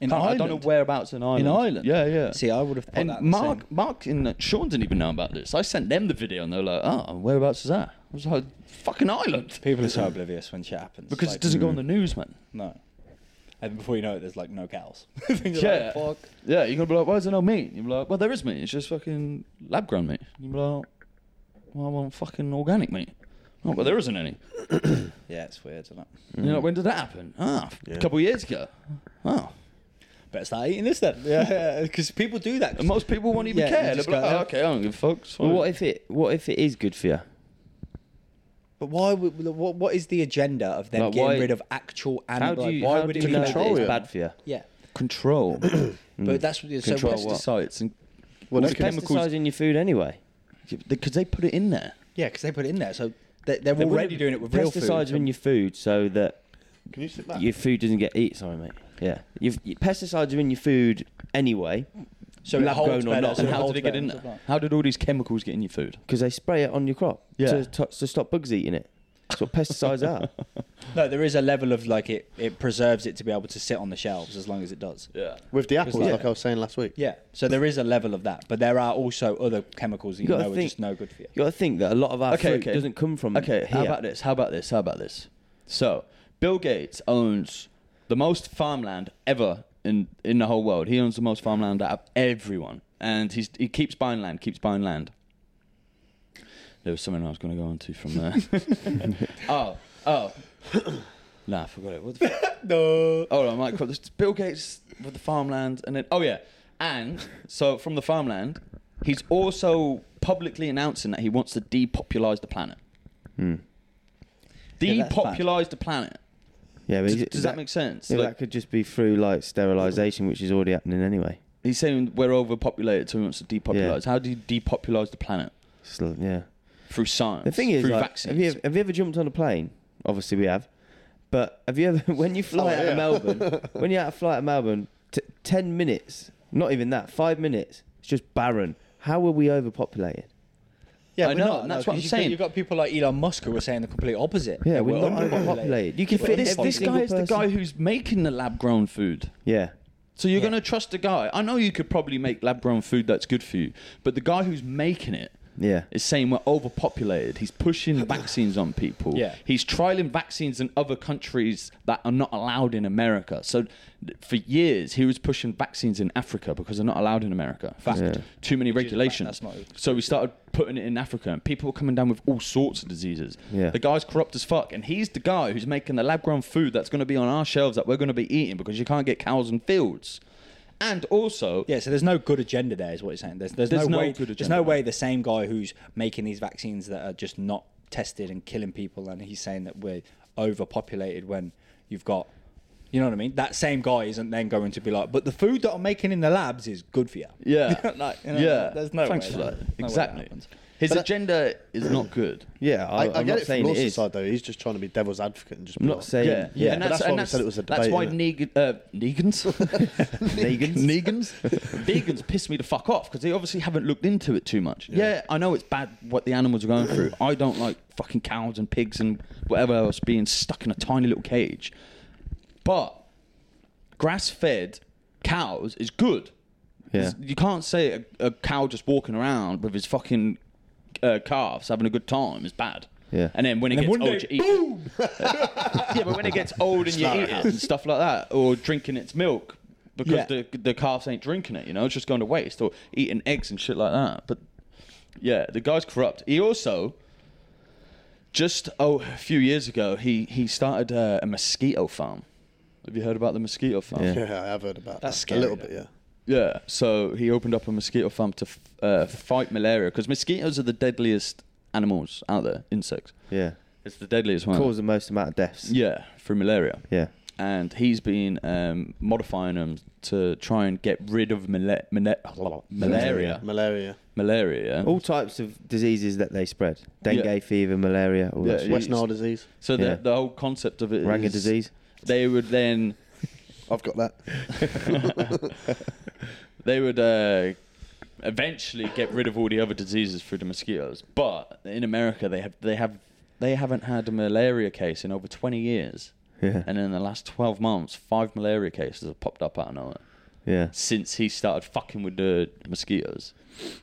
In Can't- I don't know Ireland? whereabouts in Ireland. Ireland? Yeah, yeah. See, I would have thought And that the Mark, same. Mark, and uh, Sean didn't even know about this. I sent them the video, and they're like, "Oh, whereabouts is that?" I was like, "Fucking Ireland," People are so oblivious when shit happens. because like, mm, hmm. it doesn't go on the news, man. No. And before you know it, there's like no cows. You're like, Yeah, fuck. yeah. You're gonna be like, "Why is there no meat?" You're like, "Well, there is meat. It's just fucking lab grown meat." You're like, "Well, I want fucking organic meat." Oh, but there isn't any. Yeah, it's weird, isn't it? You know, when did that happen? Ah, a Yeah. couple of years ago. Oh. Better start eating this then. Yeah, because people do that. And most people won't even Yeah, care. you They'll just be like, go, "Oh, okay, I don't give a fuck. it's well, fine." what if it what if it is good for you? But why? Would, what, what is the agenda of them Like, getting why- rid of actual How animals? do you, like, why how would do it you be know controlled? that control it's it? bad for you? Yeah, control but that's what so control what's the- pesticides and Well, all they the can- chemicals Pesticides in your food anyway. because they put it in there. Yeah, because they put it in there, so they, they're They wouldn't already be- doing it with real food. Pesticides in your food so that Can you sit back? your food doesn't get eaten. Sorry, mate. Yeah, You've, your pesticides are in your food anyway so it lab holds grown or better, not, so And how holds did it get better in and stuff there? like How did all these chemicals get in your food? because they spray it on your crop Yeah. to, to, to stop bugs eating it. That's what pesticides are. that? No, there is a level of like it. It preserves it to be able to sit on the shelves as long as it does. Yeah. With the apples, like- like I was saying last week. Yeah, so there is a level of that, but there are also other chemicals that You you, gotta know are think- just no good for you. You got to think that a lot of our Okay, food okay. doesn't come from Okay, Here. how about this? How about this? How about this? So, Bill Gates owns the most farmland ever in in the whole world. He owns the most farmland out of everyone, and he's he keeps buying land, keeps buying land. There was something I was going to go on to from there. oh, oh. Nah, I forgot it. What the fuck? no. Oh, no, Mike. This Bill Gates with the farmland, and then oh yeah, and so from the farmland, he's also publicly announcing that he wants to depopulize the planet. Hmm. Yeah, that's Depopulize the planet. Yeah, but Does, is it- does that, make sense? Yeah, but Like, that could just be through like sterilisation, which is already happening anyway. he's saying we're overpopulated, so he wants to depopulize. How do you depopulize the planet? Still, yeah. Through science. The thing is, through like, vaccines. have you ever, have you ever jumped on a plane? Obviously, we have. But have you ever, when you fly Oh, out yeah. of Melbourne, when you're out of flight of Melbourne, t- ten minutes, not even that, five minutes, it's just barren. How are we overpopulated? Yeah, I we're know, not, and no, that's what 'cause I'm you've saying. Got, you've got people like Elon Musk who are saying the complete opposite. Yeah, That we're, not underpopulated. overpopulated. You can We're fit this every this single guy is the person. guy who's making the lab grown food. Yeah, So you're Yeah. going to trust the guy. I know you could probably make lab grown food that's good for you, but the guy who's making it Yeah. is saying we're overpopulated. He's pushing vaccines on people. Yeah. He's trialing vaccines in other countries that are not allowed in America. So th- for years, he was pushing vaccines in Africa because they're not allowed in America. Fact. Yeah. Too many Which is a fact, regulations. that's not- so we started putting it in Africa, and people were coming down with all sorts of diseases. Yeah. The guy's corrupt as fuck, and he's the guy who's making the lab grown food that's going to be on our shelves that we're going to be eating because you can't get cows and fields. And also, Yeah, so there's no good agenda there, is what you're saying. There's, there's, There's no, no way. good there's agenda no way there. the same guy who's making these vaccines that are just not tested and killing people, and he's saying that we're overpopulated when you've got, you know what I mean? That same guy isn't then going to be like, but the food that I'm making in the labs is good for you. Yeah. Like, you know, yeah. there's no Thanks way for that- that. no way that exactly. happens. His agenda is not good. Yeah, I, I, am I, not get it from saying it Lawson's is. side though. He's just trying to be devil's advocate and just. I'm be not like- saying. Yeah, yeah. and But that's, that's why and we that's, said it was a That's debate, why isn't Negan, uh, Negans, Negans? Negans, vegans piss me the fuck off because they obviously haven't looked into it too much. Yeah. I know it's bad what the animals are going through. I don't like fucking cows and pigs and whatever else being stuck in a tiny little cage, but grass-fed cows is good. Yeah. You can't say a, a cow just walking around with his fucking uh, calves having a good time is bad. Yeah. And then when it And then gets one old, day, you eat. yeah, but when it gets old and you eat it and stuff like that, or drinking its milk because Yeah. the the calves ain't drinking it, you know, it's just going to waste, or eating eggs and shit like that. But yeah, the guy's corrupt. He also just oh a few years ago he he started uh, a mosquito farm. Have you heard about the mosquito farm? Yeah. Yeah, I have heard about That's that. scary, A little though. bit, yeah. Yeah, so he opened up a mosquito farm to f- uh, fight malaria because mosquitoes are the deadliest animals out there, insects. Yeah. It's the deadliest one. Cause the most amount of deaths. yeah, through malaria. Yeah. And he's been um, modifying them to try and get rid of mala- mala- malaria. Malaria. Malaria. yeah. All types of diseases that they spread: dengue, Yeah. fever, malaria, all Yeah, that. yeah. Shit. West Nile disease. So the, Yeah. the whole concept of it is Rangan disease. They would then I've got that. they would uh, eventually get rid of all the other diseases through the mosquitoes. But in America, they have they have they haven't had a malaria case in over twenty years. Yeah. And in the last twelve months, five malaria cases have popped up out of nowhere Yeah. since he started fucking with the mosquitoes.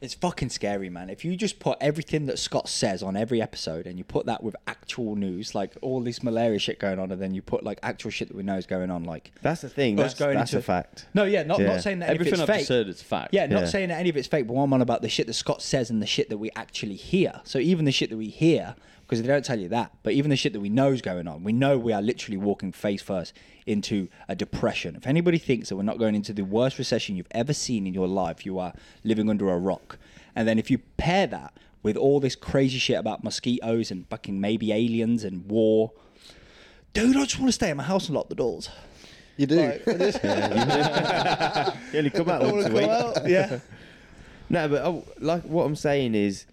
It's fucking scary, man. If you just put everything that Scott says on every episode and you put that with actual news, like all this malaria shit going on, and then you put like actual shit that we know is going on, like That's the thing. us That's, that's a fact. No, yeah, not, Yeah. not saying that any of Everything it's I've fake. said is fact. Yeah, not Yeah. saying that any of it's fake, but what I'm on about the shit that Scott says and the shit that we actually hear. So even the shit that we hear, because they don't tell you that, but even the shit that we know is going on, we know we are literally walking face first into a depression. If anybody thinks that we're not going into the worst recession you've ever seen in your life, you are living under a rock. And then if you pair that with all this crazy shit about mosquitoes and fucking maybe aliens and war, dude, I just want to stay in my house and lock the doors. You do. You only come out once a week. yeah. No, but oh, like what I'm saying is,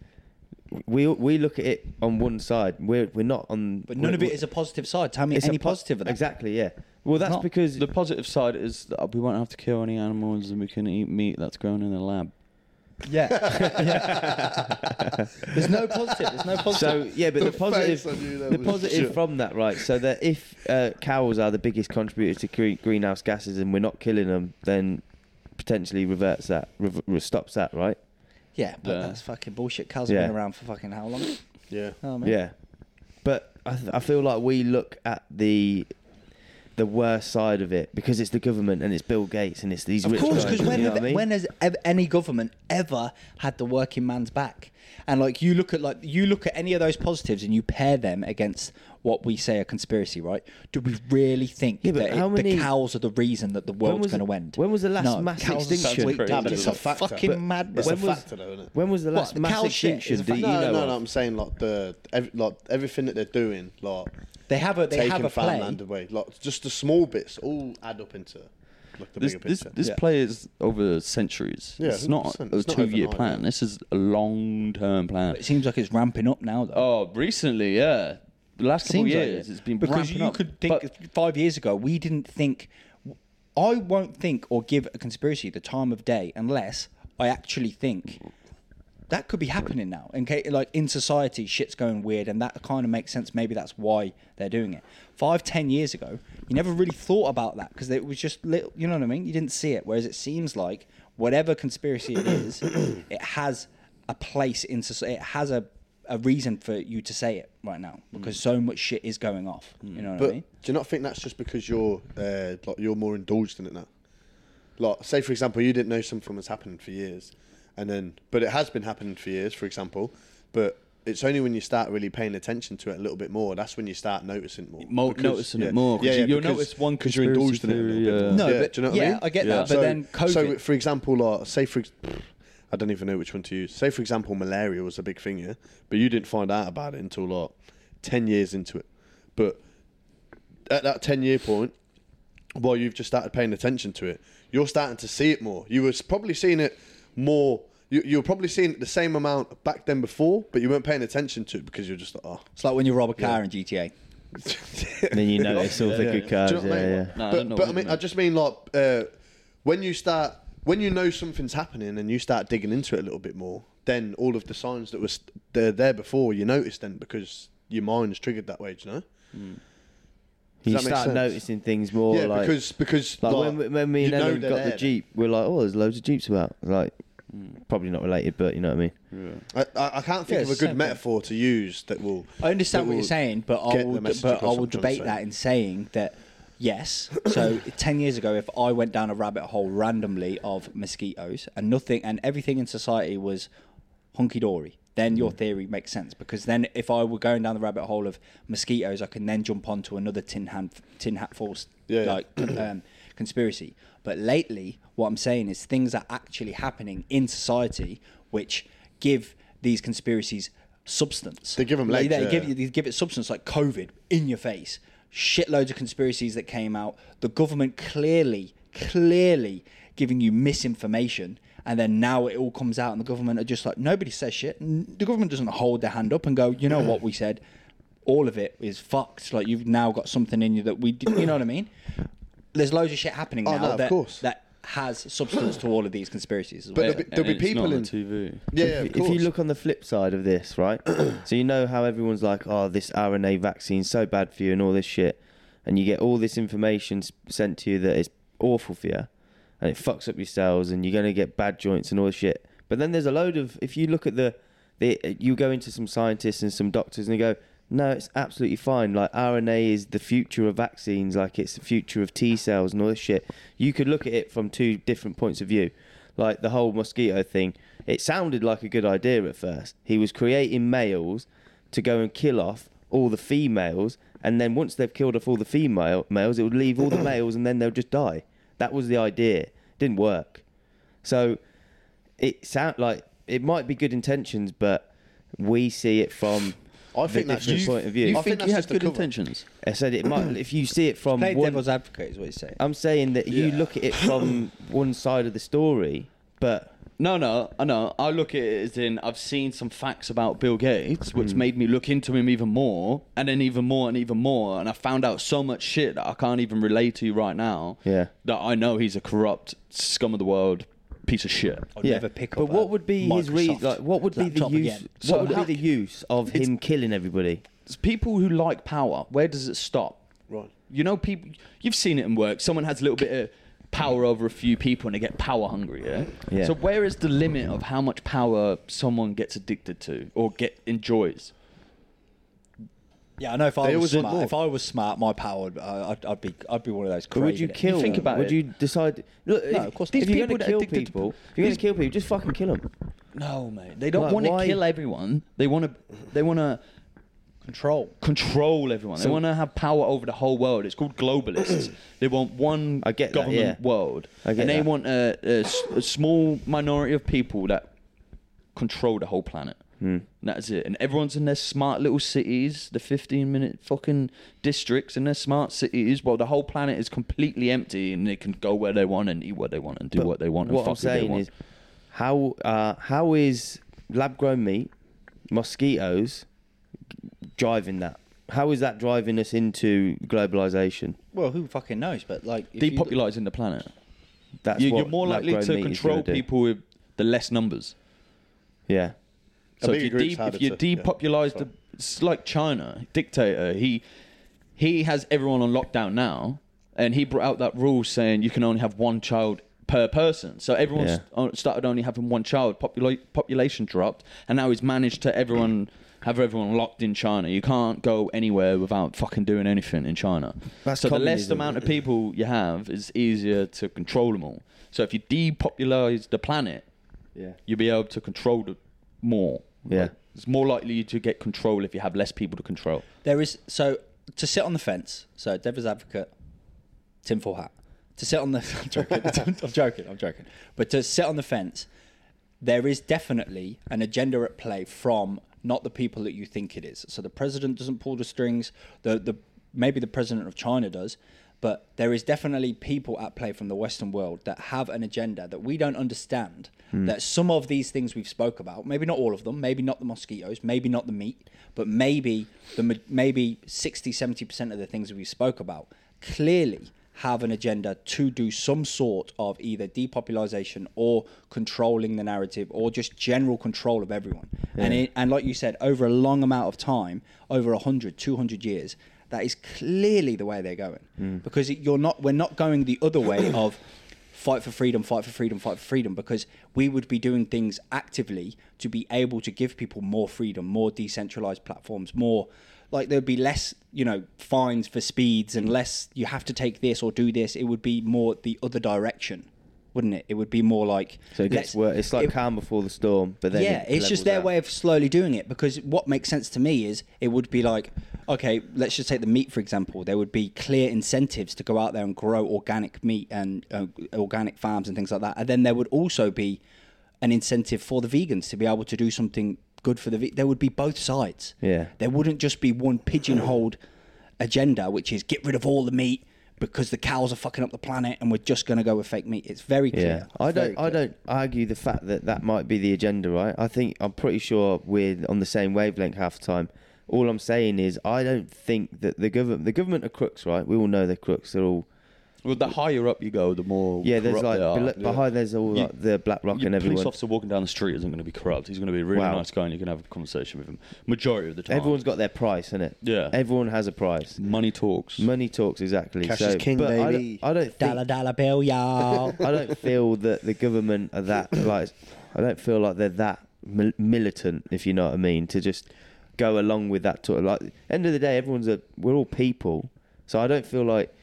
we we look at it on one side. We're we're not on. But none of it is a positive side. Tell me It's any po- positive of that. Exactly. Yeah. Well, that's Not. because The positive side is that we won't have to kill any animals and we can eat meat that's grown in the lab. Yeah. There's no positive. There's no So positive. yeah, but the, The positive, face on you, that the was positive shit. from that, right? So that if uh, cows are the biggest contributor to gre- greenhouse gases and we're not killing them, then potentially reverts that, rev- re- stops that, right? yeah, but Yeah. that's fucking bullshit. Cows have Yeah. been around for fucking how long? yeah. Oh, man. Yeah, but I, th- I feel like we look at the the worst side of it because it's the government and it's Bill Gates and it's these Of rich course, guys, because when, you know have- what I mean? when has ev- any government ever had the working man's back? And like you look at like you look at any of those positives and you pair them against what we say a conspiracy, right? Do we really think Yeah, but that it- how many- the cows are the reason that the world's was going to the- end? when was the last no, mass cows are extinction? sweet Sounds dummies. crazy. It's It's a a factor. But fucking mad. It's when a was- factor, though, isn't it? when was the What, last the mass cow shit extinction is a that you no, know no, of? no. I'm saying like the ev like everything that they're doing, like They have a they taking have a play. farmland away, like just the small bits all add up into like the this bigger this, picture. this Yeah. play is over centuries. Yeah, it's not 100%. a It's not two-year overnight, plan. yeah. This is a long-term plan. It seems like it's ramping up now, though. Oh, recently, yeah. The last couple Seems like years, it. it's been because ramping you up. could think But five years ago we didn't think. I won't think or give a conspiracy the time of day unless I actually think that could be happening now. In case, like in society, shit's going weird, and that kind of makes sense. Maybe that's why they're doing it. Five, ten years ago, you never really thought about that because it was just little. You know what I mean? You didn't see it. Whereas it seems like whatever conspiracy it is, it has a place in society. It has a a reason for you to say it right now because so much shit is going off. You know what But I mean? do you not think that's just because you're uh, like you're more indulged in it now? Like, say for example, you didn't know something was happening for years, and then but it has been happening for years, for example, but. It's only when you start really paying attention to it a little bit more. That's when you start noticing more. Mo- noticing it more, 'cause you- you'll notice one because you're conspiracy indulged in it. A little theory, bit uh, more. No, yeah, but- do you know what I yeah, mean? I get that, but then So, COVID- for example, like say for, ex- I don't even know which one to use. Say for example, malaria was a big thing, yeah, but you didn't find out about it until like ten years into it. But at that 10 year point, while you've just started paying attention to it, you're starting to see it more. You were probably seeing it more. You, you were probably seeing it the same amount back then before, but you weren't paying attention to it because you're just like, oh. It's like when you rob a car in GTA. then you notice all the yeah. good cards. Do you know what yeah, I mean? yeah. No, I but don't know but I what mean, you I mean. just mean like uh, when you start when you know something's happening and you start digging into it a little bit more, then all of the signs that was there there before you notice then because your mind's triggered that way. Do you know? You that make start sense? noticing things more. yeah, like, because because like, when, we- when me and you know Ellen they're got the there. Hmm. jeep, we're like, oh, there's loads of jeeps about. Like, probably not related, but you know what I mean. I, I I can't think Yeah, of a same good thing. metaphor to use that will. I understand that what will you're saying, but I get the will, message but I across will what I'm trying to debate that in saying that yes. So ten years ago, if I went down a rabbit hole randomly of mosquitoes and nothing and everything in society was hunky dory, then Mm. your theory makes sense because then if I were going down the rabbit hole of mosquitoes, I can then jump onto another tin hand tin hat false Yeah, yeah. like um, conspiracy. But lately, what I'm saying is things are actually happening in society which give these conspiracies substance. They give 'em Like, legs, They give yeah. you they give it substance like COVID in your face. Shitloads of conspiracies that came out. The government clearly, clearly giving you misinformation. And then now it all comes out, and the government are just like, nobody says shit. N- The government doesn't hold their hand up and go, you know what, we said all of it is fucked. Like, you've now got something in you that we, did, you know what I mean? There's loads of shit happening Oh, now no, of that, course. that has substance to all of these conspiracies as But well. there'll be, And there'll be it's not people on in TV. Yeah, yeah, of if you course. look on the flip side of this, right? so you know how everyone's like, "Oh, this RNA vaccine's so bad for you," and all this shit, and you get all this information s- sent to you that is awful for you, and it fucks up your cells, and you're gonna get bad joints and all this shit. But then there's a load of if you look at the, the you go into some scientists and some doctors, and they go, "No, it's absolutely fine. Like RNA is the future of vaccines. Like it's the future of T cells and all this shit." You could look at it from two different points of view like the whole mosquito thing. It sounded like a good idea at first. He was creating males to go and kill off all the females, and then once they've killed off all the female males, it would leave all the males, and then they'll just die. That was the idea. Didn't work. So it sound like it might be good intentions, but we see it from I the think that's different just- point of view. I You think think, that's he has just a good cover. intentions? I said it might if you see it from Play one, devil's advocate is what you're saying. I'm saying that you Yeah. look at it from one side of the story, but No, no, I know. I look at it as in I've seen some facts about Bill Gates, Hmm. which made me look into him even more, and then even more, and even more, and I found out so much shit that I can't even relate to right now. Yeah. that I know he's a corrupt scum of the world piece of shit. I'd never pick But up a what would be his re- Microsoft like, What would be the laptop use? again. What So would how- be the use of him killing everybody? It's people who like power. Where does it stop? Right. You know, people. You've seen it in work. Someone has a little bit of power over a few people, and they get power hungry. Yeah. Yeah. So where is the limit of how much power someone gets addicted to or get enjoys? Yeah, I know. If I They was always want smart, more. if I was smart, my power, would, I- I'd, I'd be, I'd be one of those. But would you craving it. kill? think them? about would it. you decide? Look, if, of course not. if These you're going people to that kill addicted to- people, if you're going these- to kill people, just fucking kill them. No, mate. They don't Like, want to why- kill everyone. They want to. They want to control? control everyone. they So- want to have power over the whole world. It's called globalists. they want one I get that, government yeah. world, I get and they that. want a, a s- a small minority of people that control the whole planet. Hmm. And That's it. And everyone's in their smart little cities, the 15 minute fucking districts in their smart cities, while the whole planet is completely empty and they can go where they want and eat what they want and do But what they want and What fuck I'm who they saying want. is, how uh, how is lab-grown meat, mosquitoes, driving that? How is that driving us into globalization? Well, who fucking knows? But like, if you- Depopulizing the planet. That's You, what you're more likely lab-grown to meat is control gonna do. people with the less numbers. Yeah, A So if bigger you, group's de- harder if you to- yeah, depopulize sorry. the, it's like China dictator. He he has everyone on lockdown now, and he brought out that rule saying you can only have one child per person. So everyone Yeah. st- started only having one child. Popula- population dropped, and now he's managed to everyone have everyone locked in China. You can't go anywhere without fucking doing anything in China. That's so the less communism. amount of people you have, it's easier to control them all. So if you depopularize the planet, Yeah. you'll be able to control it more. Yeah. Like, it's more likely to get control if you have less people to control. There is so to sit on the fence. So devil's advocate, tinfoil hat. To sit on the, I'm joking. I'm joking. I'm joking. But to sit on the fence, there is definitely an agenda at play from not the people that you think it is. So the president doesn't pull the strings. The the maybe the president of China does, but there is definitely people at play from the Western world that have an agenda that we don't understand. That some of these things we've spoke about, maybe not all of them, maybe not the mosquitoes, maybe not the meat, but maybe the ma- maybe 60 70 percent of the things that we spoke about clearly have an agenda to do some sort of either depopulization or controlling the narrative or just general control of everyone. And it, and like you said, over a long amount of time, over 100, 200 years, that is clearly the way they're going. Because it, you're not we're not going the other way of fight for freedom, fight for freedom, fight for freedom, because we would be doing things actively to be able to give people more freedom, more decentralized platforms, more like there'd be less, you know, fines for speeds and less you have to take this or do this. It would be more the other direction, wouldn't it? It would be more like So it gets let's- worse. It's like it- calm before the storm, but then yeah, it it's levels just their out. way of slowly doing it because what makes sense to me is it would be like, okay, let's just take the meat for example. There would be clear incentives to go out there and grow organic meat and uh, organic farms and things like that. And then there would also be an incentive for the vegans to be able to do something good for the. Ve- there would be both sides. Yeah. there wouldn't just be one pigeonholed agenda, which is get rid of all the meat. Because the cows are fucking up the planet, and we're just going to go with fake meat. It's very Yeah, clear. I It's very don't. clear. I don't argue the fact that that might be the agenda, right? I think I'm pretty sure we're on the same wavelength half the time. All I'm saying is I don't think that the government, the government are crooks, right? We all know they're crooks. They're all Well, the higher up you go, the more yeah. There's corrupt like they are. belo- behind. There's all You- like the Black Rock Your and police everyone. officer walking down the street isn't going to be corrupt. He's going to be a really Wow. nice guy, and you can have a conversation with him. Majority of the time, Everyone's got their price, isn't it? Yeah. Everyone has a price. money talks. Money talks exactly. Cash so, is king, but I baby. don't- I don't think dollar dollar bill, y'all. I don't feel that the government are that like. I don't feel like they're that mil- militant, if you know what I mean, to just go along with that. To like, end of the day, everyone's a we're all people, so I don't feel like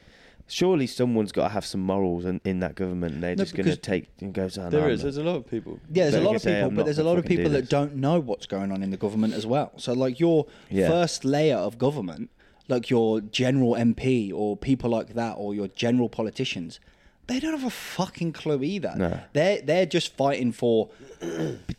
surely someone's got to have some morals in, in that government. And they're No, just going to because take and go down. There is. There's a lot of people. Yeah, there's But a you lot can of say, people, "I'm but not there's a gonna lot of fucking do people that this." don't know what's going on in the government as well. So like your Yeah. first layer of government, like your general MP or people like that, or your general politicians, they don't have a fucking clue either. No. They're they're just fighting for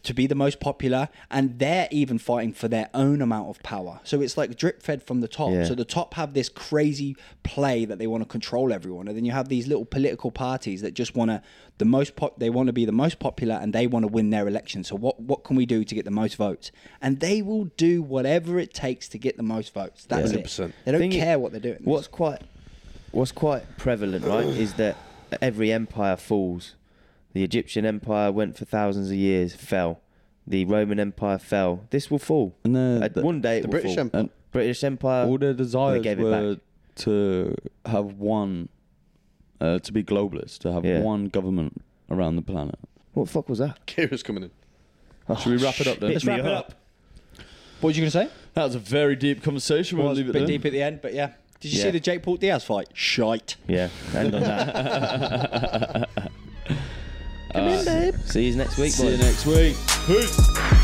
to be the most popular, and they're even fighting for their own amount of power. So it's like drip fed from the top. Yeah. So the top have this crazy play that they want to control everyone, and then you have these little political parties that just want to the most pop. They want to be the most popular, and they want to win their election. So what what can we do to get the most votes? And they will do whatever it takes to get the most votes. That's it. 100%. They don't Thing is- care what they're doing. What's quite what's quite prevalent, right, is that every empire falls. The Egyptian empire went for thousands of years, fell. The Roman Empire fell. This will fall. And the- At one day, it the will British fall. Empire. And British Empire. all their they desires gave it were back. to have one, uh, to be globalist, to have Yeah. one government around the planet. What the fuck was that? Kira's coming in. Oh, Should we wrap it up then? Let's wrap it up. what were you going to say? That was a very deep conversation. We'll Well, it's leave a it bit there. deep at the end, but yeah. Did you Yeah. see the Jake Paul Diaz fight? Shite. Yeah, end on that. Uh, See you next week, see you boys. next week. Peace.